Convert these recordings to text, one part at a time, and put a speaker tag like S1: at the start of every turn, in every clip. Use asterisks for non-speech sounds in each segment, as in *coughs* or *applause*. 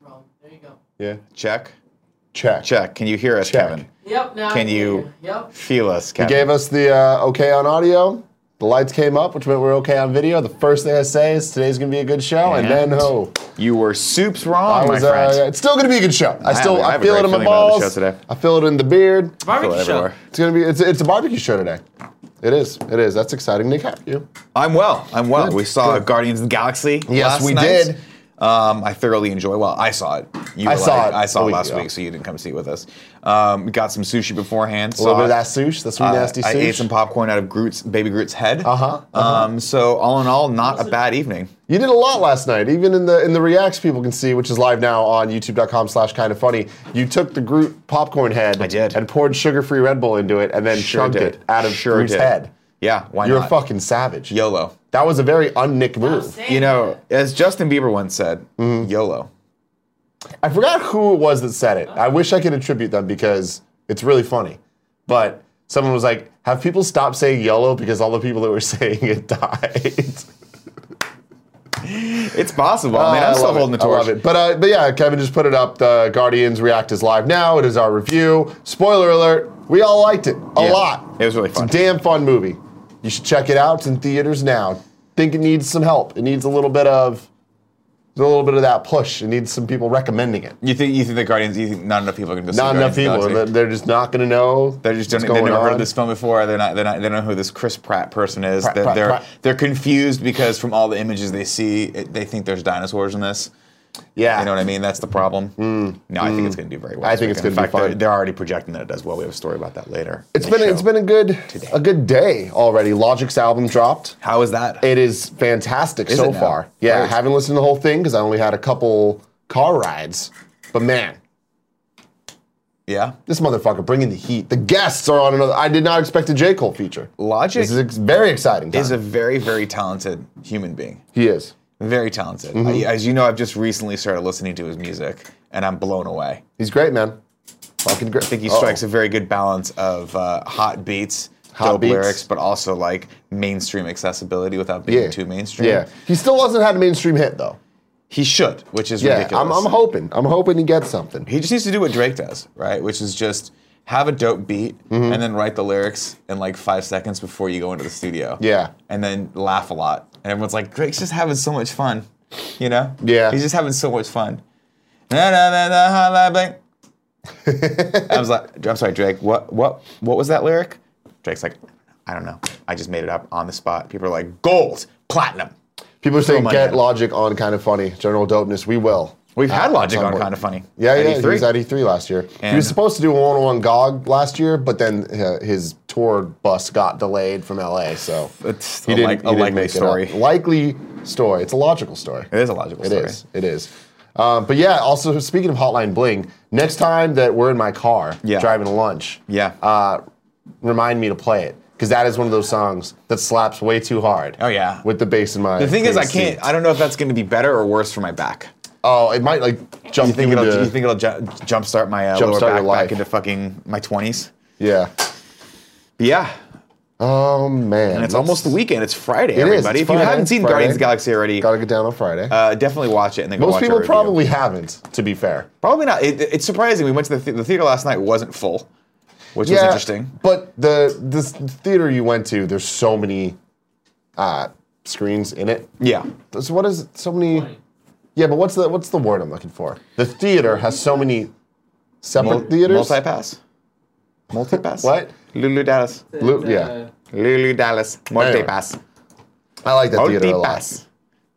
S1: wrong. There you go.
S2: Yeah. Check.
S3: Check.
S2: Check. Can you hear us,
S3: Check.
S2: Kevin?
S1: Yep. Now. I
S2: Can you-
S1: Yep.
S2: Feel us,
S3: He
S2: Kevin.
S3: gave us the uh, okay on audio. The lights came up, which meant we are okay on video. The first thing I say is today's gonna be a good show, and,
S2: And
S3: then oh,
S2: you were soups wrong,
S3: I
S2: my
S3: was,
S2: friend.
S3: uh, it's still gonna be a good show. I, still
S2: have a- I
S3: I,
S2: have a
S3: feel
S2: great
S3: it in my
S2: feeling about the
S3: balls.
S2: show today.
S3: I feel it in the beard.
S2: Feel
S1: Barbecue
S2: it
S1: show.
S2: everywhere.
S3: It's gonna be it's it's a barbecue show today. It is. It is. That's exciting, Nick. How are you?
S2: I'm well. I'm well.
S3: Good,
S2: We saw
S3: good.
S2: Guardians of the Galaxy.
S3: Yes,
S2: last
S3: we
S2: night.
S3: did.
S2: Um, I thoroughly enjoy. Well, I saw it. You
S3: I
S2: were
S3: saw
S2: like-
S3: it Oh,
S2: I saw
S3: a
S2: it
S3: week
S2: last
S3: ago.
S2: week, so you didn't come see it with us. Um, got some sushi beforehand. Uh,
S3: A little bit of that sushi, the sweet nasty sushi.
S2: I ate some popcorn out of Groot's baby Groot's head.
S3: Uh-huh,
S2: Um, so all in all, not a bad evening.
S3: You did a lot last night, even in the in the reacts people can see, which is live now on youtube.com slash kind of funny. You took the Groot popcorn head
S2: I did.
S3: and poured sugar-free Red Bull into it and then chunked
S2: did.
S3: it out of
S2: Sure
S3: Groot's
S2: did.
S3: head.
S2: Yeah, why
S3: You're a
S2: not?
S3: fucking savage.
S2: YOLO.
S3: That was a very un-Nick move.
S1: Outstanding.
S2: You know, as Justin Bieber once said,
S3: Mm-hmm.
S2: YOLO.
S3: I forgot who it was that said it. I wish I could attribute them because it's really funny. But someone was like, have people stopped saying YOLO because all the people that were *laughs* saying it died.
S2: It's possible. I mean, I'm
S3: I
S2: still
S3: love it.
S2: holding the
S3: I
S2: torch.
S3: love it. But, uh, but yeah, Kevin just put it up. The Guardians React is live now. It is our review. Spoiler alert, we all liked it a
S2: Yeah.
S3: lot.
S2: It was really fun.
S3: It's a damn fun movie. You should check it out. It's in theaters now. Think it needs some help. It needs a little bit of a little bit of that push. It needs some people recommending it.
S2: You think you think the Guardians? You think not enough people are going to
S3: Not enough people. They're
S2: They're,
S3: they're just not going to know.
S2: they're just
S3: what's
S2: don't, they've
S3: going
S2: never heard
S3: on.
S2: of this film before. They're not. They're not. They don't know who this Chris Pratt person is.
S3: Pratt,
S2: they're
S3: Pratt,
S2: they're,
S3: Pratt.
S2: they're confused because from all the images they see, it, they think there's dinosaurs in this.
S3: Yeah.
S2: You know what I mean? That's the problem. No, I think it's going to do very well.
S3: Hmm. I
S2: this
S3: think it's
S2: weekend.
S3: gonna
S2: In
S3: be
S2: fact, they're,
S3: fun.
S2: they're already projecting that it does well. We have a story about that later.
S3: It's
S2: in the
S3: been it's
S2: show.
S3: been a good a good day already. Logic's album dropped.
S2: How is that?
S3: It is fantastic
S2: Is
S3: so
S2: it now?
S3: far. Yeah,
S2: Great.
S3: I haven't listened to the whole thing because I only had a couple car rides. But man,
S2: yeah.
S3: this motherfucker bringing the heat. The guests are on another. I did not expect a J Cole feature.
S2: Logic
S3: This is ex- very exciting. Time.
S2: is a very very talented human being.
S3: he is.
S2: Very talented.
S3: Mm-hmm.
S2: I, as you know, I've just recently started listening to his music, and I'm blown away.
S3: He's great, man. Fucking great.
S2: I think he strikes a very good balance of uh, hot beats,
S3: Hot
S2: dope
S3: beats.
S2: lyrics, but also like mainstream accessibility without being too mainstream.
S3: Yeah, he still hasn't had a mainstream hit though.
S2: He should, which is
S3: Yeah,
S2: ridiculous.
S3: I'm, I'm hoping. I'm hoping he gets something.
S2: he just needs to do what Drake does, right? Which is just have a dope beat
S3: Mm-hmm.
S2: and then write the lyrics in like five seconds before you go into the studio.
S3: Yeah.
S2: And then laugh a lot. And everyone's like, Drake's just having so much fun. You know?
S3: Yeah.
S2: He's just having so much fun. Na, na, na, na, ha,
S3: *laughs*
S2: la, bling. I was like, I'm sorry, Drake, what what what was that lyric? Drake's like, I don't know. I just made it up on the spot. People are like, gold, platinum.
S3: People are saying
S2: money at
S3: get
S2: him.
S3: Logic on kind of funny. General dopeness. We will.
S2: We've had
S3: At
S2: Logic
S3: Ah, some
S2: on
S3: point.
S2: Kinda Funny.
S3: Yeah,
S2: At
S3: yeah, he
S2: E3.
S3: was at E3 last year. he
S2: And-
S3: was supposed to do a one-on-one GOG last year, but then uh, his tour bus got delayed from LA, so
S2: It's
S3: he
S2: a,
S3: didn't,
S2: like,
S3: he
S2: a
S3: didn't
S2: likely
S3: make it up.
S2: story.
S3: Likely story. It's a logical story.
S2: It is a logical
S3: It
S2: story.
S3: is. It is. Uh, but yeah, also speaking of Hotline Bling, next time that we're in my car
S2: Yeah.
S3: driving to lunch,
S2: Yeah.
S3: uh, remind me to play it because that is one of those songs that slaps way too hard.
S2: Oh, yeah.
S3: with the bass in my.
S2: The thing is, I
S3: bass seat.
S2: can't. I don't know if that's going to be better or worse for my back.
S3: Oh, it might like jump
S2: You think
S3: into,
S2: it'll? You think it'll ju- jumpstart my uh,
S3: Jumpstart
S2: lower
S3: your
S2: back
S3: life.
S2: back into fucking my twenties?
S3: yeah.
S2: Yeah,
S3: Oh man,
S2: and it's
S3: Let's-
S2: almost the weekend. It's Friday,
S3: It is.
S2: everybody.
S3: It's
S2: if
S3: Friday.
S2: you haven't seen
S3: Friday.
S2: Guardians of the Galaxy already,
S3: Gotta get down on Friday.
S2: uh, definitely watch it and then go
S3: Most
S2: watch our
S3: people
S2: review.
S3: probably haven't, to be fair.
S2: probably not. It, it's surprising. We went to the, the- the theater last night. wasn't full, which was interesting.
S3: But the this theater you went to, there's so many uh, screens in it.
S2: Yeah,
S3: So what is so many? Yeah, but what's the what's the word I'm looking for? The theater has so many separate theaters.
S2: multi pass, multi pass.
S3: What?
S2: Lulu Dallas,
S3: Lu- yeah.
S1: Uh,
S2: Lulu Dallas, multi pass,
S3: I like that theater
S2: multi
S3: a lot.
S2: pass.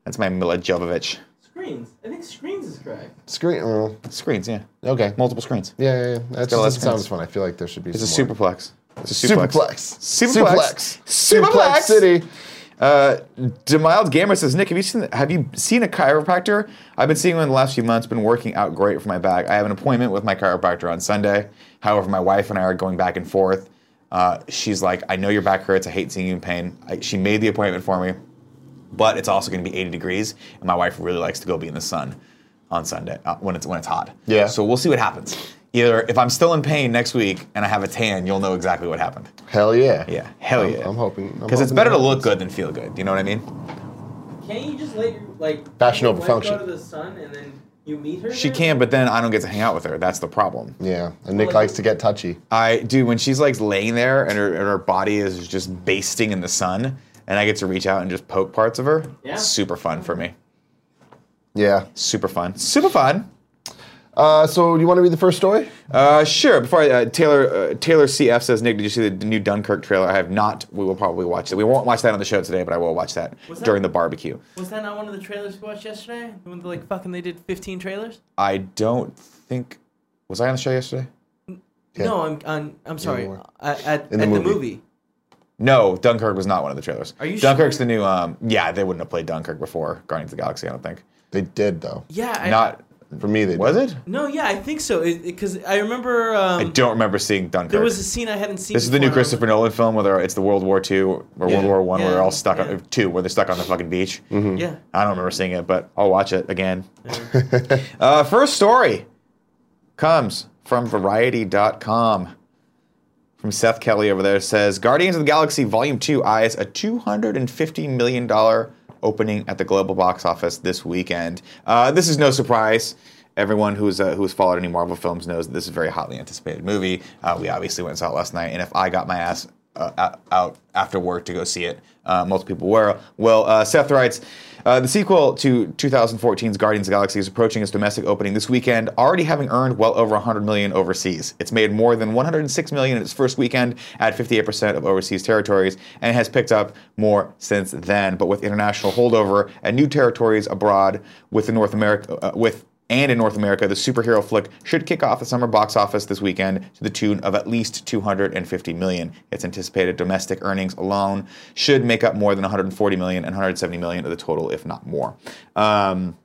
S2: That's my Mila Jovovich.
S1: Screens. I think screens is correct.
S3: Screen. oh,
S2: Screens, yeah,
S3: okay.
S2: multiple screens.
S3: Yeah, yeah, yeah. That just
S2: got a lot of
S3: doesn't sound
S2: screens.
S3: as fun. I feel like there should be.
S2: It's a
S3: some more.
S2: superplex. It's a
S3: Superplex.
S2: Superplex.
S3: Superplex. Superplex City.
S2: Uh, DeMild Gamer says, Nick, have you seen have you seen a chiropractor? I've been seeing one the last few months. Been working out great for my back. I have an appointment with my chiropractor on Sunday. However, my wife and I are going back and forth. Uh, she's like, I know your back hurts. I hate seeing you in pain. I, she made the appointment for me, but it's also going to be 80 degrees, and my wife really likes to go be in the sun on Sunday uh, when it's when it's hot.
S3: Yeah.
S2: So we'll see what happens. Either if I'm still in pain next week and I have a tan, you'll know exactly what happened.
S3: Hell yeah.
S2: Yeah, hell
S3: I'm-
S2: yeah.
S3: I'm hoping- I'm
S2: because it's
S3: hoping
S2: better
S3: that
S2: to look good than feel good. You know what I mean?
S1: Can't you just let your like
S3: Fashion over
S1: wife
S3: function.
S1: Go to the sun and then You meet her.
S2: She
S1: there?
S2: can, but then I don't get to hang out with her. That's the problem.
S3: Yeah, and Nick
S1: Well,
S3: likes to get touchy.
S2: I do when she's like laying there and her, and her body is just basting in the sun, and I get to reach out and just poke parts of her.
S1: Yeah.
S2: Super fun for me.
S3: Yeah.
S2: Super fun. Super fun.
S3: Uh, so you want to read the first story?
S2: Uh, sure. Before I, uh, Taylor uh, Taylor CF says, Nick, did you see the new Dunkirk trailer? I have not. We will probably watch it. We won't watch that on the show today, but I will watch that
S1: Was that-
S2: during the barbecue.
S1: Was that not one of the trailers we watched yesterday? The one that, like fucking they did 15 trailers.
S2: I don't think. Was I on the show yesterday?
S3: Yeah.
S1: No, I'm I'm, I'm sorry.
S3: were.
S1: I, at
S3: In the
S1: at
S3: movie.
S1: the movie.
S2: No, Dunkirk was not one of the trailers.
S1: Are you
S2: Dunkirk's
S1: sure?
S2: the new. Um, yeah, they wouldn't have played Dunkirk before Guardians of the Galaxy. I don't think.
S3: They did though.
S1: Yeah. I,
S2: not
S3: For me, they
S2: was
S3: did.
S2: it?
S1: No, yeah, I think so. Because I remember um,
S2: I don't remember seeing Dunkirk.
S1: there was a scene I hadn't seen.
S2: this is the
S1: before,
S2: new
S1: and I was
S2: Christopher Nolan film where they're- it's the World War II or
S3: Yeah.
S2: World War One where they're all
S1: Yeah,
S2: stuck
S1: yeah.
S2: on two where they're stuck on the fucking beach.
S1: like, Yeah.
S2: I don't remember seeing it, but I'll watch it again. *laughs* uh, first story comes from Variety.com. From Seth Kelly over there says Guardians of the Galaxy Volume 2 eyes a $250 million opening at the global box office this weekend. Uh, this is no surprise. Everyone who's uh, who's followed any Marvel films knows that this is a very hotly anticipated movie. Uh, we obviously went and saw it last night, and if I got my ass uh, out- out after work to go see it. Uh, most people were. Well, uh, Seth writes uh, The sequel to 2014's Guardians of the Galaxy is approaching its domestic opening this weekend, already having earned well over 100 million overseas. It's made more than 106 million in its first weekend at 58% of overseas territories and has picked up more since then. But with international holdover and new territories abroad, with the North America, uh, with and in North America, the superhero flick should kick off the summer box office this weekend to the tune of at least 250 million. Its anticipated domestic earnings alone should make up more than 140 million and 170 million of the total, if not more. Um,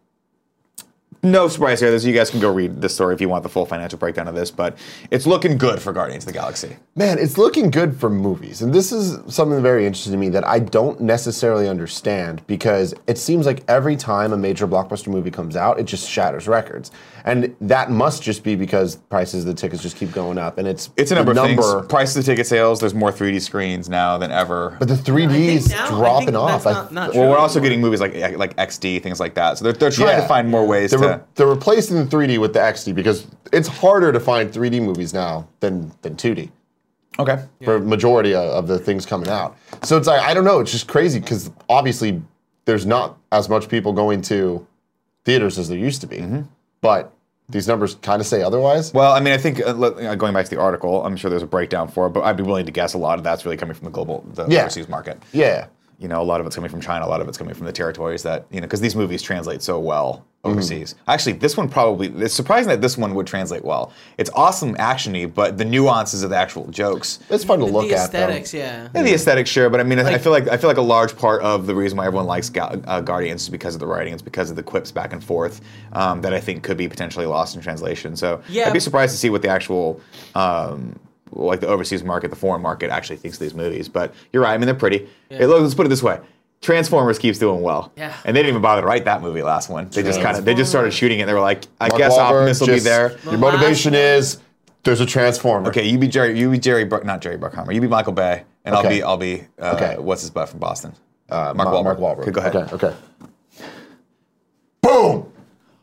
S2: no surprise here. This you guys can go read this story if you want the full financial breakdown of this, but it's looking good for Guardians of the Galaxy.
S3: Man, it's looking good for movies. And this is something very interesting to me that I don't necessarily understand because it seems like every time a major blockbuster movie comes out, it just shatters records. And that must just be because prices of the tickets just keep going up. And it's
S2: It's a number,
S3: the
S2: of things. Price of the ticket sales. There's more 3D screens now than ever.
S3: But the
S1: I
S3: 3D
S1: think
S3: is
S1: now- I
S3: dropping
S1: think
S3: off.
S1: that's
S3: I-
S1: not- not
S2: well, we're
S1: true.
S2: also getting movies like like XD things like that. So they're, they're trying
S3: Yeah.
S2: to find more ways
S3: they're,
S2: to.
S3: re- they're replacing the 3D with the XD because it's harder to find 3D movies now than, than 2D.
S2: okay.
S3: for majority of, of the things coming out. So it's like I don't know. It's just crazy because obviously there's not as much people going to theaters as there used to be,
S2: Mm-hmm.
S3: but these numbers kind of say otherwise.
S2: Well, I mean, I think uh, let- uh, going back to the article, I'm sure there's a breakdown for it, but I'd be willing to guess a lot of that's really coming from the global, the
S3: Yeah.
S2: overseas market.
S3: yeah,
S2: You know, a lot of it's coming from China, a lot of it's coming from the territories that you know, because these movies translate so well overseas. Actually, this one probably it's surprising that this one would translate well. It's awesome actiony, but the nuances of the actual jokes.
S3: it's fun to
S1: The
S3: look
S1: aesthetics,
S3: at.
S1: yeah.
S2: Yeah, the aesthetic, sure, but I mean, I I feel like I feel like a large part of the reason why everyone likes Ga- uh, Guardians is because of the writing, it's because of the quips back and forth um, that I think could be potentially lost in translation. So
S1: Yeah.
S2: I'd be surprised to see what the actual, um, like the overseas market, the foreign market, actually thinks of these movies. But you're right. I mean, they're pretty. Hey, look, let's put it this way: Transformers keeps doing well,
S1: Yeah.
S2: and they didn't even bother to write that movie last one. They just kind of they just started shooting it. and They were like, I
S3: Mark
S2: guess
S3: Wahlberg,
S2: Optimus will be
S3: just-
S2: there.
S3: Your motivation
S1: Last-
S3: is there's a transformer.
S2: Okay, you be Jerry. You be Jerry. Bruck, not Jerry Bruckheimer. You be Michael Bay, and
S3: Okay.
S2: I'll be I'll be uh,
S3: Okay.
S2: what's his butt from Boston? Uh,
S3: Ma- Mark Wahlberg.
S2: Okay, go ahead.
S3: Okay, okay. Boom,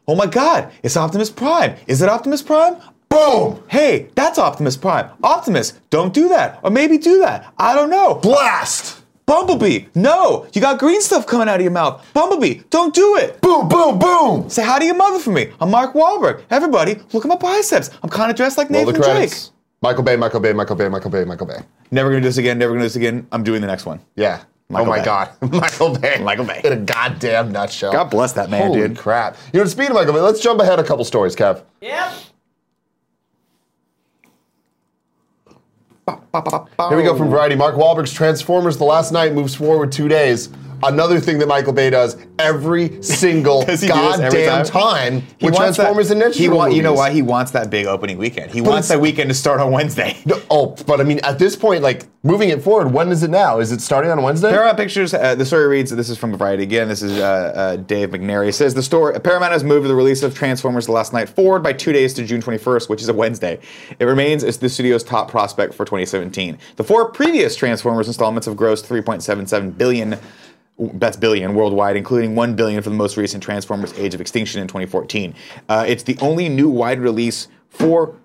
S2: Oh my God! It's Optimus Prime. Is it Optimus Prime?
S3: boom,
S2: Hey, that's Optimus Prime. Optimus, don't do that, or maybe do that. I don't know.
S3: blast,
S2: Bumblebee, no! You got green stuff coming out of your mouth. Bumblebee, don't do it.
S3: boom, boom, boom.
S2: Say hi to your mother for me. I'm Mark Wahlberg. Everybody, look at my biceps. I'm kind of dressed like
S3: All the
S2: Nathan Drake.
S3: credits. Michael Bay, Michael Bay, Michael Bay, Michael Bay, Michael Bay.
S2: Never gonna do this again. Never gonna do this again. I'm doing the next one.
S3: Yeah.
S2: Michael
S3: oh my
S2: Bay.
S3: God, *laughs* Michael Bay.
S2: Michael Bay.
S3: In a goddamn nutshell.
S2: God bless that man,
S3: Holy
S2: dude.
S3: crap. You know, speaking of Michael Bay, let's jump ahead a couple stories, Kev.
S1: Yep.
S3: Here we go
S2: Oh.
S3: from Variety. Mark Wahlberg's Transformers: The Last Night moves forward two days. Another thing that Michael Bay does
S2: *laughs*
S3: every single
S2: 'Does he do this
S3: goddamn
S2: every
S3: time,
S2: He
S3: with
S2: wants
S3: Transformers
S2: that,
S3: and Ninja
S2: he
S3: Turtle
S2: wa- You know
S3: movies.
S2: why he wants that big opening weekend? He wants
S3: it's-
S2: that weekend to start on Wednesday. *laughs*
S3: No, oh, but I mean, at this point, like moving it forward, when is it now? Is it starting on Wednesday?
S2: Paramount Pictures. Uh, the story reads. This is from Variety again. This is uh, uh, Dave McNary says the story. Paramount has moved the release of Transformers: The Last Night forward by two days to June 21st, which is a Wednesday. It remains as the studio's top prospect for 2017. The four previous Transformers installments have grossed 3.77 billion. that's billion worldwide, including one billion for the most recent Transformers: Age of Extinction in 2014. Uh, it's the only new wide release for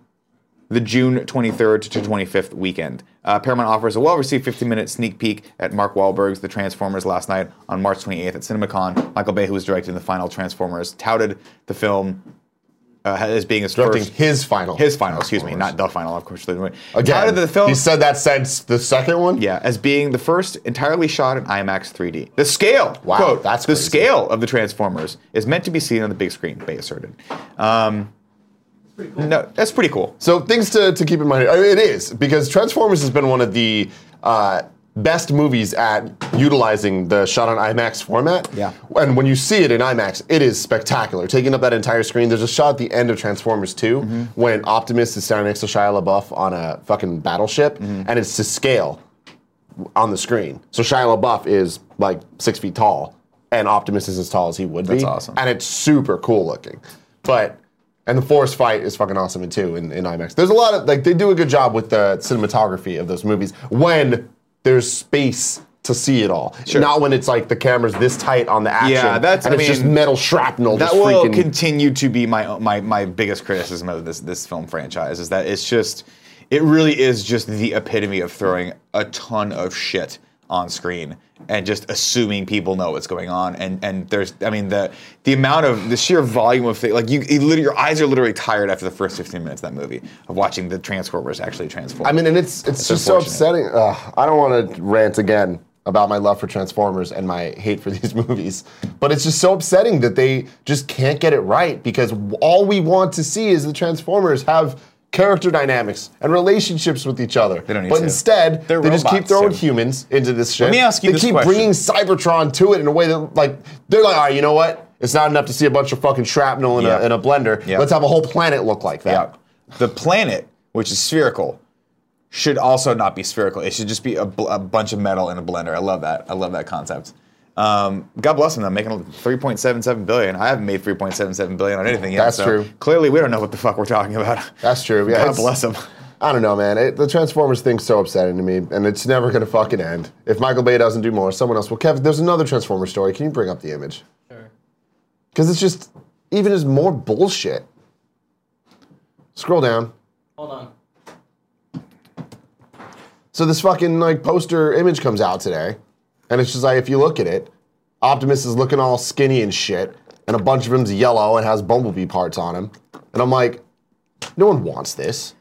S2: the June 23rd to 25th weekend. Uh, Paramount offers a well-received 15-minute sneak peek at Mark Wahlberg's The Transformers last night on March 28th at CinemaCon. Michael Bay, who was directing the final Transformers, touted the film uh, as being his
S3: Directing
S2: first,
S3: his final.
S2: his final, excuse me, not the final, of course. Again, touted the film
S3: He said that since the second one?
S2: yeah, as being the first entirely shot in IMAX 3D. The scale,
S3: Wow,
S2: quote,
S3: that's
S2: the
S3: crazy.
S2: scale of the Transformers is meant to be seen on the big screen. Bay asserted. Um, no, that's pretty cool.
S3: So things to, to keep in mind. I mean, it is because Transformers has been one of the uh, best movies at utilizing the shot on IMAX format.
S2: Yeah.
S3: And when you see it in IMAX, it is spectacular. Taking up that entire screen. There's a shot at the end of Transformers 2 when Optimus is standing next to Shia LaBeouf on a fucking battleship, and it's to scale on the screen. So Shia LaBeouf is like six feet tall, and Optimus is as tall as he would be.
S2: That's awesome.
S3: And it's super cool looking. But and the forest fight is fucking awesome too in, in IMAX. There's a lot of like they do a good job with the cinematography of those movies when there's space to see it all, not when it's like the camera's this tight on the action.
S2: Yeah, that's-
S3: and
S2: I
S3: it's just
S2: mean,
S3: metal shrapnel.
S2: That
S3: just
S2: will
S3: freaking,
S2: continue to be my my my biggest criticism of this this film franchise is that it's just it really is just the epitome of throwing a ton of shit on screen and just assuming people know what's going on and and there's I mean the the amount of the sheer volume of things like you, you literally, your eyes are literally tired after the first 15 minutes of that movie of watching the Transformers actually transform.
S3: I mean, and it's it's, just so upsetting.
S2: unfortunate.
S3: Ugh, I don't want to rant again about my love for Transformers and my hate for *laughs* these movies, but it's just so upsetting that they just can't get it right because w- all we want to see is the Transformers have character dynamics and relationships with each other.
S2: They don't need
S3: but
S2: to.
S3: instead,
S2: They're
S3: they just keep
S2: robots,
S3: throwing
S2: Tim.
S3: humans into this shit.
S2: me ask you
S3: they
S2: this
S3: keep
S2: question.
S3: bringing Cybertron to it in a way that, like, they're like, all right, you know what? It's not enough to see a bunch of fucking shrapnel in,
S2: Yeah.
S3: a, in a blender.
S2: Yeah.
S3: Let's have a whole planet look like that.
S2: Yeah. The planet, which is spherical, should also not be spherical. It should just be a, bl- a bunch of metal in a blender. I love that. I love that concept. Um, God bless them. though, making 3.77 billion. I haven't made 3.77 billion on anything yet.
S3: That's
S2: so
S3: true.
S2: Clearly, we don't know what the fuck we're talking about.
S3: That's true. Yeah,
S2: God
S3: it's-
S2: bless them.
S3: I don't know, man. It, the Transformers thing's so upsetting to me, and it's never gonna fucking end. If Michael Bay doesn't do more, someone else will. Kevin, there's another Transformers story. Can you bring up the image?
S1: Sure.
S3: Because it's just even is more bullshit. Scroll down.
S1: Hold on.
S3: So this fucking like poster image comes out today, and it's just like if you look at it, Optimus is looking all skinny and shit, and a bunch of him's yellow and has bumblebee parts on him, and I'm like, no one wants this.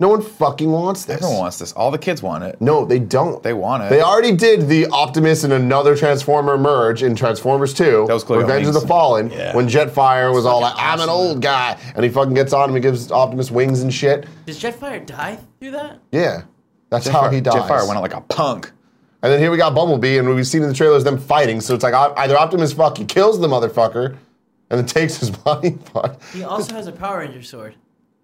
S3: No one fucking wants this.
S2: Everyone wants this. All the kids want it.
S3: No, they don't.
S2: They want it.
S3: They already did the Optimus and another Transformer merge in Transformers 2,
S2: was Cleo
S3: Revenge of the
S2: Wings.
S3: Fallen,
S2: Yeah.
S3: when Jetfire was all like, I'm an old guy. And he fucking gets on him and gives Optimus wings and shit.
S1: Does Jetfire die through that?
S3: Yeah. That's how he dies.
S2: Jetfire went out like a punk.
S3: And then here we got Bumblebee, and we've seen in the trailers them fighting. So it's like uh, either Optimus fucking kills the motherfucker and then *laughs* takes his body part.
S1: He also has a Power Ranger sword.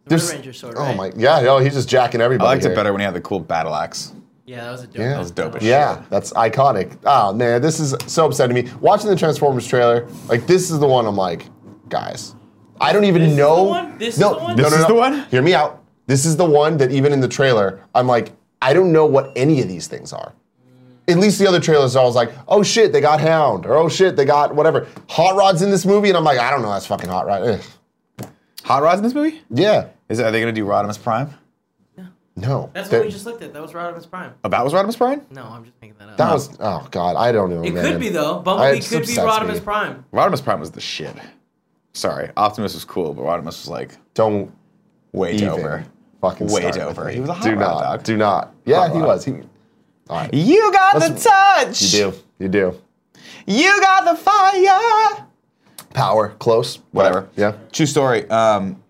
S1: The
S3: There's-
S1: Red Ranger sword,
S3: Oh
S1: right?
S3: my. Yeah, no, he's just jacking
S2: I
S3: everybody.
S2: liked
S3: here.
S2: it better when he had the cool battle axe.
S1: Yeah, that was a dope.
S3: Yeah.
S1: That
S3: was
S2: dope as
S3: Yeah, that's iconic. Oh man, this is so upsetting to me. Watching the Transformers trailer, like this is the one I'm like, guys, I don't even
S1: This is the
S3: know.
S1: one? This is
S3: no,
S1: the one?
S3: no, no,
S2: This is
S3: no.
S2: the one?
S3: Hear me out. This is the one that even in the trailer, I'm like, I don't know what any of these things are. At least the other trailers, I was like, oh shit, they got Hound, or oh shit, they got whatever. Hot Rod's in this movie, and I'm like, I don't know, that's fucking Hot Rod. Ugh.
S2: Hot Rod's in this movie?
S3: Yeah,
S2: Is are they gonna do Rodimus Prime?
S3: no.
S1: That's
S3: that,
S1: what we just looked at. That was Rodimus Prime.
S2: Oh, that was Rodimus Prime?
S1: No, I'm just making that up.
S3: That was, oh god, I don't know.
S1: it
S3: man.
S1: could be though.
S3: I-
S1: Bumblebee
S3: it
S1: could be
S3: upsets
S1: Rodimus
S3: me.
S1: Prime.
S2: Rodimus Prime was the shit. Sorry, Optimus was cool, but Rodimus was like
S3: Don't
S2: way
S3: even
S2: over.
S3: Fucking
S2: Way
S3: start with
S2: over.
S3: me.
S2: He was a hot
S3: do
S2: rod
S3: not,
S2: dog.
S3: Do not. Yeah,
S2: Hot
S3: he
S2: rod.
S3: was. He. All right.
S2: You got
S3: Let's-
S2: the touch.
S3: You do. You do.
S2: You got the fire.
S3: Power. Close.
S2: Whatever.
S3: Yeah.
S2: True story. Um,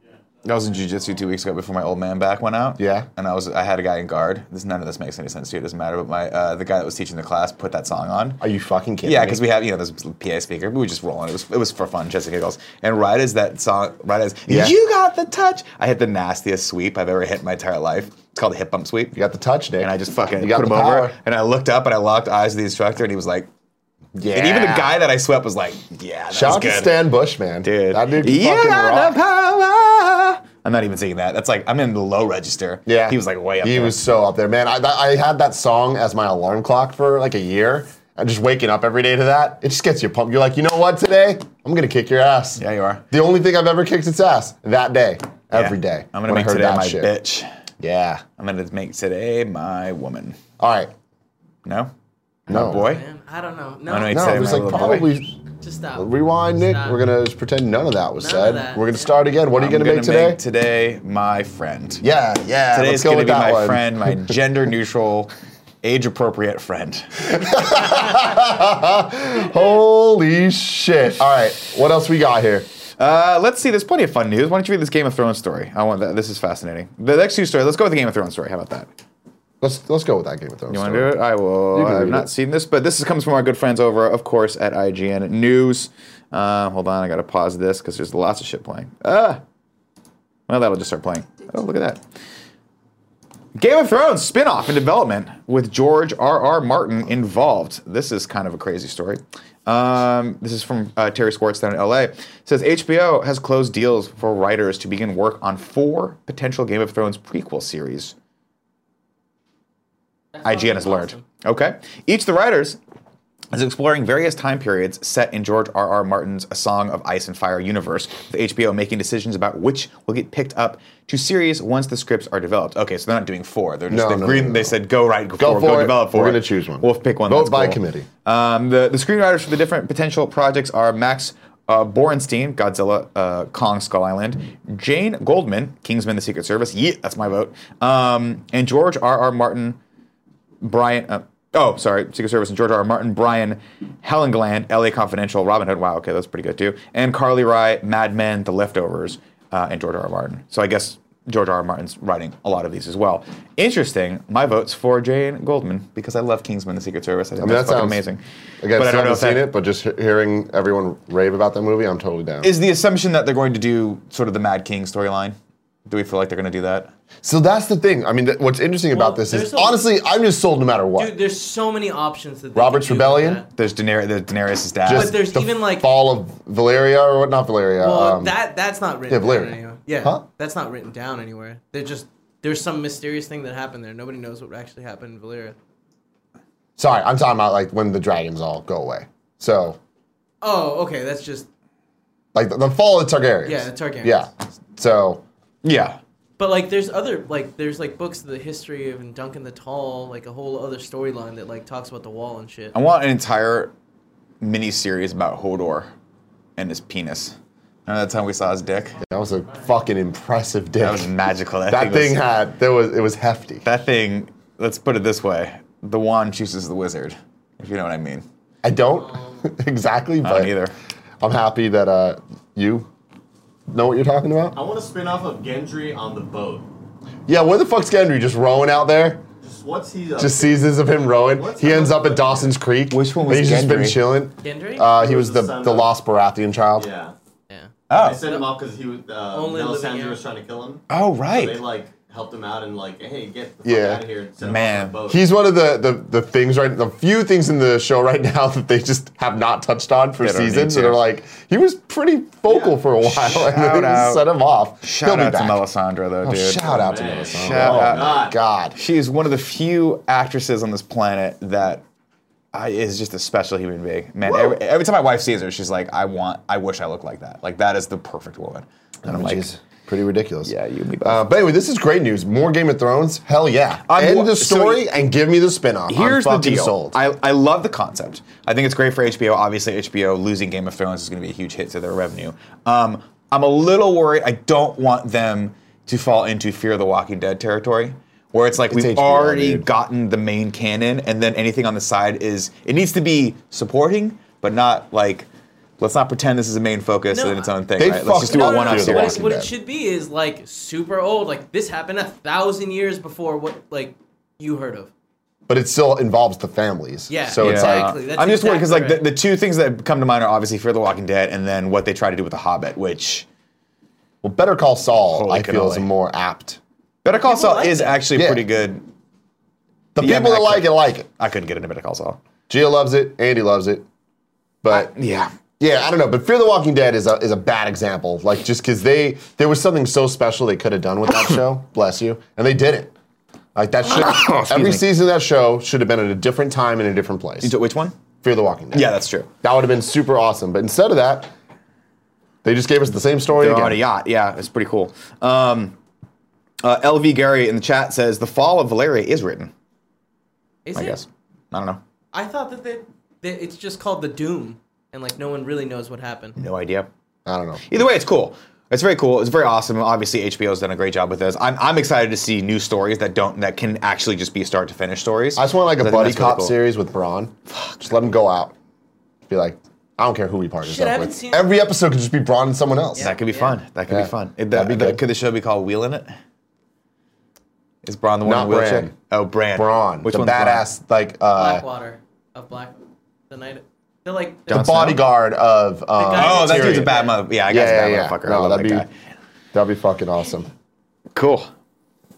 S2: I was in jujitsu two weeks ago before my old man back went out.
S3: Yeah.
S2: And I was I had a guy in guard. This none of this makes any sense to you. It doesn't matter. But my uh, the guy that was teaching the class put that song on.
S3: Are you fucking kidding
S2: Yeah,
S3: me?
S2: because we have you know this PA speaker. We were just rolling. It was it was for fun, just and giggles. And right as that song, right as
S3: Yeah.
S2: you got the touch, I hit the nastiest sweep I've ever hit in my entire life. It's called a hip bump sweep.
S3: You got the touch, Nick.
S2: And I just fucking
S3: You got
S2: put him
S3: the power.
S2: over. And I looked up and I locked eyes with the instructor, and he was like,
S3: Yeah.
S2: and even the guy that I swept was like, yeah, that
S3: Shout
S2: was
S3: out to
S2: good.
S3: Stan Bush, man.
S2: Dude.
S3: That dude
S2: You
S3: can fucking
S2: got
S3: rock.
S2: the power. I'm not even singing that. That's like I'm in the low register.
S3: Yeah.
S2: He was like way up
S3: He
S2: there.
S3: was so up there. Man, I, I had that song as my alarm clock for like a year. And just waking up every day to that, it just gets you pumped. You're like, you know what, today I'm gonna kick your ass.
S2: Yeah, you are.
S3: The only thing I've ever kicked its ass that day, every
S2: Yeah.
S3: day.
S2: I'm gonna
S3: when I
S2: make
S3: heard
S2: today
S3: that
S2: my
S3: shit.
S2: bitch.
S3: Yeah.
S2: I'm gonna make today my woman.
S3: All right.
S2: No,
S3: No.
S2: boy.
S1: Man, I don't know. No,
S2: I know
S3: No,
S2: Say
S3: it was
S2: my
S3: like
S2: little
S3: probably.
S1: just stop.
S3: Rewind, Nick.
S1: Stop.
S3: We're gonna just pretend none of that was
S1: None
S3: said.
S1: of that,
S3: We're gonna
S1: yeah.
S3: start again. What are you
S2: I'm
S3: gonna, make today?
S2: today my friend.
S3: yeah, yeah.
S2: Today's
S3: let's go
S2: gonna
S3: with
S2: be
S3: that
S2: my
S3: one. *laughs*
S2: friend, my gender neutral, age appropriate friend.
S3: Holy shit! All right, what else we got here?
S2: Uh, let's see. There's plenty of fun news. Why don't you read this Game of Thrones story? I want that. This is fascinating. The next two stories. Let's go with the Game of Thrones story. How about that?
S3: Let's let's go with that Game of Thrones.
S2: You want to
S3: story.
S2: do it? I will.
S3: You can
S2: I've
S3: read
S2: not
S3: it.
S2: seen this, but this is- comes from our good friends over, of course, at IGN News. Uh, hold on, I gotta pause this because there's lots of shit playing. Ah, well, that'll just start playing. Oh, look at that. Game of Thrones spin-off in development with George R. R. Martin involved. This is kind of a crazy story. Um, this is from uh, Terry Schwartz down in LA. It says HBO has closed deals for writers to begin work on four potential Game of Thrones prequel series. IGN has learned.
S1: Awesome.
S2: Okay. Each of the writers is exploring various time periods set in George R. R. Martin's A Song of Ice and Fire universe, with HBO making decisions about which will get picked up to series once the scripts are developed. Okay, so they're not doing four. They're just
S3: No,
S2: they
S3: no,
S2: agreed-
S3: no, no,
S2: They
S3: no.
S2: said go write, go,
S3: Go
S2: forward,
S3: for
S2: go
S3: it.
S2: develop four.
S3: We're gonna choose one.
S2: We'll pick one.
S3: Vote
S2: that's
S3: by
S2: cool.
S3: committee.
S2: Um, the, the screenwriters for the different potential projects are Max uh, Borenstein, Godzilla, uh, Kong, Skull Island, Jane Goldman, Kingsman: The Secret Service. Yeah, that's my vote. Um, and George R. R. Martin, Brian. Uh, oh, sorry, Secret Service and George R. R. Martin, Brian Helengland, L.A. Confidential, Robin Hood. Wow, okay, that's pretty good too. And Carly Rae, Mad Men, The Leftovers, uh, and George R. R. Martin. So I guess George R. R. Martin's writing a lot of these as well. Interesting. My vote's for Jane Goldman because I love Kingsman: The Secret Service. I think
S3: I mean, that
S2: that's fucking
S3: sounds
S2: amazing.
S3: Again,
S2: but I
S3: still
S2: don't know
S3: haven't
S2: if
S3: seen
S2: that
S3: it, but just he- hearing everyone rave about that movie, I'm totally down.
S2: is the assumption that they're going to do sort of the Mad King storyline. Do we feel like they're going to do that?
S3: so that's the thing. I mean, th- what's interesting about this is
S1: there's a-
S3: honestly, I'm just sold no matter what.
S1: Dude, there's so many options that they
S3: Robert's
S1: could do with
S3: Rebellion?
S1: that.
S2: There's Daenerys, the Daenerys' dad.
S1: But there's
S3: the
S1: even, like-
S3: fall of Valeria or what? Not Valeria.
S1: Well,
S3: um,
S1: that that's not written
S3: yeah, Valyria.
S1: down anywhere. Yeah,
S3: Huh?
S1: that's not written down anywhere. They're just there's some mysterious thing that happened there. Nobody knows what actually happened in Valyria.
S3: sorry, I'm talking about like when the dragons all go away. So
S1: Oh, okay, that's just
S3: like the, the fall of the Targaryens.
S1: Yeah, the Targaryens.
S3: Yeah. So
S2: yeah.
S1: but like there's other like there's like books of the history of and Duncan the Tall, like a whole other storyline that like talks about the wall and shit.
S2: I want an entire mini series about Hodor and his penis. Remember that time we saw his dick?
S3: that was a fucking impressive dick.
S2: That was magical. That,
S3: That thing
S2: was-
S3: had there was it was hefty.
S2: that thing. Let's put it this way: the wand chooses the wizard. If you know what I mean.
S3: I don't *laughs* exactly,
S2: I
S3: but
S2: don't either.
S3: I'm happy that uh, you know what you're talking
S4: I
S3: about.
S4: want to spin off of Gendry on the boat.
S3: Yeah, where the fuck's Gendry just rowing out there?
S4: Just what's he up
S3: Just
S4: to?
S3: seasons of him rowing.
S4: What's
S3: He
S4: that
S3: ends
S4: one?
S3: up at Dawson's Creek.
S2: Which one
S3: and
S2: was
S3: He's just been
S2: Gendry?
S3: chilling.
S1: Gendry?
S3: Uh, he
S4: He
S3: was
S4: was
S3: the,
S4: the son
S3: the
S4: of-
S3: lost Baratheon child.
S4: Yeah.
S1: yeah.
S4: They
S2: Oh.
S4: sent him off because he was uh,
S1: Only living
S4: Melisandre
S1: out.
S4: was trying to kill him.
S2: Oh
S4: So they
S2: right.
S4: like helped him out and like, hey, get the fuck
S3: Yeah.
S4: out of here. And sent
S2: Man.
S4: him off on a boat.
S3: He's one of the, the the things right the few things in the show right now *laughs* that they just have not touched on for
S2: They don't need
S3: seasons and
S2: to.
S3: they're like he was pretty vocal
S4: Yeah.
S3: for a while *laughs* and
S2: Shout
S3: they
S2: out-
S3: just set him off. He'll
S2: Shout
S3: be
S2: out to
S3: back.
S2: Melisandre though,
S3: Oh,
S2: dude.
S3: shout out to
S4: Man.
S3: Melisandre.
S2: Shout
S3: oh
S2: out.
S3: my God.
S2: She is one of the few actresses on this planet that I, is just a special human being. Man, every, every time my wife sees her, she's like, "I want, I wish I looked like that. Like that is the perfect woman." And I'm
S3: Which
S2: like,
S3: is pretty ridiculous.
S2: "Yeah, you and me both."
S3: Uh, but anyway, this is great news. More Game of Thrones. Hell yeah.
S2: I'm
S3: End
S2: wa-
S3: the
S2: so
S3: story
S2: y-
S3: and give me the spinoff.
S2: Here's
S3: I'm
S2: the
S3: fucking
S2: deal.
S3: Sold.
S2: I, I love the concept. I think it's great for HBO. Obviously, HBO losing Game of Thrones is going to be a huge hit to their revenue. Um, I'm a little worried. I don't want them to fall into Fear of the Walking Dead territory, where it's like we've
S3: HBO,
S2: already
S3: dude.
S2: gotten the main canon, and then anything on the side is it needs to be supporting, but not like let's not pretend this is a main focus
S1: No,
S2: and its own thing.
S3: they
S2: Right? Let's just
S3: fucked
S2: do
S3: up
S2: a one-off
S3: Fear of the
S2: series.
S1: What,
S3: Walking
S1: what
S3: Dead.
S1: it should be is like super old. Like this happened a thousand years before what like you heard of.
S3: but it still involves the families.
S1: Yeah,
S3: So it's
S1: Yeah.
S3: like
S1: Exactly, that's
S2: I'm just worried because like
S1: exactly
S2: the, the two things that come to mind are obviously Fear the Walking Dead and then what they try to do with the Hobbit, which
S3: well, Better Call Saul.
S2: Holy
S3: I feel is
S2: cannoli.
S3: more apt.
S2: Better Call Saul
S1: like
S2: is
S1: that.
S2: actually
S3: Yeah.
S2: pretty good.
S3: The
S2: Yeah,
S3: people
S2: I
S3: that
S2: mean, I
S3: like it like it.
S2: I couldn't get into Better Call Saul.
S3: Gia loves it. Andy loves it. But
S2: Yeah.
S3: yeah, I don't know. But Fear the Walking Dead is a is a bad example.
S2: *coughs*
S3: Like just because they there was something so special they could have done with that show. Bless you, and they didn't. Like that should every
S2: Oh, me.
S3: season of that show should have been at a different time in a different place.
S2: You took which one?
S3: Fear the Walking Dead.
S2: Yeah, that's true.
S3: That would have been super awesome. But instead of that, they just gave us the same story
S2: They're
S3: again.
S2: on a yacht. Yeah, it's pretty cool. Um, uh, LV Gary in the chat says the fall of Valeria is written.
S1: Is
S2: I
S1: it?
S2: guess. I don't know.
S1: I thought that they, that it's just called the Doom, and like no one really knows what happened.
S2: No idea.
S3: I don't know.
S2: Either way, it's cool. It's very cool. It's very awesome. Obviously, HBO's done a great job with this. I'm, I'm excited to see new stories that don't that can actually just be start to finish stories.
S3: I just want like
S2: So
S3: a
S2: I think
S3: buddy
S2: that's really
S3: cop
S2: cool.
S3: series with Braun. Just let him go out. Be like, I don't care who he partners
S1: Shit, I
S3: up
S1: haven't
S3: with.
S1: seen-
S3: Every episode could just be Braun and someone else.
S2: That could be
S1: Yeah.
S2: fun. That could
S3: Yeah.
S2: be fun. It-
S3: That'd be
S2: the-
S3: good.
S2: Could the show be called Wheeling It? Is Braun the one
S3: Not
S2: in the wheelchair?
S3: Bran.
S2: Oh, Bran.
S3: Braun,
S2: Which
S3: the
S2: one's Bran?
S3: badass, like uh,
S1: Blackwater of Black, the night. They're like
S3: the
S2: Jon Snow?
S3: bodyguard of. Um,
S1: guy
S2: Oh, that dude's a
S1: Tyrion.
S2: bad mother. Yeah, I
S3: Yeah,
S2: guess
S3: yeah,
S2: a bad
S3: yeah.
S2: motherfucker. I
S3: No,
S2: love
S3: that'd
S2: that
S3: be
S2: guy.
S3: that'd be fucking awesome.
S2: Cool.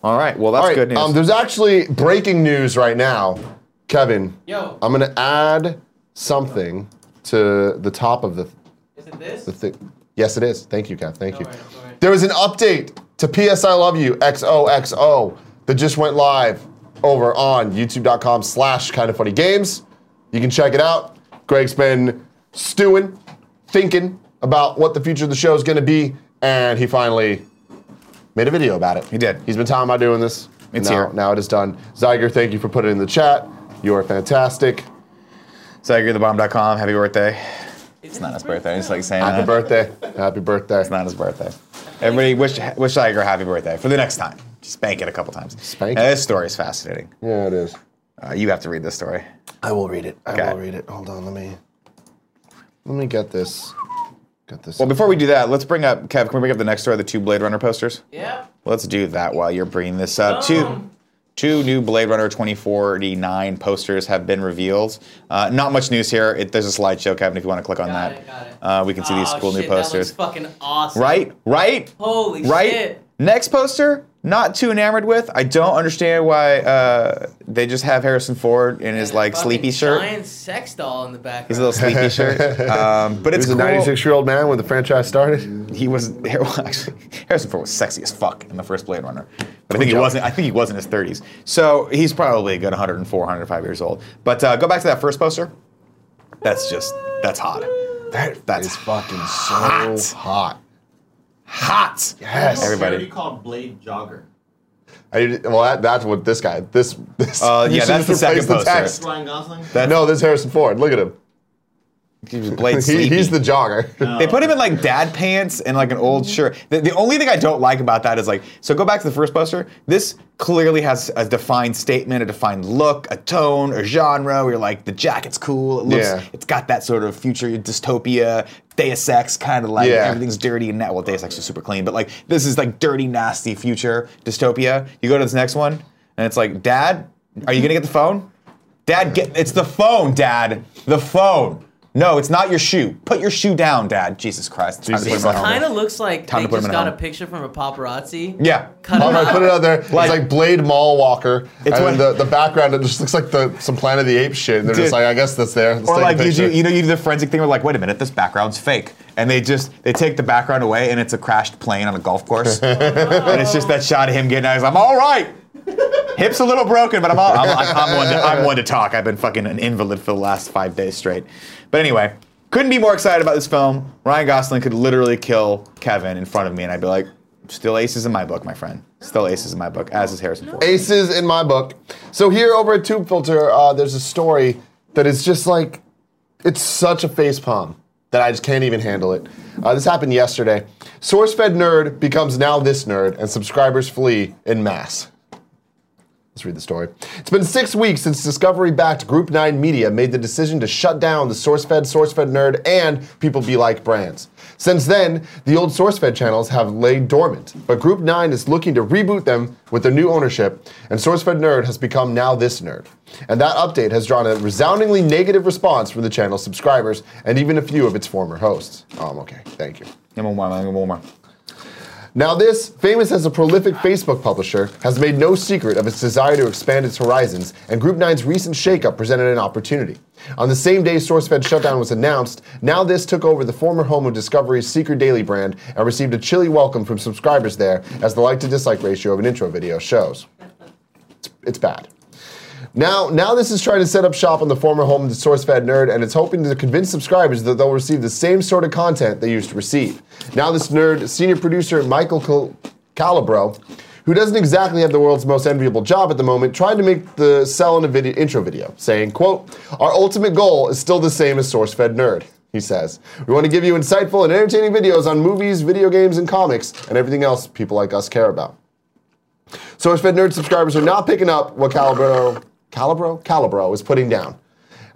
S2: All right. Well, that's
S3: All right,
S2: good news.
S3: Um, there's actually breaking news right now, Kevin.
S1: Yo.
S3: I'm gonna add something to the top of the
S1: Is it this?
S3: the thing. Yes, it is. Thank you, Kev. Thank you.
S1: Don't worry, don't worry.
S3: There was an update to PS I Love You XOXO that just went live over on youtube.com slash kind of funny games. You can check it out. Greg's been stewing, thinking about what the future of the show is going to be, and he finally made a video about it. He
S2: did.
S3: He's been talking about doing this.
S2: It's
S3: now,
S2: here.
S3: Now it is done. Zyger, thank you for putting it in the chat. You are fantastic.
S2: Zagrethebomb.com. Happy birthday.
S1: It's
S2: Not his birthday. It's like saying
S3: Happy
S2: that.
S3: birthday. Happy birthday.
S2: Uh-huh. It's not his birthday. Everybody wish wish Tiger happy birthday for the next time. Just spank it a couple times.
S3: Spank
S2: Now,
S3: it.
S2: This story is fascinating.
S3: Yeah, it is.
S2: Uh, you have to read this story.
S3: I will read it. I
S2: Okay.
S3: will read it. Hold on, let me let me get this. Get this.
S2: Well, before we do that, let's bring up Kev. Can we bring up the next story? The two Blade Runner posters.
S1: Yeah.
S2: Let's do that while you're bringing this up. Two,
S1: Um.
S2: two new Blade Runner 2049 posters have been revealed. Uh, not much news here. It, there's a slideshow, Kevin, if you want to click on
S1: Got
S2: that.
S1: it, got it.
S2: Uh, we can see these
S1: Oh,
S2: cool new
S1: shit,
S2: posters.
S1: That looks fucking awesome.
S2: Right? Right?
S1: Holy
S2: right?
S1: shit.
S2: Next poster, not too enamored with. I don't understand why uh, they just have Harrison Ford in his
S1: And a
S2: like
S1: fucking
S2: sleepy shirt.
S1: Giant sex doll in the back.
S2: His little
S3: *laughs*
S2: sleepy shirt. Um, but
S3: he
S2: it's
S3: was a
S2: cool.
S3: 96 year old man when the franchise started.
S2: He was *laughs* well, actually Harrison Ford was sexy as fuck in the first Blade Runner, but I think he
S3: job.
S2: wasn't. I think he was in his 30s, so he's probably a good 104, 105 years old. But uh, go back to that first poster. That's just that's hot,
S3: That
S2: That's
S3: is fucking so
S2: hot.
S3: hot.
S2: hot.
S3: Yes.
S2: Everybody.
S4: You called Blade Jogger.
S3: I, well, that, that's what this guy. This. this
S2: Uh,
S3: you
S2: yeah,
S3: should
S2: that's the
S3: just replace
S2: second poster.
S4: That's Ryan Gosling.
S3: no, this is Harrison Ford. Look at him. *laughs*
S2: Blade
S3: He,
S2: sleepy. Uh,
S3: he's the
S2: *laughs*
S3: jogger. *laughs*
S2: They put him in like dad pants and like an old
S3: Mm-hmm.
S2: shirt. The, the only thing I don't like about that is like, so go back to the first poster. This clearly has a defined statement, a defined look, a tone, a genre. Where you're like, the jacket's cool. It looks,
S3: Yeah.
S2: it's got that sort of future dystopia, Deus Ex kind of like
S3: Yeah.
S2: everything's dirty and that. Well, Deus Ex is super clean, but like this is like dirty, nasty future dystopia. You go to this next one, and it's like, Dad, are you gonna get the phone? Dad, get it's the phone, Dad. The phone. No, it's not your shoe. Put your shoe down, Dad. Jesus Christ. Time to
S3: Jesus
S2: put him
S3: Christ.
S2: on.
S1: Kind of looks like
S2: Time
S1: they
S2: to put him
S1: just
S2: in
S1: got
S2: home.
S1: a picture from a paparazzi.
S2: Yeah.
S1: Cut
S3: Oh
S1: it out.
S3: my, put it out there.
S2: Like-
S3: it's like Blade Mall Walker.
S2: It's
S3: and
S2: what-
S3: the, the background, it just looks like the some Planet of the Apes shit. And they're
S2: Dude.
S3: just like, I guess that's there. Let's
S2: Or
S3: take a
S2: like you do,
S3: picture.
S2: you know, you do the forensic thing. Where like, wait a minute, this background's fake, and they just they take the background away, and it's a crashed plane on a golf course, and it's just that shot of him getting out. He's like, I'm all right. Hips a little broken, but I'm all, I'm, I'm, I'm one to, I'm one to talk. I've been fucking an invalid for the last five days straight. But anyway, couldn't be more excited about this film. Ryan Gosling could literally kill Kevin in front of me, and I'd be like, still aces in my book, my friend. Still aces in my book, as is Harrison Ford.
S3: aces in my book. So here over at Tube Filter, uh, there's a story that is just like, it's such a face palm that I just can't even handle it. Uh, this happened yesterday. SourceFed nerd becomes now this nerd, and subscribers flee in mass. Let's read the story. It's been six weeks since Discovery backed Group 9 Media made the decision to shut down the SourceFed, SourceFed Nerd, and People Be Like brands. Since then, the old SourceFed channels have laid dormant, but Group 9 is looking to reboot them with their new ownership, and SourceFed Nerd has become now this nerd. And that update has drawn a resoundingly negative response from the channel's subscribers and even a few of its former hosts. Um, okay, thank you.
S2: Number one, number one.
S3: Now, this, famous as a prolific Facebook publisher, has made no secret of its desire to expand its horizons, and Group 9's recent shakeup presented an opportunity. On the same day SourceFed shutdown was announced, Now This took over the former home of Discovery's Secret Daily brand and received a chilly welcome from subscribers there, as the like to dislike ratio of an intro video shows. It's it's bad. Now, now this is trying to set up shop on the former home of the SourceFed nerd, and it's hoping to convince subscribers that they'll receive the same sort of content they used to receive. Now, this nerd, senior producer Michael Cal- Calabro, who doesn't exactly have the world's most enviable job at the moment, tried to make the sell in a video, intro video, saying, "quote Our ultimate goal is still the same as SourceFed nerd." He says, "We want to give you insightful and entertaining videos on movies, video games, and comics, and everything else people like us care about." SourceFed Nerd subscribers are not picking up what Calibro, Calibro, Calibro is putting down.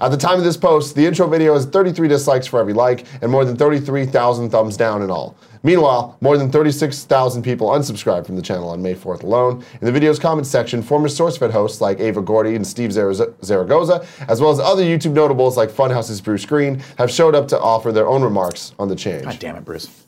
S3: At the time of this post, the intro video has 33 dislikes for every like and more than 33,000 thumbs down in all. Meanwhile, more than 36,000 people unsubscribed from the channel on May 4th alone. In the video's comments section, former SourceFed hosts like Ava Gordy and Steve Zara- Zaragoza, as well as other YouTube notables like Funhouse's Bruce Green, have showed up to offer their own remarks on the change.
S2: God damn it, Bruce.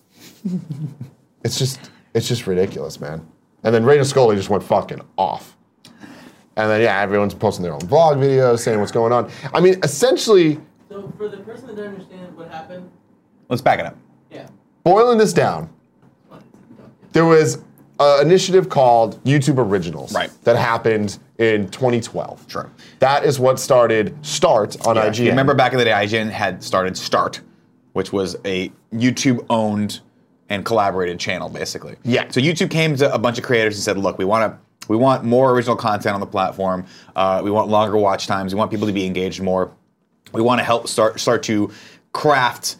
S3: It's just it's just ridiculous, man. And then Raina Scully just went fucking off. And then yeah, everyone's posting their own vlog videos saying what's going on. I mean, essentially
S1: So for the person that doesn't understand what happened,
S2: Let's back it up.
S1: yeah.
S3: boiling this down, there was an initiative called YouTube Originals
S2: Right.
S3: that happened in 2012.
S2: Sure.
S3: That is what started Start on
S2: Yeah,
S3: IGN.
S2: you Remember back in the day, IGN had started Start, which was a YouTube owned and collaborated channel, basically.
S3: Yeah.
S2: So YouTube came to a bunch of creators and said, "Look, we want to." We want more original content on the platform. Uh, we want longer watch times. We want people to be engaged more. We want to help start start to craft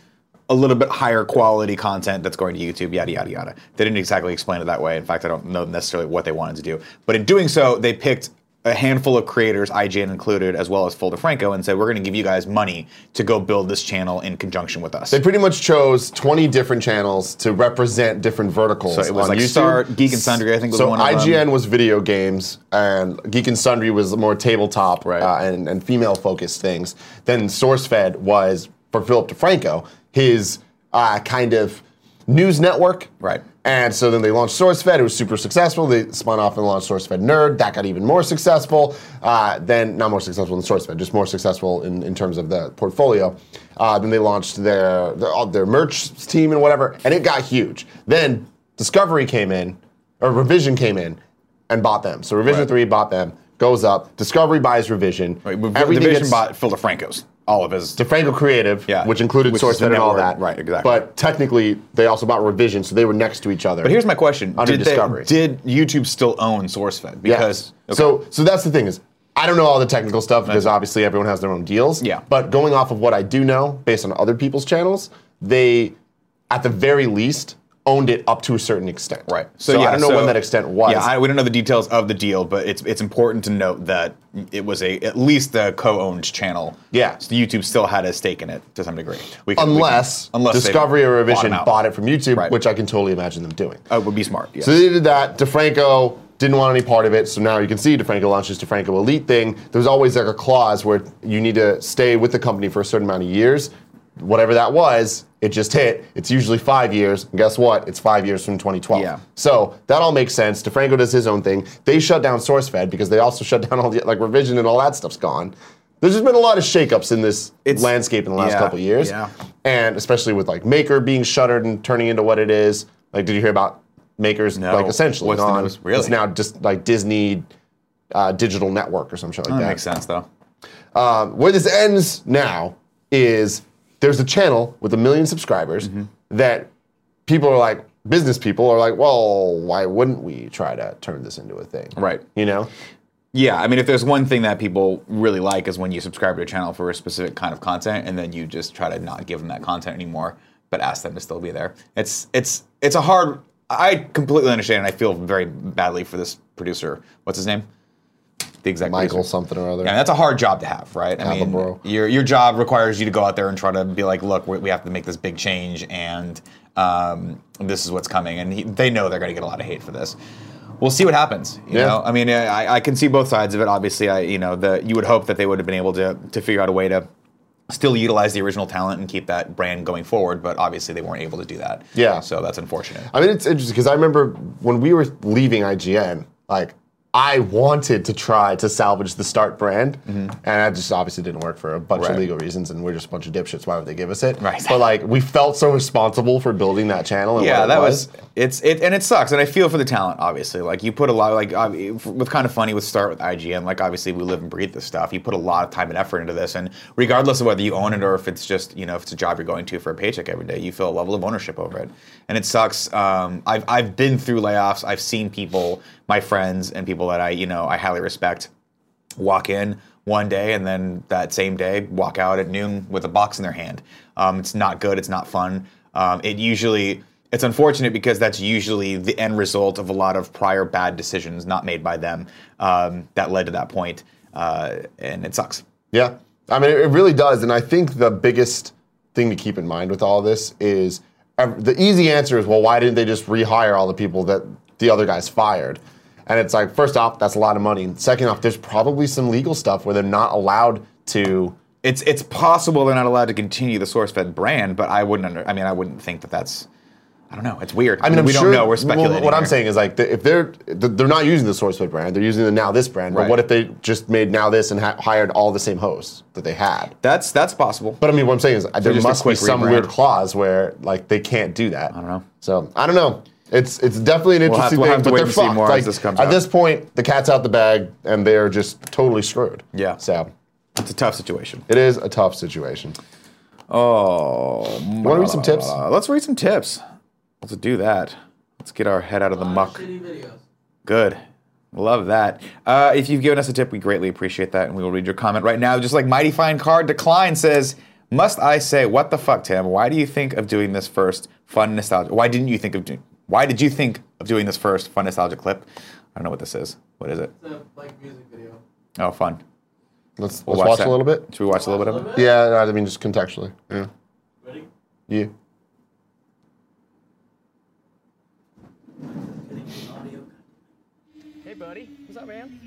S2: a little bit higher quality content that's going to YouTube. Yada yada yada. They didn't exactly explain it that way. In fact, I don't know necessarily what they wanted to do. But in doing so, they picked a handful of creators, IGN included, as well as Full Franco, and said, "We're going to give you guys money to go build this channel in conjunction with us."
S3: They pretty much chose 20 different channels to represent different verticals.
S2: So it was
S3: on
S2: like
S3: YouTube.
S2: Start, Geek and Sundry, I think was
S3: so
S2: one of them.
S3: IGN was video games, and Geek and Sundry was more tabletop
S2: Right.
S3: uh, and, and female focused things. Then SourceFed was for Philip DeFranco, his uh, kind of news network.
S2: Right.
S3: And so then they launched SourceFed. It was super successful. They spun off and launched SourceFed Nerd. That got even more successful. Uh, then, not more successful than SourceFed, just more successful in, in terms of the portfolio. Uh, then they launched their, their all their merch team and whatever, and it got huge. Then Discovery came in, or Revision came in, and bought them. So Revision
S2: Right.
S3: Three bought them, goes up. Discovery buys Revision.
S2: Right, but
S3: Everything
S2: Division
S3: gets-
S2: bought Phil DeFranco's, all of his.
S3: DeFranco Creative,
S2: Yeah,
S3: which included
S2: which is
S3: SourceFed
S2: the
S3: and all that.
S2: network, right, exactly.
S3: But technically, they also bought Revision, so they were next to each other.
S2: But here's my question:
S3: Under
S2: did, they-
S3: Discovery.
S2: did YouTube still own SourceFed? Because
S3: Yes. so so that's the thing is I don't know all the technical stuff because obviously everyone has their own deals.
S2: Yeah.
S3: But going off of what I do know, based on other people's channels, they at the very least owned it up to a certain extent.
S2: Right.
S3: So, I don't know
S2: so-
S3: when that extent was.
S2: Yeah, I, we don't know the details of the deal, but it's it's important to note that it was a at least a co-owned channel.
S3: Yeah.
S2: So YouTube still had a stake in it to some degree. We can- we can-
S3: unless,
S2: unless they
S3: Discovery or
S2: bought
S3: Revision
S2: them out.
S3: bought it from YouTube,
S2: Right.
S3: which I can totally imagine them doing.
S2: Oh, it would be smart. Yes.
S3: So they did that. DeFranco didn't want any part of it. So now you can see DeFranco launches DeFranco Elite thing. There's always like a clause where you need to stay with the company for a certain amount of years. Whatever that was, it just hit. It's usually five years. And guess what? It's five years from 2012.
S2: Yeah.
S3: So that all makes sense. DeFranco does his own thing. They shut down SourceFed because they also shut down all the like revision and all that stuff's gone. There's just been a lot of shakeups in this
S2: It's-
S3: landscape in the last
S2: yeah,
S3: couple of years
S2: yeah.
S3: and especially with like Maker being shuttered and turning into what it is. Like, did you hear about Maker's
S2: No.
S3: like essentially
S2: What's the
S3: gone?
S2: news? Really?
S3: It's now just like Disney uh, Digital Network or some shit like
S2: that
S3: that.
S2: makes sense though.
S3: Um, where this ends now is there's a channel with a million subscribers
S2: Mm-hmm.
S3: that people are like business people are like, well, why wouldn't we try to turn this into a thing?
S2: Right.
S3: You know.
S2: Yeah, I mean, if there's one thing that people really like is when you subscribe to a channel for a specific kind of content, and then you just try to not give them that content anymore, but ask them to still be there. It's it's it's a hard. I completely understand, and I feel very badly for this producer. What's his name? The executive.
S3: Michael something or other.
S2: Yeah, that's a hard job to have, right? I
S3: Have a
S2: mean,
S3: bro.
S2: your your job requires you to go out there and try to be like, look, we, we have to make this big change, and um, this is what's coming. And he, they know they're going to get a lot of hate for this. We'll see what happens. You
S3: Yeah.
S2: know, I mean, I, I can see both sides of it. Obviously, I you know, the you would hope that they would have been able to to figure out a way to still utilize the original talent and keep that brand going forward, but obviously they weren't able to do that.
S3: Yeah.
S2: so that's unfortunate.
S3: I mean, it's interesting because I remember when we were leaving IGN, like I wanted to try to salvage the Start brand, and that just obviously didn't work for a bunch of
S2: Mm-hmm. Right.
S3: legal reasons, and we're just a bunch of dipshits. Why would they give us it?
S2: Right.
S3: But like, we felt so responsible for building that channel. And
S2: yeah,
S3: what it
S2: that
S3: was.
S2: was it's it, and it sucks. And I feel for the talent, obviously. Like you put a lot, like ob- with kind of funny with start with IGN. Like obviously we live and breathe this stuff. You put a lot of time and effort into this, and regardless of whether you own it or if it's just you know if it's a job you're going to for a paycheck every day, you feel a level of ownership over it, and it sucks. Um, I've I've been through layoffs. I've seen people, my friends, and people that I you know I highly respect walk in one day and then that same day walk out at noon with a box in their hand. Um, it's not good. It's not fun. Um, it usually it's unfortunate because that's usually the end result of a lot of prior bad decisions not made by them um, that led to that point, uh, and it sucks.
S3: Yeah. I mean, it it really does. And I think the biggest thing to keep in mind with all this is ev- the easy answer is, well, why didn't they just rehire all the people that the other guys fired? And it's like, first off, that's a lot of money. And second off, there's probably some legal stuff where they're not allowed to.
S2: It's it's possible they're not allowed to continue the SourceFed brand, but I wouldn't. Under, I mean, I wouldn't think that that's. I don't know. It's weird.
S3: I mean, I'm
S2: we
S3: sure-
S2: don't know. We're
S3: well,
S2: speculating.
S3: what I'm
S2: here.
S3: saying is, like, the- if they're th- they're not using the SourceFed brand, they're using the Now This brand. But
S2: Right.
S3: what if they just made Now This and ha- hired all the same hosts that they had?
S2: that's that's possible.
S3: But I mean, what I'm saying is, there
S2: just a
S3: must be
S2: quick
S3: some
S2: rebrand.
S3: weird clause where like they can't do that. I
S2: don't know.
S3: So I don't know. It's it's definitely an
S2: We'll have-
S3: interesting
S2: we'll
S3: thing,
S2: have to
S3: but
S2: wait
S3: they're
S2: and see
S3: fucked.
S2: more as
S3: like,
S2: this comes
S3: at
S2: out.
S3: this point, the cat's out the bag, and they're just totally screwed.
S2: Yeah.
S3: So
S2: it's a tough situation.
S3: it is a tough situation.
S2: Oh,
S3: Want to read some tips?
S2: Uh, let's read some tips. Let's do that. Let's get our head out of the muck.
S1: Shitty videos.
S2: Good. Love that. Uh, if you've given us a tip, we greatly appreciate that, and we will read your comment right now. Just like Mighty Fine Card Decline says, must I say, what the fuck, Tim? Why do you think of doing this first? Fun nostalgia. Why didn't you think of doing? Why did you think of doing this first? Fun nostalgia clip. I don't know what this is. What is it?
S1: It's a like music video.
S2: Oh, fun.
S3: Let's
S2: We'll
S3: let's watch,
S2: that.
S3: a little bit.
S2: Should we watch a little bit of it?
S3: Yeah, no, I mean just contextually. Yeah.
S1: Ready?
S3: Yeah.
S1: Getting the audio.
S5: Hey, buddy. What's up, man?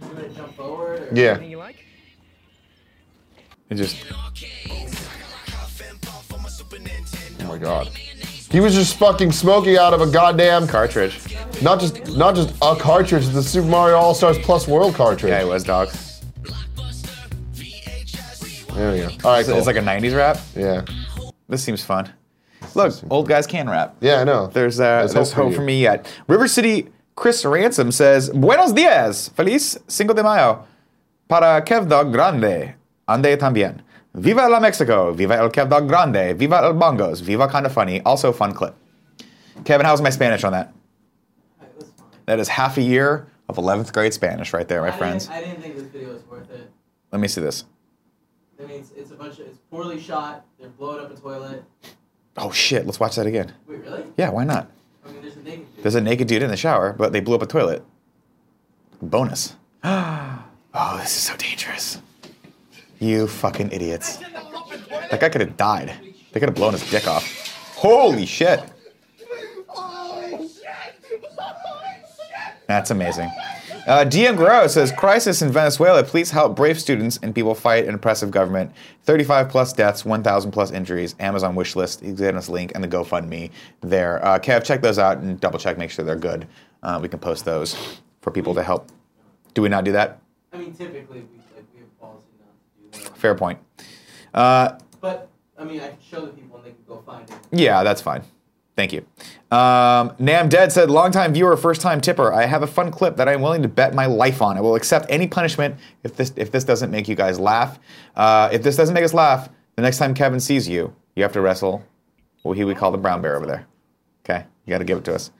S1: You want to jump forward? Or
S3: Yeah.
S5: Anything you like?
S2: It just.
S3: Oh my god. He was just fucking smoking out of a goddamn cartridge. Not just not just a cartridge, the Super Mario All Stars Plus World cartridge.
S2: Yeah, it was dog.
S3: There we go. All right,
S2: It's,
S3: cool.
S2: it's like a '90s rap.
S3: yeah.
S2: This seems fun. Look, old guys can rap.
S3: Yeah, I know.
S2: There's, uh, there's hope,
S3: you.
S2: for me yet. River City Chris Ransom says, Buenos dias, feliz Cinco de Mayo, para Kevdog Grande, ande también. Viva la Mexico, viva el Kevdog Grande, viva el Bongos, viva Kinda Funny. Also, fun clip. Kevin, how's my Spanish on that?
S1: Alright, that's fine.
S2: That is half a year of 11th grade Spanish right there, my
S1: I
S2: friends.
S1: Didn't, I didn't think this video was worth it.
S2: Let me see this.
S1: I mean, it's, it's a bunch of it's poorly shot. They're blowing up a toilet.
S2: Oh shit, let's watch that again.
S1: Wait, really?
S2: Yeah, why not?
S1: I mean, there's a naked dude.
S2: There's a naked dude in the shower, but they blew up a toilet. Bonus. *gasps* oh, this is so dangerous. You fucking idiots. That guy could have died. They could have blown his dick off. Holy shit. That's amazing. Uh, DM Grow says Crisis in Venezuela. Please help brave students and people fight an oppressive government. 35 plus deaths, 1,000 plus injuries. Amazon wish list, Exam's link, and the GoFundMe there. Uh, Kev, check those out and double check, make sure they're good. Uh, we can post those for people to help. Do we not do that?
S1: I mean, typically we like we have policy not to do that.
S2: Fair point. Uh,
S1: But I mean, I can show the people and they can go find it.
S2: Yeah, that's fine. Thank you. Um, Nam Dead said, longtime viewer, first time tipper. I have a fun clip that I'm willing to bet my life on. I will accept any punishment if this if this doesn't make you guys laugh. Uh, if this doesn't make us laugh, the next time Kevin sees you, you have to wrestle what he would call the brown bear over there. Okay, you got to give it to us.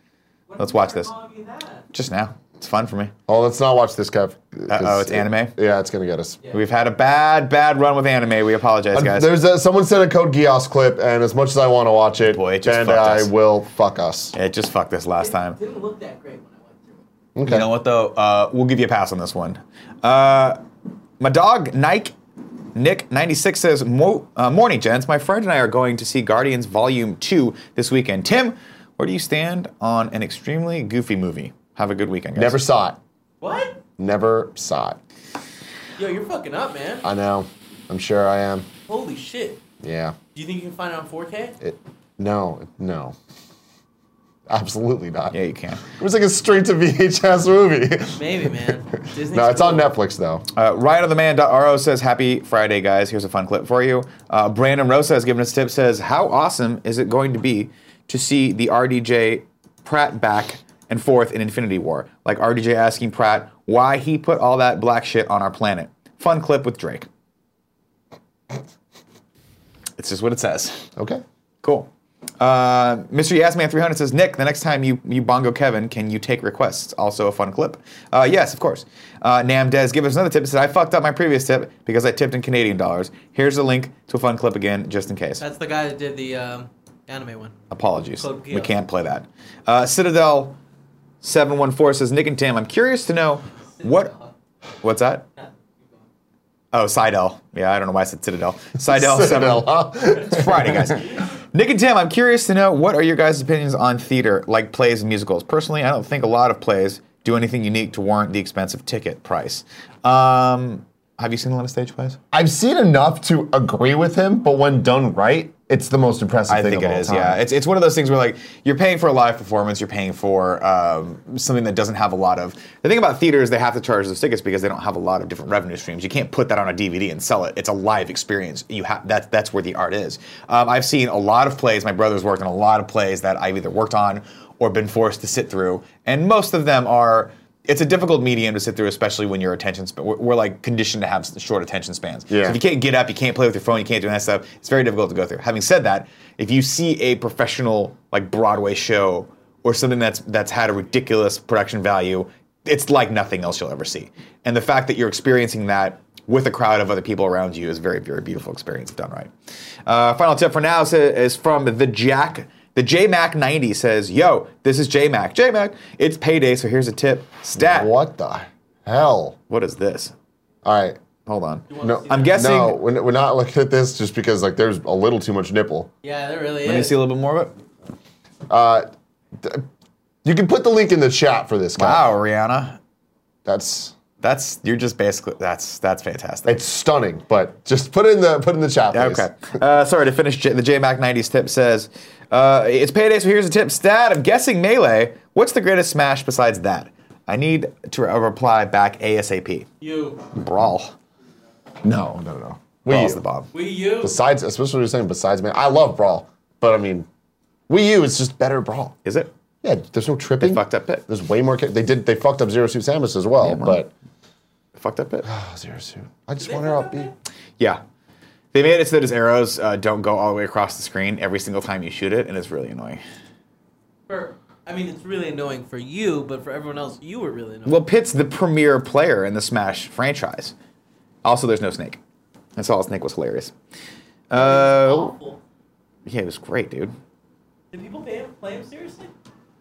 S1: What
S2: Let's
S1: if we
S2: watch
S1: start
S2: this.
S1: calling you that?
S2: Just now, it's fun for me.
S3: Oh, let's not watch this, Kev. 'cause
S2: Uh-oh, it's
S3: it-
S2: anime?
S3: yeah, it's gonna get us.
S1: Yeah.
S2: We've had a bad bad run with anime. We apologize, guys.
S3: There's a, someone sent a Code Geass clip, and as much as I want to watch it,
S2: Boy, it just
S3: and
S2: fucked
S3: I
S2: us.
S3: will fuck us.
S2: It just fucked this last time.
S1: It didn't look that great when I went through it.
S2: You know what though? Uh, we'll give you a pass on this one. Uh, my dog Nike Nick ninety six says, Mo- uh, "Morning, gents. My friend and I are going to see Guardians Volume Two this weekend. Tim, where do you stand on an extremely goofy movie? Have a good weekend, guys.
S3: Never saw it.
S1: What?
S3: Never saw it.
S1: Yo, you're fucking up, man.
S3: I know. I'm sure I am.
S1: Holy shit.
S3: Yeah.
S1: Do you think you can find it on 4K?
S3: It. No. No. Absolutely not.
S2: Yeah, you can.
S3: It was like a straight to VHS movie. *laughs*
S1: Maybe,
S2: *laughs*
S1: man. Disney.
S3: no, it's on Netflix though.
S2: Uh, RideOfTheMan.ro says, Happy Friday, guys. Here's a fun clip for you. Uh, Brandon Rosa has given us a tip, says, How awesome is it going to be to see the RDJ Pratt back and forth in Infinity War? Like RDJ asking Pratt why he put all that black shit on our planet. Fun clip with Drake. It's just what it says.
S3: Okay.
S2: Cool. Uh, Mr. Yasman300 says, Nick, the next time you, you bongo Kevin, can you take requests? Also a fun clip. Uh, yes, of course. Uh, Nam Des gives us another tip. He said, I fucked up my previous tip because I tipped in Canadian dollars. Here's a link to a fun clip again, just in case.
S1: That's the guy that did the um, anime one.
S2: Apologies.
S1: Club Kyo.
S2: We can't play that. Uh, Citadel 714 says, Nick and Tam, I'm curious to know what. What's that? Oh, Sidel. Yeah, I don't know why I said Citadel. Sidel
S3: *laughs* Citadel,
S2: 714.
S3: huh?
S2: It's Friday, guys. Nick and Tim, I'm curious to know what are your guys' opinions on theater, like plays and musicals. Personally, I don't think a lot of plays do anything unique to warrant the expensive ticket price. Um, have you seen a lot of stage plays?
S3: I've seen enough to agree with him, but when done right, it's the most impressive
S2: I
S3: thing
S2: think
S3: of
S2: it
S3: all
S2: is.
S3: time.
S2: Yeah, it's it's one of those things where like you're paying for a live performance, you're paying for um, something that doesn't have a lot of. The thing about theater is they have to charge those tickets because they don't have a lot of different revenue streams. You can't put that on a DVD and sell it. It's a live experience. You have that. That's where the art is. Um, I've seen a lot of plays. My brother's worked on a lot of plays that I've either worked on or been forced to sit through, and most of them are. It's a difficult medium to sit through, especially when your attention span. We're, we're like conditioned to have s- short attention spans. So
S3: Yeah.
S2: if you can't get up, you can't play with your phone, you can't do that stuff. It's very difficult to go through. Having said that, if you see a professional like Broadway show or something that's that's had a ridiculous production value, it's like nothing else you'll ever see. And the fact that you're experiencing that with a crowd of other people around you is a very, very beautiful experience if done right. Uh, final tip for now is, is from the Jack. The JMac90 says, Yo, this is JMac. JMac, it's payday, so here's a tip. Stat.
S3: What the hell?
S2: What is this?
S3: All right.
S2: Hold on.
S3: No,
S2: I'm guessing.
S3: no, we're we're not looking at this just because like there's a little too much nipple.
S1: Yeah, there really is.
S2: Let me see a little bit more of it.
S3: You can put the link in the chat for this guy.
S2: Wow, Rihanna.
S3: That's
S2: That's you're just basically that's that's fantastic.
S3: it's stunning, but just put it in the put it in the chat. Please.
S2: Okay. Uh, sorry to finish. J- the JMac 90s tip says, uh, "It's payday, so here's a tip." Stat. I'm guessing melee. What's the greatest smash besides that? I need to re- a reply back ASAP.
S1: You.
S2: Brawl.
S3: No, no, no. Wii
S2: Brawl's
S3: U.
S2: the bomb.
S1: We you.
S3: Besides, especially what you're saying. Besides, man, I love Brawl, but I mean, Wii U is just better Brawl.
S2: Is it?
S3: Yeah, there's no tripping.
S2: fucked up it.
S3: There's way more. Ca- they did. They fucked up Zero Suit Samus as well, but *sighs*
S2: Fucked up it.
S3: oh, Zero Suit. I just want her upbeat.
S2: Yeah. They made it so that his arrows uh, don't go all the way across the screen every single time you shoot it, and it's really annoying.
S1: For, I mean, it's really annoying for you, but for everyone else, you were really annoying.
S2: Well, Pitt's the premier player in the Smash franchise. Also, there's no Snake. I saw Snake was hilarious. Uh,
S1: Awful.
S2: yeah, it was great, dude.
S1: Did people pay him, play him seriously?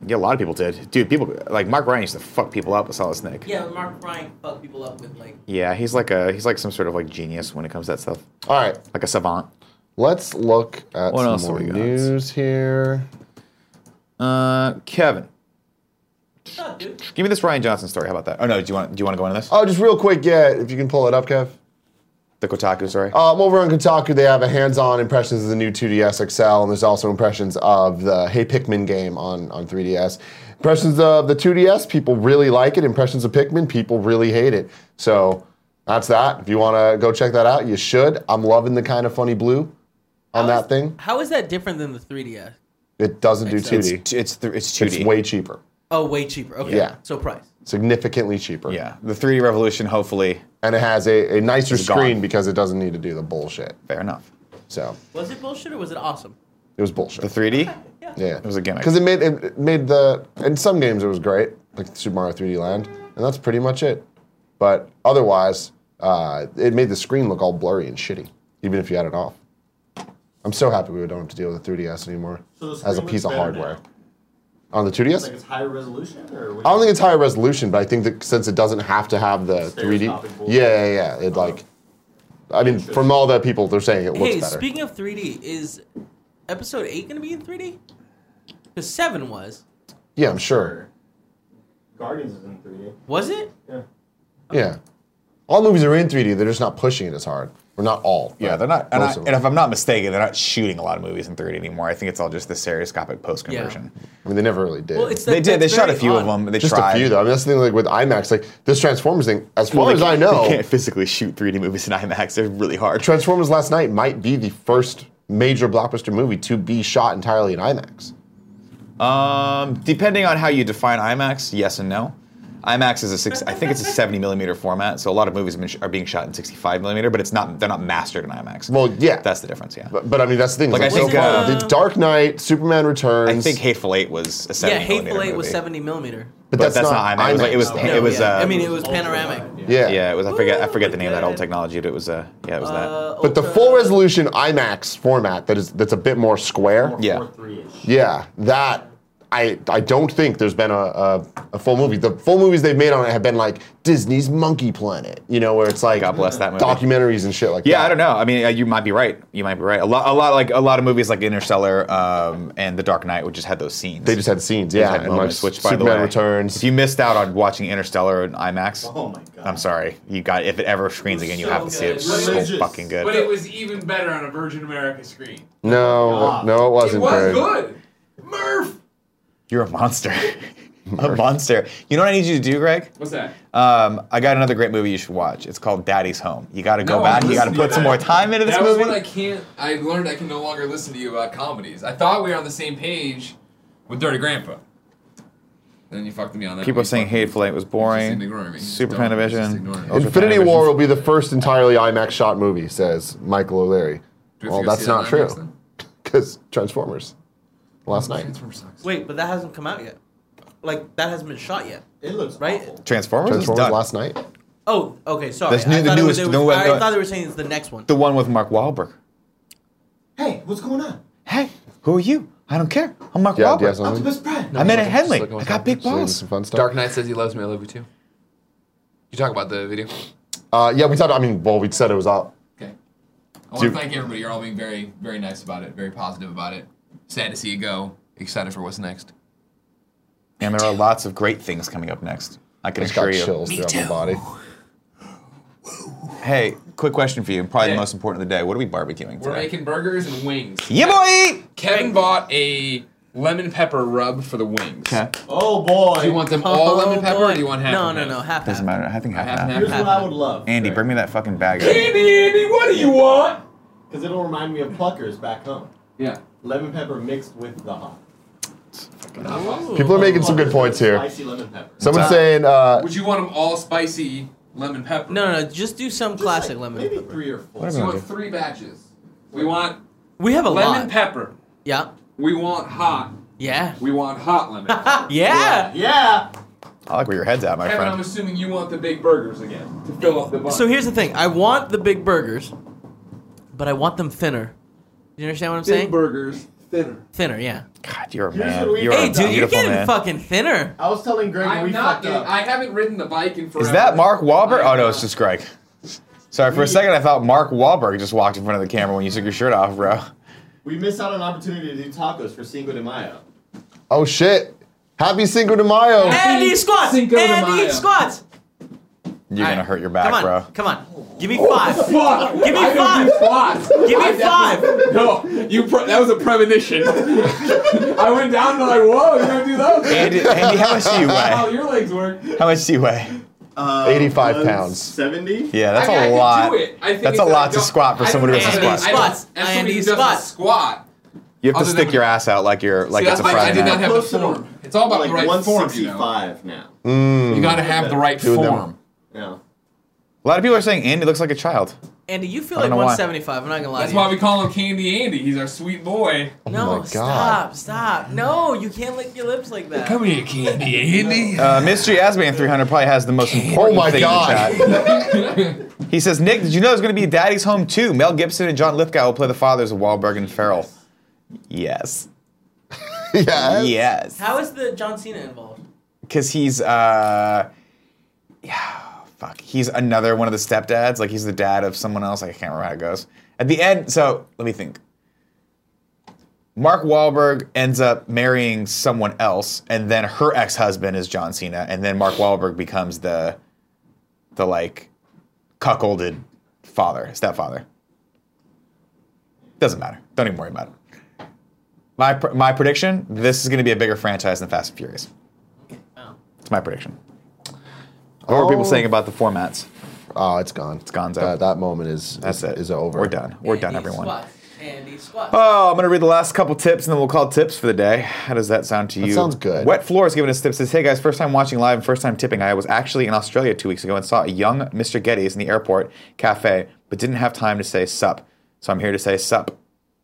S2: Yeah, a lot of people did. Dude, people like Mark Ryan used to fuck people up with Solid Snake.
S1: Yeah, Mark Ryan fucked people up with like.
S2: Yeah, he's like a he's like some sort of like genius when it comes to that stuff.
S3: All right,
S2: Like a savant.
S3: let's look at
S2: What
S3: some
S2: else do
S3: more
S2: we got?
S3: news here.
S2: Uh, Kevin,
S1: No, dude.
S2: give me this Ryan Johnson story. How about that? Oh no, do you want do you want to go into this?
S3: Oh, just real quick, yeah, if you can pull it up, Kev.
S2: The Kotaku story.
S3: Um, over on Kotaku, they have a hands-on impressions of the new 2DS XL, and there's also impressions of the Hey Pikmin game on, on 3DS. Impressions of the 2DS, people really like it. Impressions of Pikmin, people really hate it. So that's that. If you want to go check that out, you should. I'm loving the kind of funny blue
S1: How
S3: on
S1: is-
S3: that thing.
S1: How is that different than the 3DS?
S3: It doesn't do
S1: Makes
S3: 2D.
S1: sense.
S2: It's it's th- it's 2D.
S3: It's way cheaper,
S1: Oh, way cheaper. Okay.
S3: Yeah.
S1: So price.
S3: significantly cheaper.
S2: yeah, the 3D revolution. Hopefully,
S3: And it has a, a nicer
S2: It's gone.
S3: screen because it doesn't need to do the bullshit.
S2: fair enough.
S3: So
S1: Was it bullshit or was it awesome?
S3: it was bullshit.
S2: The 3D.
S3: Yeah, it
S2: was a gimmick.
S3: because it made it made the in some games it was great, like Super Mario 3D Land, and that's pretty much it. But otherwise, uh, it made the screen look all blurry and shitty, even if you had it off. I'm so happy we don't have to deal with the 3DS anymore
S4: So the
S3: as a
S4: screen
S3: piece of
S4: looks better
S3: hardware.
S4: now?
S3: On the
S4: Like
S3: 2DS,
S4: it's higher resolution, or what
S3: I don't think it's higher resolution, but I think that since it doesn't have to have the 3D,
S4: Stereoscopic bullshit.
S3: yeah, yeah, yeah, it like. I mean, from all the people, they're saying it looks
S1: hey,
S3: better.
S1: speaking of 3D, is episode 8 going to be in 3D? Because 7 was.
S3: yeah, I'm sure.
S4: Guardians is in 3D.
S1: Was it?
S4: Yeah.
S3: Yeah. All movies are in 3D. They're just not pushing it as hard. Or not all. but
S2: Yeah, they're not. And, I,
S3: most of them.
S2: and if I'm not mistaken, they're not shooting a lot of movies in 3D anymore. I think it's all just the stereoscopic post conversion.
S3: I mean, they never really did.
S6: Well, it's that,
S2: They did. They
S6: that's
S2: shot a
S6: very
S2: few of
S6: odd.
S2: them. They
S3: just
S2: tried.
S3: a few though. I mean, that's the thing. Like with IMAX, like this Transformers thing. As far
S2: Well,
S3: as
S2: they
S3: I
S2: can't-
S3: know,
S2: they can't physically shoot 3D movies in IMAX. They're really hard.
S3: Transformers last night might be the first major blockbuster movie to be shot entirely in IMAX.
S2: Um, depending on how you define IMAX, yes and no. IMAX is a six. I think it's a 70 millimeter format, so a lot of movies have been sh- are being shot in 65 millimeter, but it's not. They're not mastered in IMAX.
S3: Well, yeah.
S2: that's the difference. Yeah,
S3: But, but I mean, that's the thing.
S2: Like,
S3: Like,
S2: I
S3: so
S2: think,
S3: far,
S2: uh,
S3: the Dark Knight, Superman Returns.
S2: I think Hateful Eight was a 70
S6: Yeah, Hateful
S2: millimeter
S6: Eight was
S2: movie.
S6: 70 millimeter.
S3: but
S2: but that's not IMAX. It was like- it was-
S4: No,
S2: it was.
S6: yeah.
S2: Uh,
S6: I mean, it was panoramic.
S3: yeah.
S2: Yeah, it was. I forget. I
S6: Ooh,
S2: forget the name of that
S6: good.
S2: old technology, but it was. Uh, yeah, it was that.
S6: Uh,
S3: But the
S6: Ultra-
S3: full resolution IMAX format that is that's a bit more square.
S2: Yeah.
S4: Three-ish.
S3: Yeah, that I I don't think there's been a, a, a full movie. The full movies they've made on it have been like Disney's Monkey Planet, you know, where it's like
S2: God bless that movie.
S3: documentaries and shit like
S2: Yeah,
S3: that.
S2: I don't know. I mean, uh, you might be right. You might be right. A lot, a lot, like a lot of movies like Interstellar um, and The Dark Knight, which just had those scenes.
S3: They just had scenes,
S2: They just
S3: yeah,
S2: had
S3: and like
S2: moments, which, by
S3: Superman
S2: the way,
S3: Returns.
S2: If you missed out on watching Interstellar in IMAX,
S4: Oh my god.
S2: I'm sorry. You got if it ever screens again, you
S7: So
S2: have to see it. It's
S7: good.
S2: so
S4: Religious.
S2: fucking good.
S7: But it was even better on a Virgin America screen.
S3: no, no, it
S7: It
S3: wasn't.
S7: was
S3: very-
S7: good. Murph.
S2: You're
S3: *laughs*
S2: a monster. a monster. You know what I need you to do, Greg?
S7: What's that?
S2: Um, I got another great movie you should watch. It's called Daddy's Home. You got to go
S7: No,
S2: back.
S7: I'm
S2: You got to
S7: listening
S2: put
S7: to
S2: some
S7: that.
S2: more time into this
S7: that was
S2: movie.
S7: when I can't. I learned I can no longer listen to you about comedies. I thought we were on the same page with Dirty Grandpa. And then you fucked me on that.
S2: People are saying Hateful Eight was boring.
S7: Just ignore me. Just
S2: Super
S7: don't-
S2: Panda
S7: just
S2: Vision.
S7: ignore me.
S2: Ultra
S3: Infinity
S2: Panavision.
S3: War will be the first entirely IMAX shot movie, says Michael O'Leary.
S7: Do we have
S3: Well,
S7: to go
S3: that's
S7: see that
S3: not
S7: IMAX
S3: true *laughs*
S7: then?
S3: because Transformers last night.
S7: Transformers sucks.
S6: Wait, but that hasn't come out yet. Like that hasn't been shot yet.
S4: It looks
S6: Right?
S4: awful.
S2: Transformers, is
S3: Transformers
S2: done.
S3: last night.
S6: Oh, okay, sorry.
S2: That's new-
S6: I
S2: the
S6: thought it was-
S2: newest-
S6: it was-
S2: the one-
S6: I
S2: the-
S6: thought they were saying it's the next one.
S2: the one with Mark Wahlberg.
S4: Hey, what's going on?
S2: Hey, who are you? I don't care. I'm Mark
S3: Yeah,
S2: Wahlberg.
S3: yeah, so-
S4: Optimus Prime.
S2: I'm Anna Henley.
S7: looking
S2: I
S7: what's
S2: got
S7: happening.
S2: big
S3: So we did
S2: balls.
S3: some fun stuff.
S7: Dark Knight says he loves me. I love you too. You talk about the video.
S3: Uh, yeah, we talked. I mean, well, we said it was out.
S7: Okay. I want to
S3: Dude.
S7: thank everybody. You're all being very, very nice about it. Very positive about it. Sad to see you go. Excited for what's next.
S2: And there are lots of great things coming up next. I can
S3: I just got
S2: assure you.
S3: chills
S7: Me
S3: throughout my
S7: too.
S3: body.
S2: Hey, quick question for you, and probably
S7: Yeah.
S2: the most important of the day. What are we barbecuing
S7: We're
S2: today?
S7: making burgers and wings.
S2: yeah, boy.
S7: Kevin bought a lemon pepper rub for the wings.
S2: Okay.
S4: Oh boy.
S7: Do you want them all
S6: Oh,
S7: lemon pepper or
S6: boy.
S7: do you want half?
S6: No,
S7: and
S6: no,
S7: half?
S6: no, half.
S2: Doesn't
S6: half.
S2: matter. I think half
S7: Half and
S2: half.
S7: half.
S4: Here's what I would love.
S2: Andy, bring me that fucking bag. Of
S7: Andy, Andy, what do you want?
S4: Because it'll remind me of Pluckers back home.
S7: Yeah.
S4: Lemon pepper mixed with the hot.
S6: Ooh.
S3: People are making some good
S4: Pluckers
S3: points
S4: with
S3: here.
S4: Spicy lemon pepper.
S3: Someone's
S2: Uh,
S3: saying, uh,
S7: Would you want them all spicy lemon pepper?
S6: No, no, no, just do some
S4: Just
S6: classic
S4: like
S6: lemon.
S4: Maybe
S6: pepper.
S4: three or four.
S7: So you want three batches. We want
S6: We have a
S7: lemon
S6: lot.
S7: pepper.
S6: yeah.
S7: We want hot.
S6: Yeah.
S7: We want
S6: *laughs*
S7: hot lemon.
S6: yeah.
S4: Yeah.
S2: I like where your head's at, my
S7: Kevin, I'm
S2: friend.
S7: assuming you want the big burgers again to fill up the bun.
S6: So here's the thing. I want the big burgers, but I want them thinner. Do you understand what I'm
S7: big
S6: saying?
S7: burgers thinner.
S6: Thinner, yeah.
S2: God, you're a
S4: Here's
S2: man.
S4: what we
S2: You're
S4: did.
S2: a
S6: Hey, dude, you're
S2: beautiful
S6: getting
S2: man.
S6: fucking thinner.
S4: I was telling Greg we
S7: I'm not.
S4: fucked
S7: Getting,
S4: up.
S7: I haven't ridden the bike in forever.
S2: Is that Mark Wahlberg?
S7: I
S2: Oh
S7: am
S2: no,
S7: not.
S2: it's just Greg. Sorry, for a second I thought Mark Wahlberg just walked in front of the camera when you took your shirt off, bro.
S4: we missed out on an opportunity to do tacos for Cinco de Mayo.
S3: oh shit, happy Cinco de Mayo.
S6: Andy squats.
S7: Cinco de Mayo.
S6: Andy squats.
S2: You're gonna
S6: Alright,
S2: hurt your back,
S6: come on,
S2: bro.
S6: Come on. Give me
S7: Oh. *laughs*
S6: five.
S7: Fuck!
S6: Give me
S7: I
S6: five.
S7: five.
S6: Give me five.
S7: No, you. Pre- that was a premonition. *laughs* I went down and I'm like, whoa, you don't do those.
S2: Andy, Andy, how much do you
S7: Wow, *laughs*
S2: weigh?
S7: your legs work.
S2: How much do you weigh?
S3: 85 Uh, pounds.
S4: 70?
S2: Yeah, that's
S7: I mean, I
S2: a
S7: can
S2: lot.
S7: do it. I think
S2: That's
S7: it's
S2: a
S7: that
S2: lot
S7: I
S2: to
S7: don't-
S2: squat for
S7: I don't
S2: someone who
S7: have
S2: doesn't
S7: any-
S2: squat.
S7: I don't-
S6: Squats.
S7: As
S6: I
S7: somebody who
S6: need
S7: doesn't
S6: squats.
S7: squat.
S2: You have to
S7: Other than
S2: stick your ass out like you're like
S7: See,
S2: it's
S7: that's
S2: a
S7: why I
S2: Friday
S7: did not
S2: night.
S7: have the
S4: Close to
S7: form. It's all about
S4: like
S7: the right form, you know.
S4: 165 now.
S3: Mm.
S2: Hmm.
S7: You gotta have the right
S3: Doing them.
S7: form.
S4: Yeah.
S2: A lot of people are saying Andy looks like a child.
S6: Andy, you feel
S2: I
S6: like
S2: don't know why.
S6: 175. I'm not gonna lie.
S7: That's
S6: to you.
S7: why we call him Candy Andy. He's our sweet boy.
S6: No,
S3: Oh
S2: Oh
S3: my God.
S6: stop, stop. No, you can't lick your lips like that.
S7: here, Candy *laughs* Andy.
S2: Uh, Mystery Asman 300 probably has the most important
S3: Oh my
S2: thing
S3: God.
S2: in the
S7: *laughs*
S2: chat. he says, Nick, did you know there's going to be Daddy's Home 2? Mel Gibson and John Lithgow will play the fathers of Wahlberg and Farrell. Yes.
S3: *laughs* yeah.
S2: Yes.
S6: How is the John Cena involved?
S2: Because he's, uh, yeah, fuck. He's another one of the stepdads. Like, he's the dad of someone else. I can't remember how it goes. At the end, so let me think. Mark Wahlberg ends up marrying someone else, and then her ex husband is John Cena, and then Mark Wahlberg becomes the, the like, cuckolded father, stepfather. Doesn't matter. Don't even worry about it. My, pr- my prediction this is going to be a bigger franchise than Fast and Furious.
S1: Oh.
S2: It's my prediction. What were people
S3: Oh.
S2: saying about the formats?
S3: Oh, it's gone. It's
S2: gonzo.
S3: That, that moment is
S2: That's
S3: is,
S2: it.
S3: is over.
S2: We're done. We're done,
S1: Andy
S2: everyone.
S1: Squats. Andy squats.
S2: Oh, I'm gonna read the last couple tips and then we'll call tips for the day. How does that sound to you?
S3: sounds good.
S2: Wet Floor is giving us tips. Says, hey guys, first time watching live and first time tipping. I was actually in Australia two weeks ago and saw a young Mr. Geddes in the airport cafe, but didn't have time to say sup. So I'm here to say sup.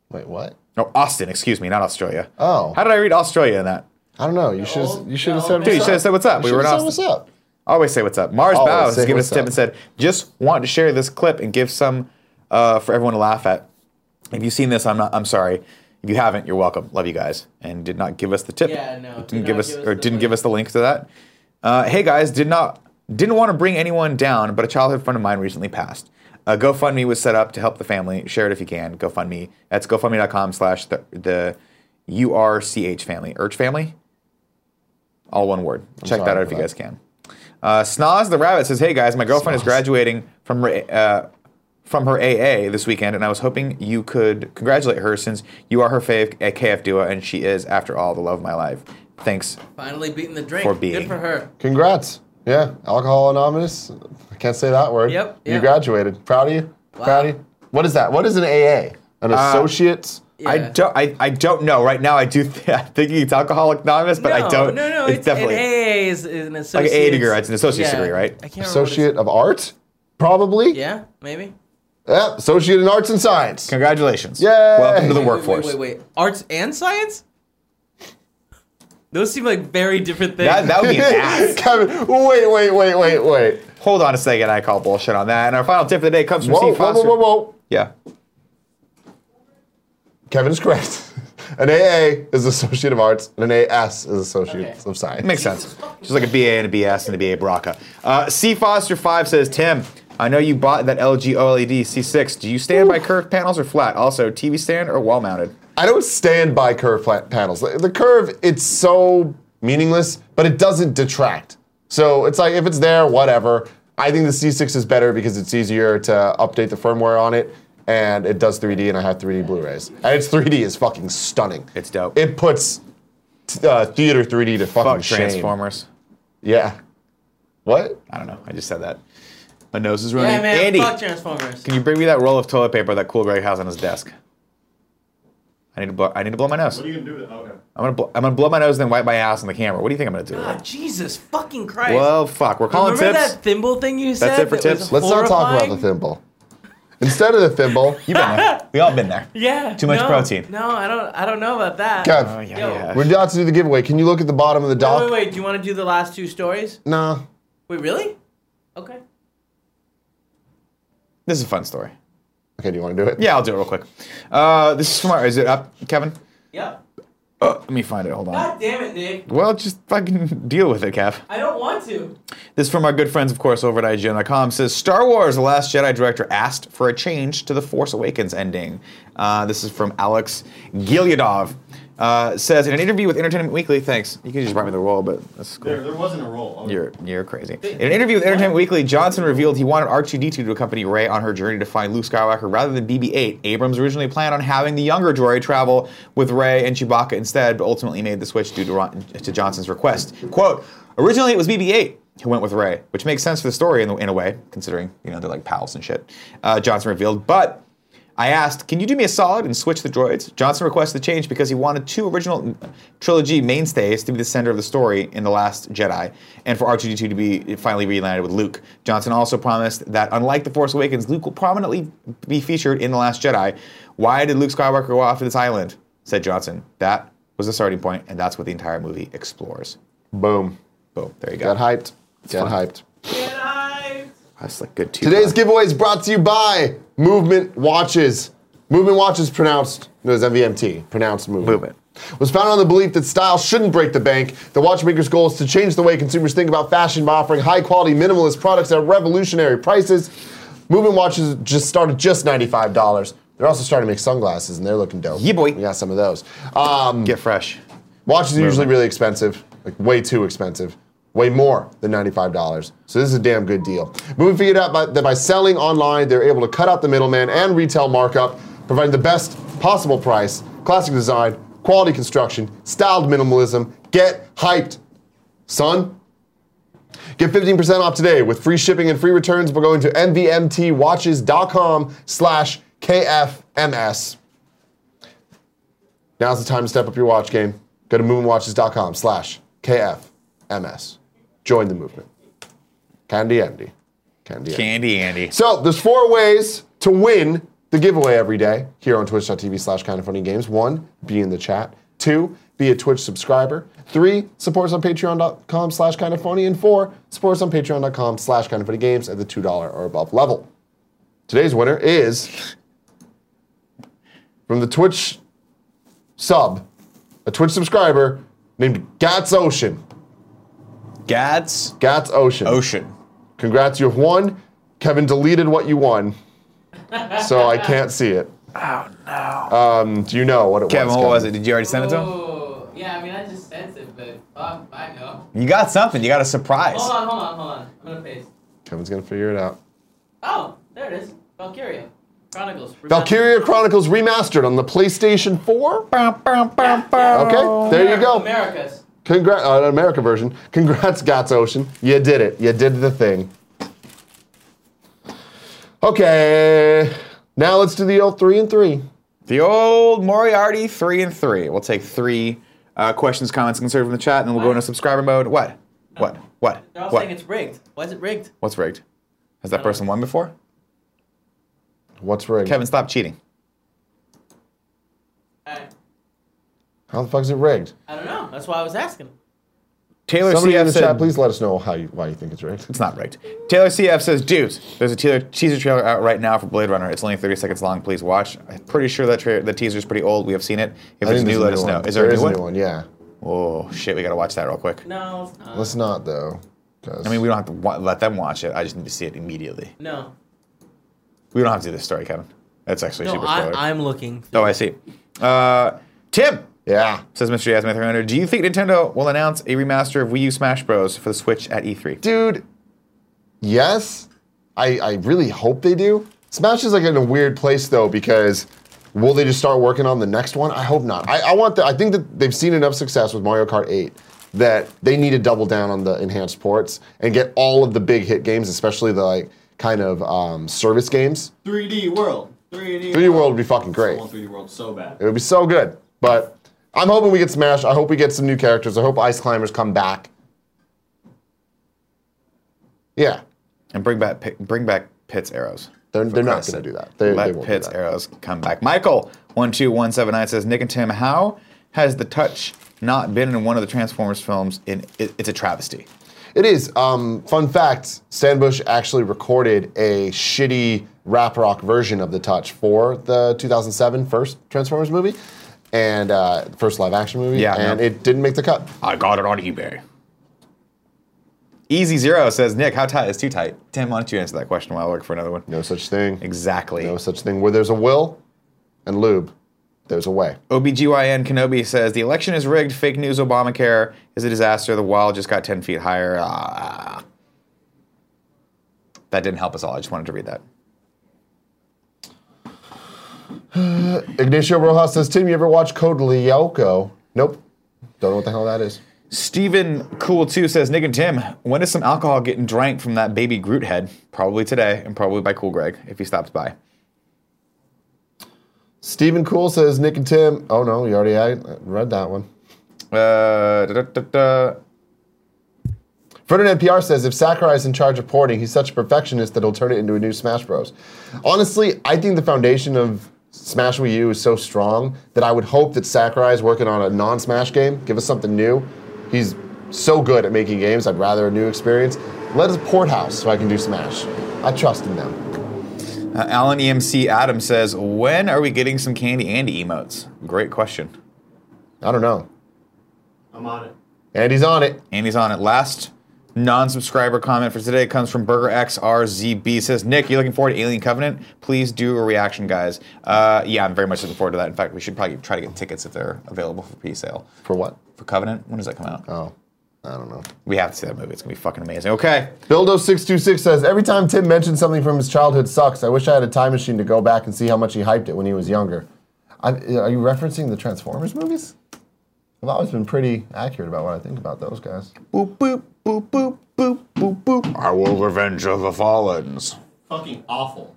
S3: Wait, what?
S2: No, Austin, excuse me, not Australia.
S3: Oh.
S2: How did I read Australia in that?
S3: I don't know. You should
S1: old-
S3: you should have
S1: they're
S3: said
S1: old
S3: what's
S2: Dude, you
S3: up.
S2: should have said what's up.
S3: You
S2: we were in
S3: should've said
S2: Austin.
S3: what's up.
S2: Always say what's up. Mars
S3: Always
S2: Bows
S3: say
S2: has given
S3: what's
S2: us a tip
S3: up.
S2: and said, just want to share this clip and give some uh, for everyone to laugh at. If you've seen this, I'm not. I'm sorry. If you haven't, you're welcome. Love you guys. And did not give us the tip.
S1: Yeah, no, did
S2: Didn't
S1: not
S2: give us,
S1: give us
S2: or
S1: the
S2: didn't give
S1: link.
S2: us the link to that. Uh, hey guys, did not didn't want to bring anyone down, but a childhood friend of mine recently passed. A GoFundMe was set up to help the family. Share it if you can. GoFundMe. That's GoFundMe.com slash the the URCH family. Urch family? All one word. Check that
S3: sorry
S2: out if
S3: for
S2: you
S3: that.
S2: guys can. Uh, Snoz the Rabbit says, "Hey guys, my girlfriend is
S3: Snoz.
S2: graduating from her, uh, from her AA this weekend, and I was hoping you could congratulate her since you are her fave at KF Duo, and she is, after all, the love of my life. Thanks.
S1: Finally beating the drink.
S2: For being.
S1: Good for her.
S3: Congrats. Yeah, Alcohol Anonymous. I can't say that word.
S1: Yep,
S3: You
S1: yep.
S3: graduated. Proud of you. Proud of you. What is that? What is an AA? An associate's.
S2: I
S1: Yeah.
S2: don't. I, I don't know. Right now, I do. Th- *laughs* I think it's Alcoholic Anonymous, but I
S1: No,
S2: don't.
S1: No, no, it's, an
S2: definitely.
S1: AA is, is an
S2: an AA
S1: associate.
S2: degree, it's an associate's degree, right?
S1: I can't
S3: Associate
S1: Remember
S3: of Art, probably.
S1: what it's- yeah, maybe.
S3: Yeah, Associate in Arts and Science. *laughs*
S2: Congratulations.
S3: Yay!
S2: Welcome to
S3: Wait,
S2: the
S3: wait,
S2: workforce.
S1: Wait, wait, wait. Arts and science? Those seem like very different things.
S2: That, that would
S1: *laughs*
S2: be an ass.
S3: Kevin, wait, wait, wait, wait, wait.
S2: Hold on a second. I call bullshit on that. And our final tip of the day comes from
S3: Whoa,
S2: Steve
S3: whoa,
S2: Foster.
S3: whoa, whoa, whoa.
S2: Yeah.
S3: Kevin is correct. *laughs* An AA is Associate of Arts, and an AS is Associate
S1: Okay.
S3: of Science.
S2: Makes sense. Just like a BA and a BS and a BA Baraka. Uh, C Foster Five says, Tim, I know you bought that LG OLED C6. Do you stand by curved panels or flat? Also, TV stand or wall mounted?
S3: I don't stand by curve pla- panels. The, the curve, it's so meaningless, but it doesn't detract. So it's like if it's there, whatever. I think the C6 is better because it's easier to update the firmware on it, and it does 3D, and I have 3D Blu-rays, and its 3D is fucking stunning.
S2: It's dope.
S3: It puts t- uh, theater 3D to fucking
S2: Fuck
S3: shame.
S2: Transformers.
S3: Yeah. What?
S2: I don't know. I just said that. My nose is running.
S1: yeah, man.
S2: Andy,
S1: Fuck Transformers.
S2: can you bring me that roll of toilet paper that Cool Greg has on his desk? I need to blow. I need to blow my nose.
S4: What are you gonna do with it? Okay.
S2: I'm gonna blow, I'm gonna blow my nose and then wipe my ass on the camera. What do you think I'm gonna do?
S1: Ah, Jesus fucking Christ.
S2: well, fuck. We're calling
S1: Remember
S2: tips.
S1: that thimble thing you said?
S2: it for
S1: that was
S2: tips?
S3: Let's not talk about the
S1: horrifying?
S3: thimble. Instead of the thimble,
S2: *laughs* You've been there. We all been there.
S1: Yeah.
S2: Too much
S1: no,
S2: protein.
S1: No, I don't. I don't know about that.
S3: Kev,
S2: Oh yeah,
S1: Yo.
S2: yeah.
S3: we're about to do the giveaway. Can you look at the bottom of the
S1: Wait,
S3: dock?
S1: wait, wait. Do you want to do the last two stories?
S3: Nah.
S1: Wait, really? Okay.
S2: This is a fun story.
S3: Okay, do you want to do it?
S2: Yeah, I'll do it real quick. Uh, this is tomorrow. Is it up, Kevin?
S1: Yeah.
S2: Uh, let me find it. Hold on.
S1: God damn it, Nick.
S2: Well, just fucking deal with it, Kev.
S1: I don't want to.
S2: This is from our good friends, of course, over at IGN.com. Says Star Wars: The Last Jedi director asked for a change to the Force Awakens ending. Uh, this is from Alex Gilyadov. Uh, says in an interview with Entertainment Weekly. Thanks. You can just write me the role, but that's cool.
S4: There, there wasn't a roll. Okay.
S2: You're you're crazy. In an interview with Entertainment Weekly, Johnson revealed he wanted R2D2 to accompany Rey on her journey to find Luke Skywalker rather than BB-8. Abrams originally planned on having the younger droid travel with Rey and Chewbacca instead, but ultimately made the switch due to, Ron- to Johnson's request. "Quote: Originally, it was BB-8 who went with Rey, which makes sense for the story in, the, in a way, considering you know they're like pals and shit." Uh, Johnson revealed, but. I asked, "Can you do me a solid and switch the droids?" Johnson requested the change because he wanted two original trilogy mainstays to be the center of the story in the Last Jedi, and for R2D2 to be finally reunited with Luke. Johnson also promised that, unlike the Force Awakens, Luke will prominently be featured in the Last Jedi. Why did Luke Skywalker go off to this island? Said Johnson. That was the starting point, and that's what the entire movie explores.
S3: Boom.
S2: Boom. There you go.
S3: Get hyped. Get hyped.
S1: Get hyped.
S2: That's like good two.
S3: Today's giveaway is brought to you by Movement Watches. Movement Watches pronounced, no, it's MVMT, pronounced movement.
S2: Movement.
S3: Was founded on the belief that style shouldn't break the bank. The watchmaker's goal is to change the way consumers think about fashion by offering high quality, minimalist products at revolutionary prices. Movement Watches just started just $95. They're also starting to make sunglasses and they're looking dope.
S2: Yeah, boy.
S3: We got some of those. Um,
S2: get fresh.
S3: Watches are usually really expensive, like way too expensive. way more than $95. So this is a damn good deal. Movie figured out by, that by selling online, they're able to cut out the middleman and retail markup, providing the best possible price, classic design, quality construction, styled minimalism. Get hyped, son. Get 15% off today with free shipping and free returns by going to nvmtwatches.com slash kfms. Now's the time to step up your watch game. Go to moonwatches.com slash KFMS. Join the movement. Candy Andy. Candy Andy.
S2: Candy Andy.
S3: So there's four ways to win the giveaway every day here on twitch.tv slash kind of funny games. One, be in the chat. Two, be a Twitch subscriber. Three, support us on patreon.com slash kind of funny. And four, support us on patreon.com slash kind of funny games at the $2 or above level. Today's winner is from the Twitch sub, a Twitch subscriber named Gats Ocean.
S2: Gads
S3: Gats Ocean.
S2: Ocean.
S3: Congrats, you have won. Kevin deleted what you won, so I can't see it. Oh no. Um, do you know what it
S2: Kevin,
S3: was?
S2: what was it? Did you already send it to him?
S6: Oh, yeah, I mean, I just sent it, but fuck, I know.
S2: You got something. You got a surprise.
S6: Hold on, hold on, hold on. I'm gonna paste.
S3: Kevin's gonna figure it out.
S6: Oh, there it is. Valkyria. Chronicles.
S3: Valkyria Chronicles remastered on the PlayStation 4.
S2: Oh.
S3: Okay,
S6: Remember-
S3: there you go.
S6: Americas.
S3: Congrats, uh, America version. Congrats, Gats Ocean. You did it. You did the thing. Okay, now let's do the old three and three.
S2: The old Moriarty three and three. We'll take three uh, questions, comments, and consider from the chat, and then we'll go
S6: What?
S2: into subscriber mode. What? What? What?
S6: They're all
S2: What?
S6: saying it's rigged. Why is it rigged?
S2: What's rigged? Has that person won before?
S3: What's rigged?
S2: Kevin, stop cheating.
S6: I,
S3: How the fuck is it rigged?
S6: I don't know. That's why I was asking.
S2: Taylor
S3: Somebody
S2: CF
S3: in the
S2: said,
S3: chat, please let us know how you, why you think it's rigged.
S2: It's not rigged. Taylor CF says, dudes, there's a Taylor teaser trailer out right now for Blade Runner. It's only 30 seconds long. Please watch. I'm pretty sure that tra- the teaser's pretty old. We have seen it. If
S3: I
S2: it's
S3: think there's
S2: new,
S3: a
S2: let us know.
S3: one.
S2: Is there, a, new one?
S3: Yeah.
S2: Oh, shit. We got to watch that real quick.
S6: No, it's not.
S3: Let's not though. 'cause-
S2: I mean, we don't have to wa- let them watch it. I just need to see it immediately.
S6: No.
S2: We don't have to do this story, Kevin. That's actually
S1: No,
S2: super spoiler.
S1: I, I'm looking.
S2: oh, I see. Uh, Tim
S3: yeah.
S2: says, Mr. Yasmin 300, do you think Nintendo will announce a remaster of Wii U Smash Bros. for the Switch at E E3?
S3: Dude. Yes. I I really hope they do. Smash is like in a weird place though because will they just start working on the next one? I hope not. I, I want the, I think that they've seen enough success with Mario Kart 8 that they need to double down on the enhanced ports and get all of the big hit games, especially the like kind of um, service games.
S4: 3D World. 3D,
S3: 3D World would be fucking great.
S4: I want 3D World so bad.
S3: It would be so good. But I'm hoping we get Smash. I hope we get some new characters. I hope Ice Climbers come back. Yeah.
S2: And bring back, Pi- bring back Pitt's arrows.
S3: They're, they're not
S2: Christ's
S3: going to
S2: sake.
S3: do that. They,
S2: Let
S3: they won't do
S2: Pitt's
S3: that.
S2: arrows come back. Michael one two one seven nine says Nick and Tim, how has the touch not been in one of the Transformers films? In it, it's a travesty.
S3: It is. Um, fun fact Stan Bush actually recorded a shitty rap rock version of The Touch for the 2007 first Transformers movie and uh, first live action movie.
S2: Yeah,
S3: And
S2: no.
S3: it didn't make the cut.
S2: I got it on eBay. Easy Zero says Nick, how tight is too tight? Tim, why don't you answer that question while I look for another one?
S3: No such thing.
S2: Exactly.
S3: No such thing. Where there's a will and lube, there's a way.
S2: OBGYN Kenobi says the election is rigged. Fake news. Obamacare is a disaster. The wall just got ten feet higher. Ah. That didn't help us all. I just wanted to read that.
S3: Ignacio Rojas says, Tim, you ever watch Code Lyoko? Nope. Don't know what the hell that is.
S2: Steven Cool 2 says, Nick and Tim, when is some alcohol getting drank from that baby Groot head? Probably today, and probably by Cool Greg if he stops by.
S3: Stephen Cool says, Nick and Tim. Oh no, you already had, read that one.
S2: Uh, da, da, da, da.
S3: Ferdinand PR says, if Sakurai's in charge of porting, he's such a perfectionist that he'll turn it into a new Smash Bros. Honestly, I think the foundation of Smash Wii U is so strong that I would hope that Sakurai's working on a non Smash game. Give us something new. He's so good at making games, I'd rather a new experience. Let us port house so I can do Smash. I trust in them.
S2: Uh, Alan EMC Adam says, when are we getting some Candy Andy emotes? Great question.
S3: I don't know.
S4: I'm on it.
S3: And he's on it.
S2: Andy's on it. Last non-subscriber comment for today comes from Burger XRZB. Says Nick, you looking forward to Alien Covenant? Please do a reaction, guys. Uh, yeah, I'm very much looking forward to that. In fact, we should probably try to get tickets if they're available for pre-sale
S3: For what?
S2: for Covenant. When does that come out?
S3: Oh. I don't know.
S2: We have to see that movie. It's gonna be fucking amazing. Okay.
S3: Bildo626 says Every time Tim mentions something from his childhood sucks, I wish I had a time machine to go back and see how much he hyped it when he was younger. I, are you referencing the Transformers movies? I've always been pretty accurate about what I think about those guys.
S2: Boop boop boop boop boop boop boop. I will revenge of the fallens.
S4: Fucking awful.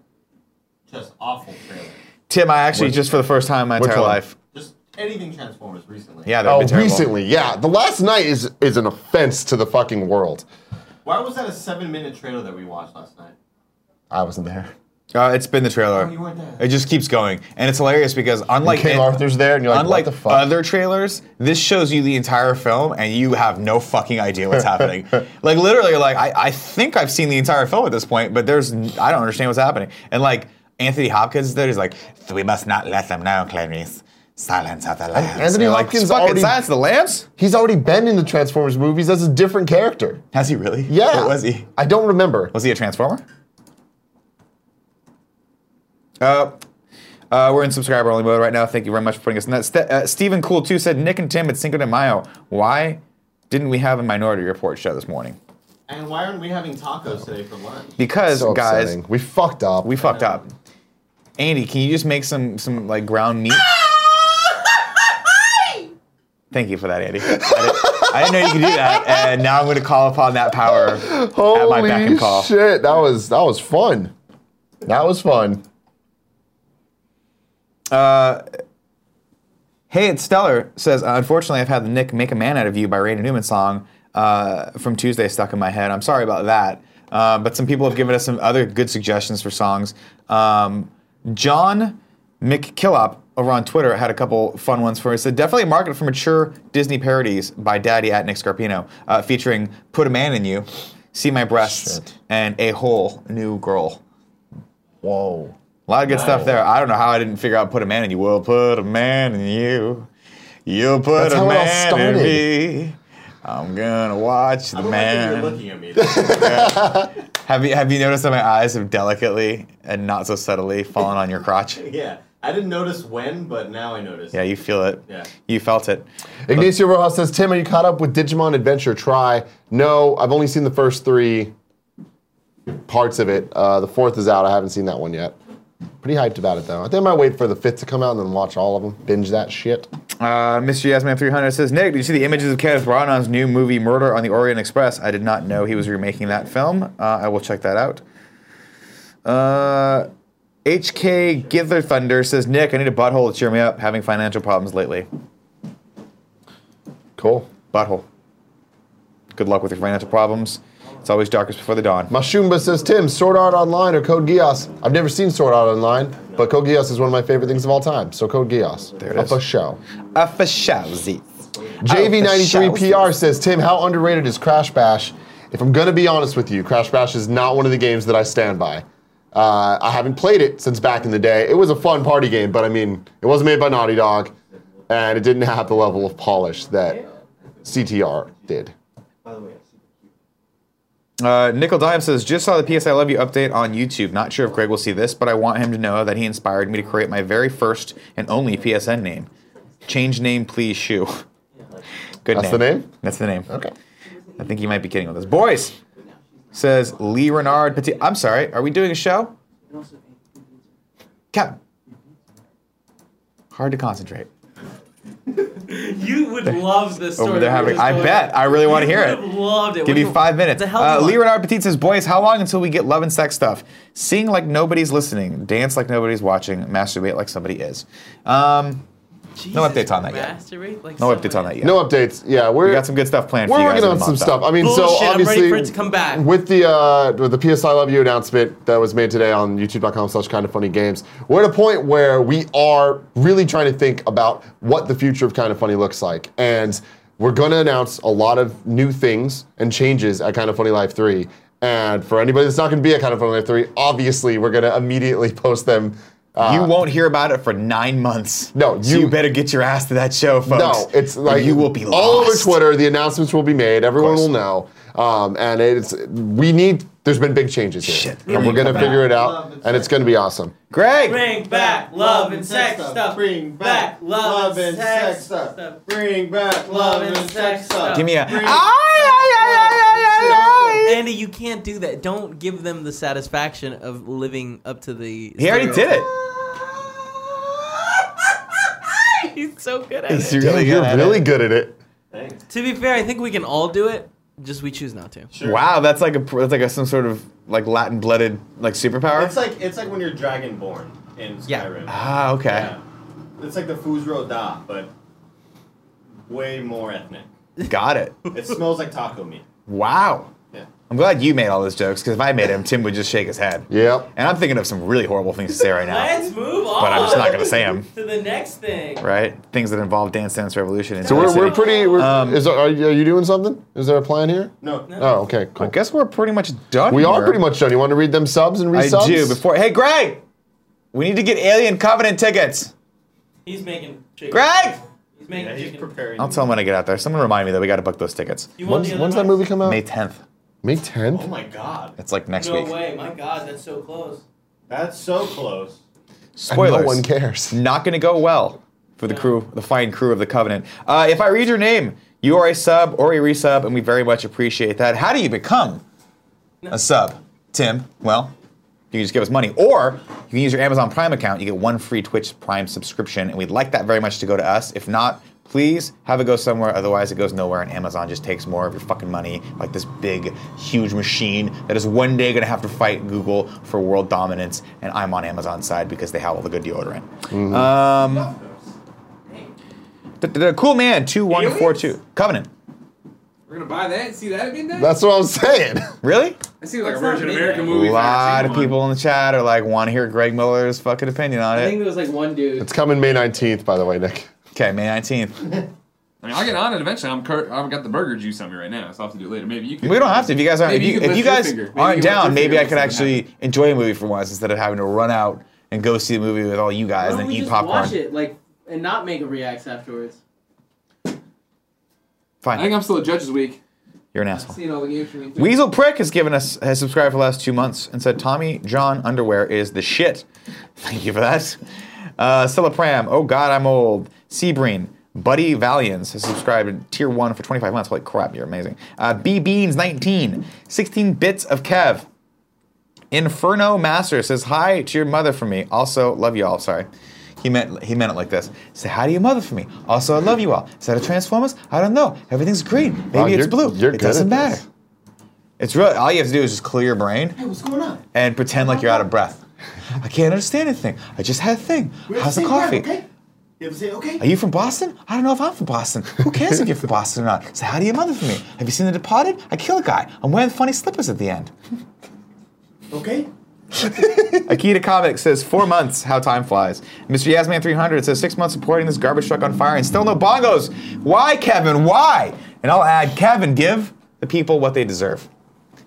S4: Just awful trailer.
S2: Tim, I actually just for the first time in my
S3: which
S2: entire
S3: one?
S2: life.
S4: Just anything Transformers recently.
S2: Yeah, that'd
S3: Oh,
S2: be terrible.
S3: recently, yeah. The last night is is an offense to the fucking world.
S4: Why was that a seven minute trailer that we watched last night?
S3: I wasn't there.
S2: Uh, it's been the trailer.
S4: Oh, you weren't there.
S2: It just keeps going, and it's hilarious because unlike
S3: King
S2: an-
S3: Arthur's there, and you're like, what
S2: unlike
S3: the fuck?
S2: other trailers, this shows you the entire film, and you have no fucking
S3: *laughs*
S2: idea what's happening. Like literally, you're like I, I think I've seen the entire film at this point, but there's n- I don't understand what's happening. And like Anthony Hopkins, is there he's like, we must not let them know, Clarice. Silence of the lambs. And
S3: Anthony
S2: you're
S3: Hopkins
S2: fucking
S3: already-
S2: silence the lambs.
S3: He's already been in the Transformers movies as a different character.
S2: Has he really?
S3: Yeah.
S2: What was he?
S3: I don't remember.
S2: Was he a transformer? Uh, uh, we're in subscriber only mode right now. Thank you very much for putting us in that. Ste- uh, Stephen Cool too said Nick and Tim at Cinco de Mayo. Why didn't we have a Minority Report show this morning?
S4: And why aren't we having tacos today for lunch?
S2: Because
S3: So
S2: guys,
S3: upsetting. we fucked up.
S2: we fucked up. Andy, can you just make some some like ground meat? Thank you for that, Andy. I didn't, I didn't know you could do that, and now I'm going to call upon that power at my
S3: Holy
S2: back and call.
S3: shit! That was that was fun. That was fun.
S2: Hey, it's Stellar says, uh, unfortunately, I've had the Nick Make a Man Out of You by Randy Newman song uh, from Tuesday stuck in my head. I'm sorry about that. Uh, but some people have given us some other good suggestions for songs. Um, John McKillop over on Twitter had a couple fun ones for us. Said, definitely a market for mature Disney parodies by Daddy at Nick Scarpino, uh, featuring Put a Man in You, See My Breasts,
S3: Shit.
S2: and A Whole New Girl.
S3: Whoa.
S2: A lot of good stuff there. I don't know how I didn't figure out put a man in you. We'll put a man in you. You'll put
S3: That's
S2: a
S3: how it all
S2: man in
S3: started.
S2: me. I'm gonna watch the
S4: I don't
S2: man.
S4: like that you're looking
S2: *laughs*
S4: at me.
S2: have you have you noticed that my eyes have delicately and not so subtly fallen on your crotch?
S4: yeah. I didn't notice when, but now I notice.
S2: Yeah, you feel it.
S4: Yeah.
S2: You felt it.
S3: Ignacio Rojas says, Tim, are you caught up with Digimon Adventure? Try. No, I've only seen the first three parts of it. Uh, the fourth is out. I haven't seen that one yet. Pretty hyped about it though. I think I might wait for the fifth to come out and then watch all of them. Binge that shit.
S2: Uh, Mr. Yasman300 says, Nick, did you see the images of Kenneth Branagh's new movie, Murder on the Orient Express? I did not know he was remaking that film. Uh, I will check that out. Uh, HK Gither Thunder says, Nick, I need a butthole to cheer me up. Having financial problems lately.
S3: Cool.
S2: Butthole. Good luck with your financial problems. It's always darkest before the dawn.
S3: Mashumba says, Tim, Sword Art Online or Code Geass? I've never seen Sword Art Online, but Code Geass is one of my favorite things of all time. So Code Geass.
S2: There it
S3: Up
S2: is.
S3: a show.
S2: A fashazzi.
S3: JV93PR says, Tim, how underrated is Crash Bash? If I'm going to be honest with you, Crash Bash is not one of the games that I stand by. Uh, I haven't played it since back in the day. It was a fun party game, but I mean, it wasn't made by Naughty Dog, and it didn't have the level of polish that CTR did.
S4: By the way, I see-
S2: Uh, Nickel Dime says, just saw the PS I Love You update on YouTube. Not sure if Greg will see this, but I want him to know that he inspired me to create my very first and only PSN name. Change name, please, Shoe. *laughs* Good
S3: That's the name?
S2: That's the name.
S3: Okay.
S2: I think you might be kidding with this. Boys, says Lee Renard Petit. I'm sorry, are we doing a show? Kevin. Hard to concentrate.
S6: You would love this story.
S2: Over there
S6: we were
S2: having,
S6: just
S2: I
S6: going
S2: bet.
S6: over.
S2: I really want to
S6: You
S2: hear it.
S6: would've loved it.
S2: Give
S6: We
S2: me
S6: could-
S2: five minutes.
S6: The hell
S2: Uh,
S6: do you
S2: Lee
S6: want?
S2: Renard Petit says, "Boys, how long until we get love and sex stuff? Sing like nobody's listening, dance like nobody's watching, masturbate like somebody is." Um,
S6: Jesus,
S2: no updates on that yet.
S6: masturbate like
S2: No
S6: someone
S2: updates on
S6: else.
S2: that yet.
S3: No updates. Yeah, we're
S2: we got some good stuff planned.
S3: We're
S2: for you guys
S3: working
S2: in
S3: on
S2: the
S3: some
S2: month,
S3: stuff.
S2: though.
S3: I mean,
S6: Bullshit,
S3: so
S6: I'm ready
S3: obviously,
S6: for it to come back.
S3: With the uh, with the PS I Love You announcement that was made today on YouTube.com/slash Kind of Funny Games, we're at a point where we are really trying to think about what the future of Kind of Funny looks like, and we're going to announce a lot of new things and changes at Kind of Funny Live Three. And for anybody that's not going to be at Kind of Funny Live Three, obviously, we're going to immediately *laughs* post them. Uh,
S2: you won't hear about it for nine months.
S3: No,
S2: so you
S3: you-
S2: better get your ass to that show, folks.
S3: No, it's
S2: or
S3: like
S2: you will be lost.
S3: all over Twitter. The announcements will be made. Everyone
S2: course.
S3: will know. Um, and it's we need. There's been big changes here,
S2: Shit.
S3: and we're gonna
S2: Bring
S3: figure it
S4: Love
S3: out,
S4: and
S3: and it's gonna be awesome.
S2: Greg.
S6: Bring back love and sex stuff.
S4: Bring back love and sex stuff. Bring back love and sex stuff.
S2: Give me a. Ah!
S4: Bring-
S2: I
S1: Andy, you can't do that. Don't give them the satisfaction of living up to the.
S2: He already did it.
S1: He's so good at it.
S2: He's really good at it.
S3: good at it.
S4: Thanks.
S1: To be fair, I think we can all do it. Just we choose not to.
S4: Sure.
S2: Wow, that's like a pr- that's like a, some sort of like Latin blooded like superpower.
S4: It's like it's like when you're dragonborn in Skyrim.
S1: Yeah.
S2: ah, okay.
S4: Yeah. It's like the Fuzro Da, but way more ethnic.
S2: Got it.
S4: It smells like taco meat.
S2: Wow.
S4: Yeah.
S2: I'm glad you made all those jokes because if I made them, Tim would just shake his head.
S3: Yep.
S2: And I'm thinking of some really horrible things to say right now,
S6: Let's move on.
S2: but I'm just not gonna say them.
S6: to the next thing.
S2: Right? Things that involve Dance Dance Revolution. in
S3: So
S2: Atlantic
S3: we're, we're
S2: City.
S3: pretty. We're,
S2: Um,
S3: is there, are, you, are you doing something? Is there a plan here?
S4: No. no.
S3: Oh, okay,
S2: I
S3: cool.
S2: guess we're pretty much done.
S3: We are
S2: here.
S3: pretty much done. You want to read them subs and
S2: I
S3: resubs?
S2: do. Before, hey, Greg, we need to get Alien Covenant tickets.
S6: He's making chicken.
S2: Greg,
S6: He's making
S4: Yeah, he's
S6: chicken.
S4: preparing.
S2: I'll tell him when I get out there. Someone remind me that we got to book those tickets.
S6: You want
S3: When's,
S6: the other
S3: when's
S6: one?
S3: that movie come out?
S2: May 10th.
S3: May
S4: Oh
S3: 10th.
S4: my god.
S2: It's like next
S6: No
S2: week.
S6: way. My God, that's so close.
S4: That's so close.
S2: Spoilers.
S3: No one cares.
S2: Not going to go well for the crew, the fine crew of the Covenant. Uh, if I read your name, you are a sub or a resub, and we very much appreciate that. How do you become a sub, Tim? Well, you can just give us money, or you can use your Amazon Prime account. You get one free Twitch Prime subscription, and we'd like that very much to go to us. If not, please have it go somewhere. Otherwise, it goes nowhere, and Amazon just takes more of your fucking money, like this big, huge machine that is one day gonna have to fight Google for world dominance. And I'm on Amazon's side because they have all the good deodorant. Um, the, cool man two one four two Covenant.
S8: We're gonna buy that. See that again? Then?
S3: That's what I'm saying.
S2: Really?
S8: that seems like a
S6: not
S8: version
S6: me.
S8: American
S2: A
S8: movie.
S2: lot of people in the chat are like, want to hear Greg Miller's fucking opinion on
S5: I think
S2: it.
S5: there was like one dude.
S3: It's coming May 19th, by the way, Nick.
S2: Okay, May nineteenth.
S8: I mean, I'll get on it eventually. I'm cur- I've got the burger juice on me right now, so I'll have to do it later. Maybe you can.
S2: We don't have to. If you guys aren't, if
S8: Maybe
S2: you,
S8: you can
S2: if you
S8: lift your
S2: guys
S8: finger. Maybe you
S2: aren't
S8: can lift your
S2: down, maybe
S8: finger
S2: I
S8: and
S2: could
S8: see what
S2: actually enjoy a movie for once instead of having to run out and go see a movie with all you
S5: Why
S2: guys
S5: don't
S2: and
S5: we
S2: eat
S5: just
S2: popcorn.
S5: watch it like and not make a reacts afterwards?
S8: I
S2: Fine,
S8: think I'm still at Judges Week.
S2: you're an
S8: I've
S2: asshole.
S8: seen all the games from
S2: Weasel Prick has given us has subscribed for the last two months and said Tommy John underwear is the shit. Thank you for that. Uh, Stella Pram, oh god, I'm old. Seabreen, Buddy Valians has subscribed in tier one for 25 months. Holy crap, you're amazing. Uh, B Beans 19, 16 bits of Kev. Inferno Master says hi to your mother for me. Also, love you all. Sorry. He meant he meant it like this. Say hi to your mother for me. Also, I love you all. Is that a Transformers? I don't know. Everything's green. Maybe
S3: Wow,
S2: it's
S3: Oh, you're-
S2: blue.
S3: you're
S2: it
S3: good
S2: doesn't
S3: at
S2: matter.
S3: this.
S2: It's really all you have to do is just clear your brain
S4: Hey, what's going on?
S2: and pretend like you're out of breath. I can't understand anything. I just had a thing. How's the coffee?
S4: okay? You have to say okay.
S2: Are you from Boston? I don't know if I'm from Boston. Who cares if you're from Boston or not? Say hi to your mother for me. Have you seen The Departed? I kill a guy. I'm wearing funny slippers at the end.
S4: Okay.
S2: Akita Comic says four months. How time flies. Mr. Yasman 300 says six months supporting this garbage truck on fire and still no bongos. Why, Kevin? Why? And I'll add, Kevin, give the people what they deserve.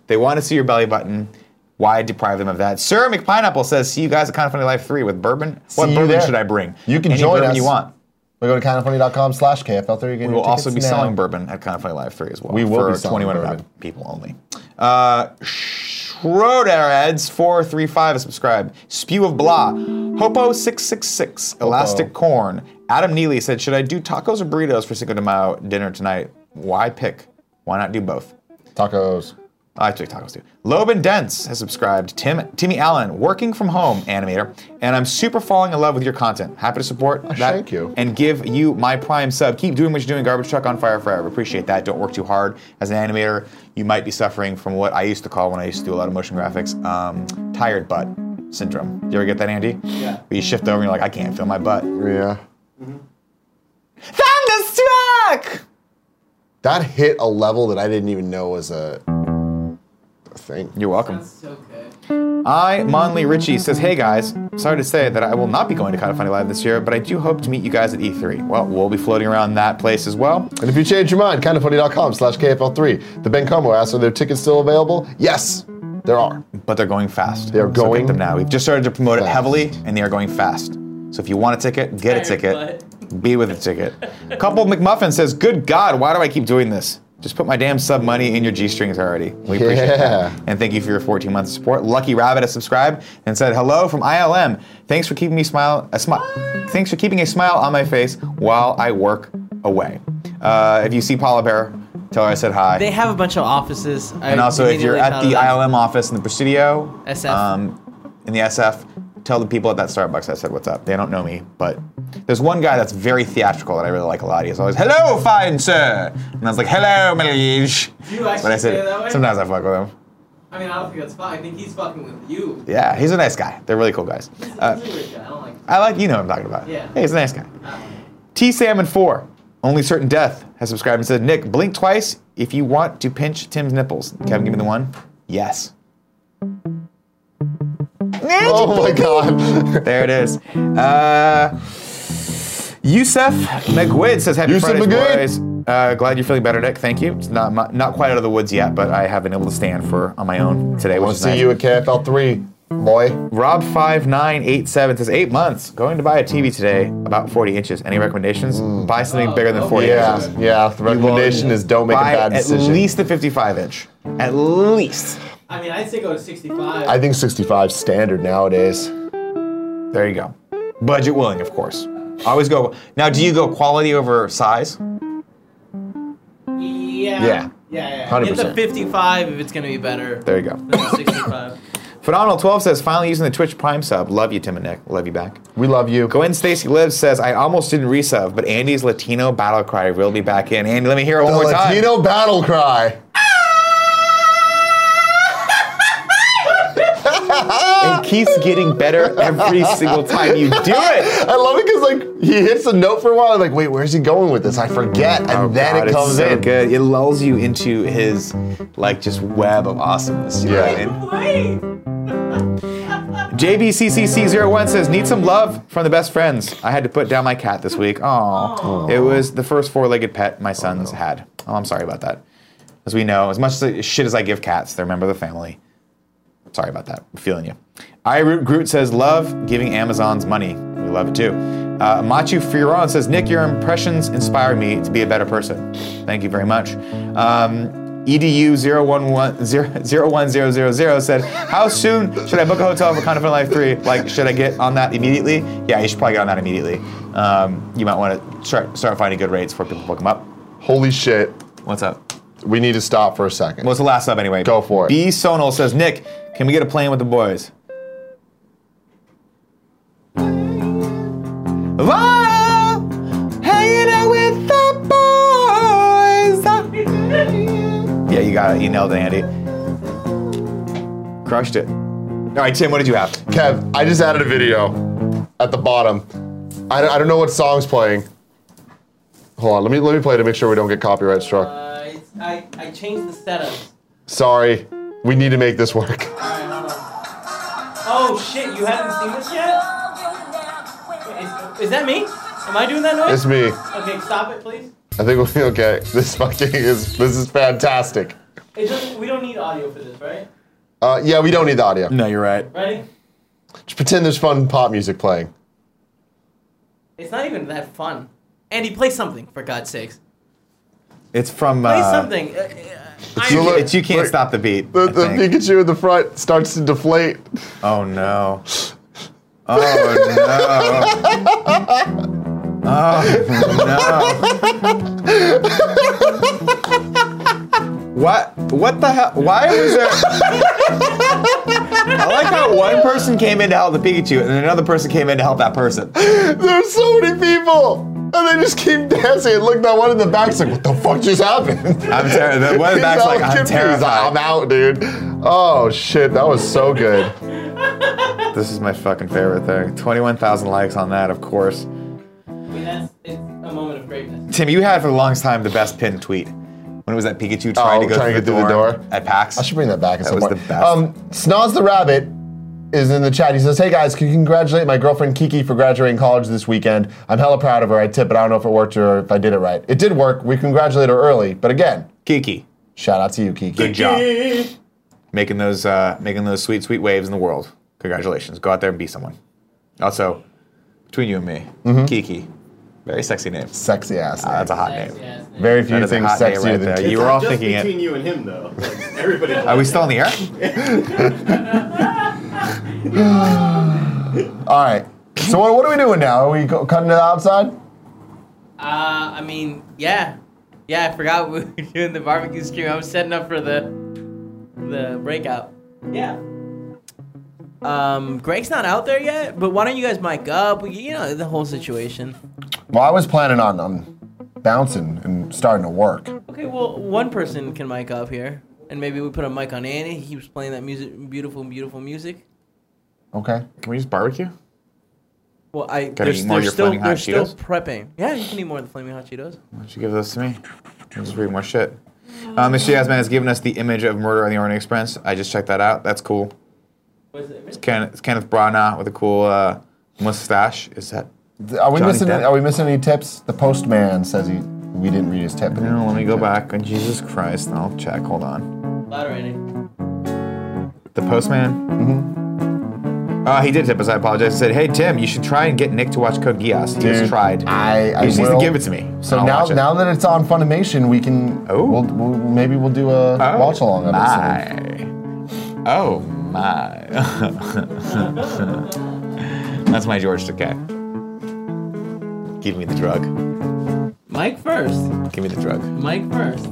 S2: They want to see your belly button. Why deprive them of that? Sir McPineapple says, "See you guys at Kind of Funny Life Three with bourbon. what
S3: you
S2: bourbon
S3: there.
S2: should I bring?
S3: You can
S2: Any
S3: join
S2: bourbon
S3: us.
S2: you want.
S3: We go to kindoffunny.com slash KFL3.
S2: We will also be selling bourbon at Kind of Funny Life 3 as well.
S3: We will
S2: for
S3: be selling
S2: 21 and
S3: bourbon.
S2: up people only. Uh, Schroederheads 435 is subscribed. Spew of Blah. Hopo 666. Elastic Corn. Adam Neely said, Should I do tacos or burritos for Cinco de Mayo dinner tonight? Why pick? Why not do both?
S3: tacos.
S2: I took tacos too. Loban Dents has subscribed. Tim Timmy Allen, working from home animator, and I'm super falling in love with your content. Happy to support that.
S3: thank you.
S2: And give you my prime sub. Keep doing what you're doing. Garbage truck on fire forever. Appreciate that. Don't work too hard. As an animator, you might be suffering from what I used to call when I used to do a lot of motion graphics, um, tired butt syndrome. You ever get that, Andy?
S4: Yeah.
S2: Where you shift over and you're like, I can't feel my butt.
S3: Yeah.
S2: Thunderstruck!
S3: That hit a level that I didn't even know was a, a thing.
S2: You're welcome.
S5: That's okay.
S2: I, Monley Ritchie, says, Hey guys, sorry to say that I will not be going to Kind of Funny Live this year, but I do hope to meet you guys at E3. Well, we'll be floating around that place as well.
S3: And if you change your mind, kindoffunny.com slash KFL3. The Ben Como asks, are there tickets still available? Yes, there are.
S2: But they're going fast.
S3: They're
S2: so
S3: going
S2: pick them now. We've just started to promote it
S3: fast.
S2: heavily, and they are going fast. So if you want a ticket, get a ticket. Be with a ticket. Couple McMuffin says, Good God, why do I keep doing this? Just put my damn sub money in your G strings already. We appreciate
S3: Yeah.
S2: that. And thank you for your 14 months of support. Lucky Rabbit has subscribed and said, Hello from ILM. Thanks for keeping me smile a smile thanks for keeping a smile on my face while I work away. Uh, if you see Paula Bear, Tell her I said hi.
S1: They have a bunch of offices. I
S2: and also, if you're
S1: immediately
S2: at
S1: thought
S2: the
S1: of that.
S2: ILM office in the Presidio,
S1: SF.
S9: Uh,
S2: um, in the SF, tell the people at that Starbucks I said what's up. They don't know me, but there's one guy that's very theatrical that I really like a lot. He's always, "Hello, fine sir," and I was like, "Hello, my liege."
S5: Do you
S2: But
S5: actually
S2: I
S5: say it that way?
S2: said, sometimes I fuck with him.
S5: I mean, I don't think that's fine. I think he's fucking with you.
S2: Yeah, he's a nice guy. They're really cool guys. Uh,
S5: He's a weird guy. I don't like
S2: I like you know what I'm talking about.
S5: Yeah.
S2: Hey, he's a nice guy. T Salmon four. Only certain death has subscribed and said, Nick, blink twice if you want to pinch Tim's nipples. Kevin, give me the one. Yes.
S3: Oh my god.
S2: There it is. Uh, Yusef McGuid says, "Happy
S3: Yusef
S2: Fridays,
S3: McGuid.
S2: boys. Uh, glad you're feeling better, Nick. Thank you. It's not mu- not quite out of the woods yet, but I have been able to stand for on my own today.
S3: We'll
S2: Which is
S3: see
S2: nice.
S3: you at KFL three, boy.
S2: Rob five nine eight seven says eight months. Going to buy a TV today, about forty inches. Any recommendations? Buy something bigger than forty
S3: Yeah,
S2: inches.
S3: yeah. The recommendation is don't make a
S2: Buy
S3: bad
S2: at
S3: decision.
S2: least a fifty-five inch. At least.
S5: I mean, I'd say go to 65.
S3: I think 65 standard nowadays.
S2: There you go. Budget willing, of course. Always go. Now, do you go quality over size?
S5: yeah.
S3: Yeah.
S5: Yeah, yeah.
S3: Hundred
S1: Get the
S3: percent.
S1: 55 if it's gonna be better
S2: There you go.
S1: than the 65.
S2: Phenomenal 12 says, finally using the Twitch Prime sub. Love you, Tim and Nick. Love you back.
S3: We love you.
S2: Gwen Stacy Lives says, I almost didn't resub, but Andy's Latino battle cry will be back in. Andy, let me hear it
S3: the
S2: one more time.
S3: Latino battle cry.
S2: It keeps getting better every single time you do it.
S3: I love it because like he hits a note for a while. I'm like, wait, where's he going with this? I forget, and
S2: Oh,
S3: then
S2: God,
S3: it comes
S2: it's so
S3: in.
S2: good. It lulls you into his, like, just web of awesomeness. You know what I
S3: Yeah.
S2: mean?
S5: Wait.
S2: JBCCC01 says, Need some love from the best friends. I had to put down my cat this week. Aww. It was the first four legged pet my sons had. Oh, I'm sorry about that. As we know, as much as shit as I give cats, they're a member of the family. Sorry about that. I'm feeling you. I Root Groot says, Love giving Amazon's money. We love it too. Uh, Machu Firon says, Nick, your impressions inspire me to be a better person. Thank you very much. Um, EDU 01000 said, How soon should I book a hotel for Content Life 3? Like, should I get on that immediately? Yeah, you should probably get on that immediately. Um, you might want to start, start finding good rates before people book them up.
S3: Holy shit.
S2: What's up?
S3: We need to stop for a second.
S2: What's the last sub anyway?
S3: Go for it.
S2: B Sonal says, Nick, can we get a plane with the boys? Wow, hanging out with the boys. yeah, you got it. You nailed it, Andy. Crushed it. All right, Tim, what did you have?
S3: Kev, I just added a video at the bottom. I don't, I don't know what song's playing. Hold on, let me let me play to make sure we don't get copyright struck.
S5: Uh, it's, I, I changed the setups.
S3: Sorry, we need to make this work. *laughs*
S5: Oh shit, you haven't seen this yet? Is, is that me? Am I doing that noise?
S3: It's me.
S5: Okay, stop it, please.
S3: I think we'll be okay. This fucking is this is fantastic.
S5: It doesn't, we don't need audio for this, right?
S3: Uh, yeah, we don't need the audio.
S2: No, you're right.
S5: Ready?
S3: Just pretend there's fun pop music playing.
S5: It's not even that fun. Andy, play something, for God's sakes.
S2: It's from.
S5: Play
S2: Uh,
S5: something. Uh, uh,
S2: You,
S3: So look-
S2: Can't- you can't
S3: look,
S2: stop the beat.
S3: The,
S2: I
S3: the
S2: think.
S3: Pikachu in the front starts to deflate.
S2: Oh no. Oh no. Oh no. What what the hell why was there I like how one person came in to help the Pikachu and another person came in to help that person.
S3: There's so many people, and they just keep dancing. And look, that one in the back's like, "What the fuck just happened?"
S2: I'm ter- the one in the
S3: He's
S2: back's
S3: all
S2: like, "I'm
S3: confused. He's like,
S2: terrified."
S3: I'm out, dude. Oh shit, that was so good.
S2: This is my fucking favorite thing. 21,000 likes on that, of course.
S5: I mean, that's it's a moment of greatness.
S2: Tim, you had for the longest time the best pinned tweet. When it was that Pikachu trying to go
S3: Oh, trying to
S2: through,
S3: get through
S2: the,
S3: the
S2: door
S3: door?
S2: at PAX.
S3: I should bring that back. at
S2: That
S3: some
S2: was
S3: point.
S2: the best.
S3: Um, Snaz the Rabbit is in the chat. He says, "Hey guys, can you congratulate my girlfriend Kiki for graduating college this weekend. I'm hella proud of her. I tip, but I don't know if it worked or if I did it right. It did work. We congratulate her early, but again,
S2: Kiki.
S3: shout out to you, Kiki.
S2: Good job. Making those uh, making those sweet, sweet waves in the world. Congratulations. Go out there and be someone. Also, between you and me, Kiki. Very sexy name.
S3: Sexy ass.
S2: Ah, that's a hot
S5: That's-
S2: name.
S5: yeah, it's-
S3: Very few
S2: That is a
S3: things
S2: hot name
S3: sexier
S2: right
S3: than
S2: there.
S3: Kiki.
S2: You were all
S4: just
S2: thinking it.
S4: between you and him, though. Like,
S2: *laughs*
S4: everybody.
S2: Are we still in the air?
S3: All right. So what, what are we doing now? Are we go, cutting it outside?
S5: Uh, I mean, yeah.
S6: Yeah, I forgot we were *laughs* doing the barbecue stream. I was setting up for the the breakout.
S5: Yeah.
S6: Um, Greg's not out there yet, but why don't you guys mic up? We, you know the whole situation.
S3: Well, I was planning on, on bouncing and starting to work.
S6: Okay, well, one person can mic up here, and maybe we put a mic on Annie. He keeps playing that music, beautiful, beautiful music.
S3: Okay.
S2: Can we just barbecue?
S6: Well, I
S2: Can I
S6: they're,
S2: eat
S6: they're
S2: more of your
S6: still
S2: Flaming Hot
S6: they're still
S2: Cheetos?
S6: prepping. Yeah, you can eat more of the flaming hot Cheetos.
S2: Why don't you give those to me? I'll just read more shit. Um, Miss Jasmine has given us the image of Murder on the Orient Express. I just checked that out. That's cool.
S5: Was it?
S2: Ken, it's Kenneth Branagh with a cool uh, mustache. Is that?
S3: Th- Are we
S2: Johnny
S3: missing?
S2: Depp.
S3: Are we missing any tips? The postman says he we didn't read his tip.
S2: No, let me go back. Oh, Jesus Christ. I'll check. Hold on.
S5: Louder, Annie.
S2: The postman. Mm-hmm. Uh, he did tip us. I apologize. He said, "Hey Tim, you should try and get Nick to watch Code Geass. He
S3: Dude,
S2: has tried.
S3: I, I
S2: he just needs to
S3: will-
S2: give it to me.
S3: So
S2: I'll
S3: now,
S2: watch it.
S3: now that it's on Funimation, we can.
S2: Oh.
S3: We'll, we'll, maybe we'll do a
S2: Oh,
S3: watch along of it. soon.
S2: my. Oh my. *laughs* That's my George Takei. Give me the drug.
S6: Mic first.
S2: Give me the drug.
S6: Mic first.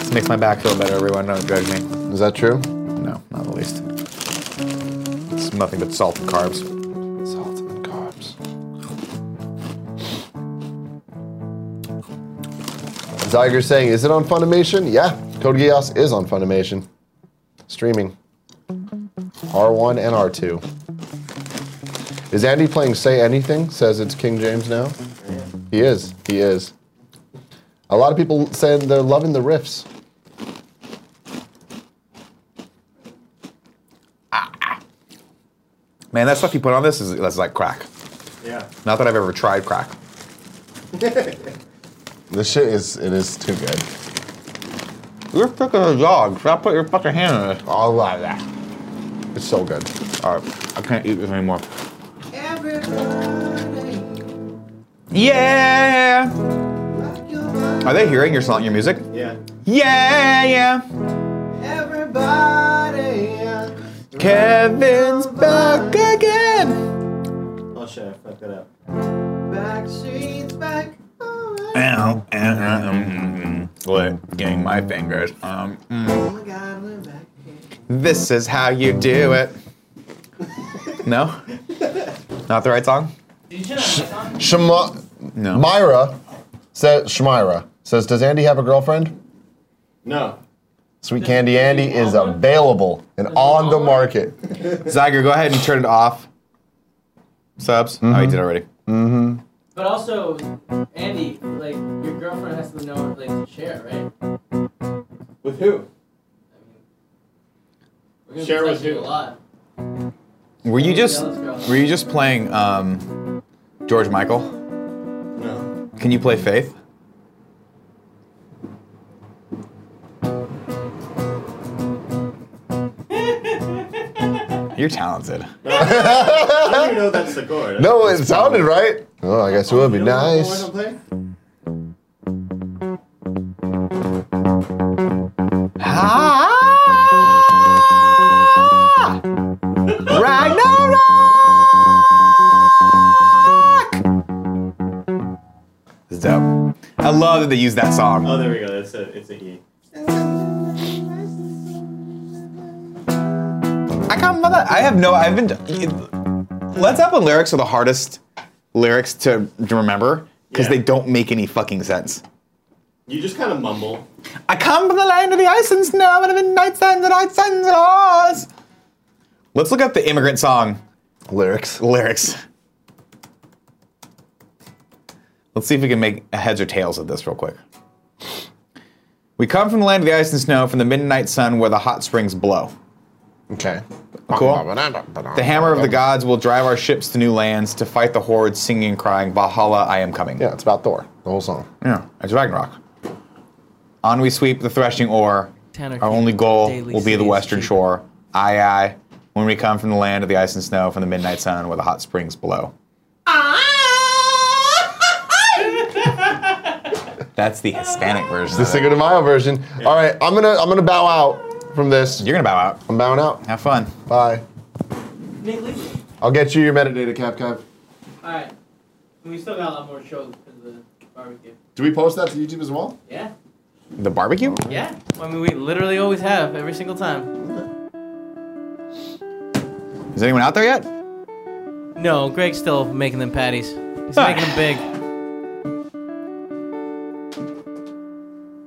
S2: This makes my back feel better. Everyone, don't judge me.
S3: Is that true?
S2: No, not the least. It's nothing but salt and carbs. Salt and carbs.
S3: Zyger's saying, is it on Funimation? Yeah, Code Geass is on Funimation. Streaming. R1 and R2. Is Andy playing Say Anything? Says it's King James now. He is. He is. A lot of people saying they're loving the riffs.
S2: Man, that stuff you put on this is that's like crack.
S4: Yeah.
S2: Not that I've ever tried *laughs* crack.
S3: This shit is it is too good.
S2: You're thick as a dog. Stop put your fucking hand on it.
S3: All of that. It's so good.
S2: All right, I can't eat this anymore. Yeah. Are they hearing your song, your music?
S4: Yeah.
S2: Yeah, yeah.
S4: Everybody.
S2: Kevin's back again.
S4: Oh shit! I fucked it up.
S2: Ow, ow, ow, mm, mm, mm. Licking my fingers. Um, mm. This is how you do it. No? Not the right song?
S5: Did you not have this on?
S3: Shema-
S2: No.
S3: Myra says Shmira says, does Andy have a girlfriend?
S4: No.
S3: Sweet Candy Andy is available and on the market.
S2: Zyger, go ahead and turn it off. Subs? Oh, he did already.
S5: But also, Andy, like your girlfriend has to know, like, to share, right?
S4: With who?
S5: We're gonna
S4: Share
S5: be
S4: with
S5: texting
S4: who?
S5: A lot.
S2: Were you just
S5: Yeah, let's go.
S2: were you just playing um, George Michael?
S4: No.
S2: Can you play Faith? You're talented.
S4: I don't even know if that's
S2: *laughs*
S4: the chord.
S3: No, it sounded right. Oh, I guess it would be
S4: You know what
S3: nice.
S4: chord I'm playing?
S2: Ah! Ragnarok! It's dope. I love that they use that song.
S4: Oh, there we go. That's a. It's a E.
S2: I can't remember. I have no. I've been. It, Led Zeppelin lyrics are the hardest lyrics to, to remember because
S4: Yeah.
S2: they don't make any fucking sense.
S4: You just kind of mumble. *laughs*
S2: I come from the land of the ice and snow and of the night suns and night suns and ours. Let's look up the immigrant song
S3: Lyrics.
S2: lyrics. Let's see if we can make heads or tails of this real quick. We come from the land of the ice and snow, from the midnight sun where the hot springs blow.
S3: Okay.
S2: Cool. The hammer of the gods will drive our ships to new lands to fight the hordes singing and crying, Valhalla, I am coming.
S3: Yeah, it's about Thor. The whole song.
S2: Yeah, it's Ragnarok. On we sweep the threshing ore.
S6: Tanner
S2: Our
S6: King,
S2: only goal
S6: Daily
S2: will be the
S6: City's
S2: western
S6: Keep.
S2: shore. Aye, aye. When we come from the land of the ice and snow, from the midnight sun where the hot springs
S3: *laughs*
S2: blow. That's the Hispanic version.
S3: The
S2: of it.
S3: Cinco de Mayo version. All right, I'm gonna I'm gonna bow out from this.
S2: You're gonna bow out.
S3: I'm bowing out.
S2: Have fun.
S3: Bye.
S5: Nick, leave.
S3: I'll get you your metadata, Cap Cap.
S5: All right. We still got a lot more shows because of the barbecue.
S10: Do we post that to YouTube as well?
S5: Yeah.
S2: The barbecue?
S5: Yeah.
S6: I mean, we literally always have every single time.
S2: Is anyone out there yet?
S6: No, Greg's still making them patties. He's making them big.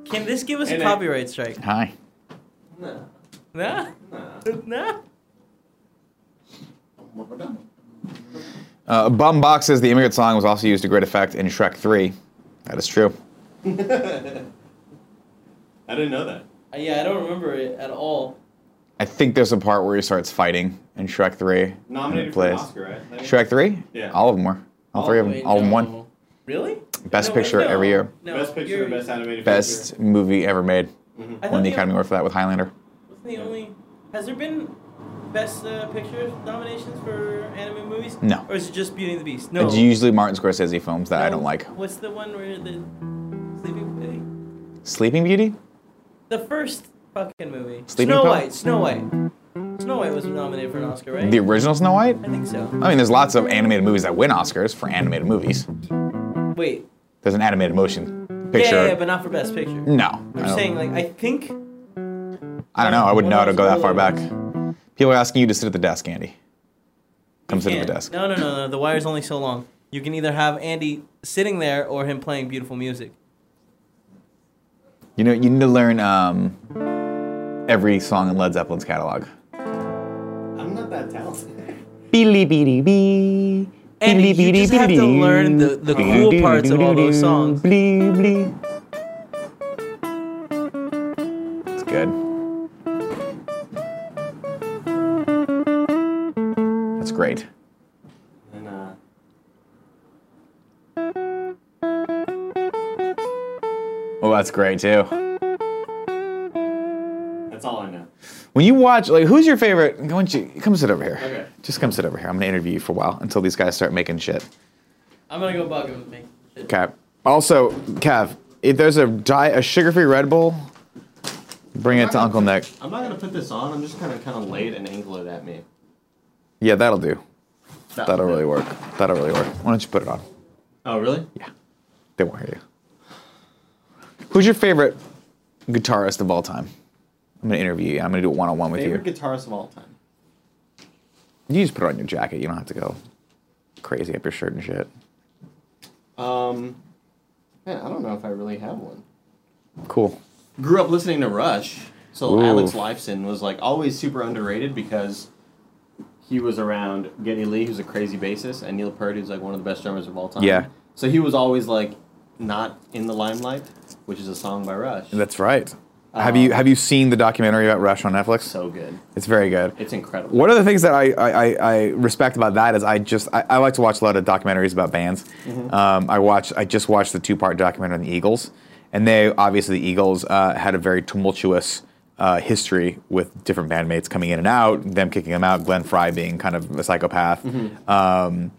S6: Can this give us a
S4: And I-
S6: copyright *laughs* strike?
S2: Hi.
S5: No.
S6: *laughs* No,
S4: Nah.
S6: no.
S2: Uh, Bum Box says the immigrant song was also used to great effect in Shrek 3. That is true.
S4: I didn't know that.
S6: Uh, yeah, I don't remember it at all.
S2: I think there's a part where he starts fighting in Shrek 3. and it
S4: Nominated for an
S2: plays.
S4: Oscar, right? I think.
S2: Shrek 3?
S4: Yeah.
S2: All of them were. All, three of them.
S6: Wait,
S2: All in
S6: no.
S2: one.
S6: Really?
S2: Best
S6: No, wait,
S2: picture
S6: no.
S2: every year.
S6: No,
S4: best picture, Mm-hmm.
S6: you're-
S4: and best animated
S2: Best
S4: feature.
S2: movie ever
S6: I
S2: made.
S6: thought
S2: Won the
S6: the-
S2: Academy Award for that with Highlander.
S6: Wasn't the only. Has there been best uh, picture nominations for anime movies?
S2: No. Uh,
S6: Or is it just Beauty and the Beast? No.
S2: It's usually Martin Scorsese films that I
S6: No.
S2: don't like.
S6: What's the one where the Sleeping Beauty?
S2: Sleeping Beauty?
S6: The first fucking movie.
S2: Sleeping
S6: Snow
S2: Pill?
S6: White. Snow White. Snow White was nominated for an Oscar, right?
S2: The original Snow White?
S6: I think so.
S2: I mean, there's lots of animated movies that win Oscars for animated movies.
S6: Wait.
S2: There's an animated motion
S6: Yeah,
S2: picture.
S6: yeah, yeah, but not for best picture.
S2: no. I
S6: I'm
S2: don't-
S6: saying like I think
S2: I don't know. I wouldn't know how to go that far back.
S6: What else?
S2: People are asking you to sit at the desk, Andy. Come sit at the
S6: Yeah.
S2: desk.
S6: No, no, no, no. The wire's only so long. You can either have Andy sitting there or him playing beautiful music.
S2: You know, you need to learn um, every song in Led Zeppelin's catalog.
S4: I'm not that talented.
S2: Beady beady bee.
S6: And you just have to learn the- the cool parts of all those songs.
S2: Blee, blee. It's good. That's great.
S4: and, uh,
S2: Oh, that's great too.
S4: that's all I know.
S2: When you watch, like, who's your favorite? Why don't you come sit over here?
S4: Okay.
S2: Just come sit over here. I'm gonna interview you for a while until these guys start making shit.
S6: I'm gonna go bug him with me.
S2: Okay. Also, Cav, if there's a di- a sugar-free Red Bull, bring it to Uncle Nick.
S4: I'm not gonna put this on. I'm just kind of kind of late and angle it at me.
S2: Yeah, that'll do.
S4: That-
S2: That'll really work. That'll really work. Why don't you put it on?
S4: Oh really?
S2: Yeah. They won't hear you. Who's your favorite guitarist of all time? I'm gonna interview you. I'm gonna do it one-on-one with
S4: Favorite
S2: you.
S4: guitarist of all time.
S2: You just put it on your jacket. You don't have to go crazy up your shirt and shit.
S4: Um, man, I don't know if I really have one.
S2: Cool.
S4: Grew up listening to Rush, so
S2: Ooh.
S4: Alex Lifeson was like always super underrated because he was around Geddy Lee, who's a crazy bassist, and Neil Peart, who's like one of the best drummers of all time.
S2: Yeah.
S4: So he was always like not in the limelight, which is a song by Rush.
S2: That's right. have you have you seen the documentary about Rush on Netflix?
S4: so good.
S2: it's very good.
S4: It's incredible.
S2: One of the things that I, I, I, I respect about that is I just I, I like to watch a lot of documentaries about bands. Um, I watch I just watched the two part documentary on the Eagles, and they obviously the Eagles uh, had a very tumultuous uh, history with different bandmates coming in and out, them kicking them out, Glenn Fry being kind of a psychopath. Um,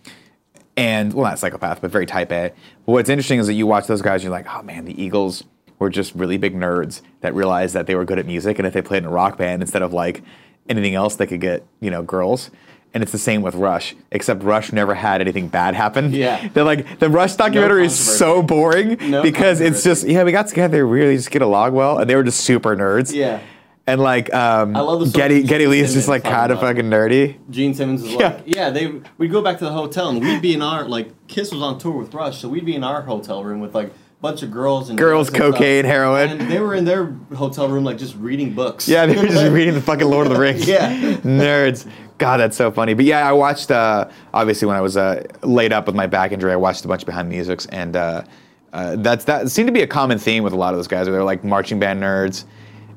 S2: and well, not a psychopath, but very type A. But what's interesting is that you watch those guys, you're like, oh man, the Eagles were just really big nerds that realized that they were good at music, and if they played in a rock band instead of like anything else, they could get you know girls. And it's the same with Rush, except Rush never had anything bad happen.
S4: Yeah.
S2: *laughs* they're like the Rush documentary is so boring
S4: No
S2: because it's just yeah, we got together, we really just get along well, and they were just super nerds.
S4: Yeah.
S2: And like, um,
S4: I love the sort
S2: Getty
S4: of
S2: Getty Lee is
S4: sentiment
S2: just like
S4: talking
S2: kind of
S4: about it.
S2: fucking nerdy.
S4: Gene Simmons was
S2: Yeah.
S4: like, yeah, they we'd go back to the hotel and we'd be in our like Kiss was on tour with Rush, so we'd be in our hotel room with like a bunch of girls and
S2: Girls,
S4: and stuff.
S2: cocaine, heroin.
S4: And they were in their hotel room like just reading books.
S2: Yeah, *laughs* they were just reading the fucking Lord of the Rings.
S4: Yeah.
S2: Nerds. God, that's so funny. But yeah, I watched, uh, obviously, when I was uh, laid up with my back injury, I watched a bunch of Behind the Musics. And uh, uh, that's that seemed to be a common theme with a lot of those guys. Where they're like marching band nerds.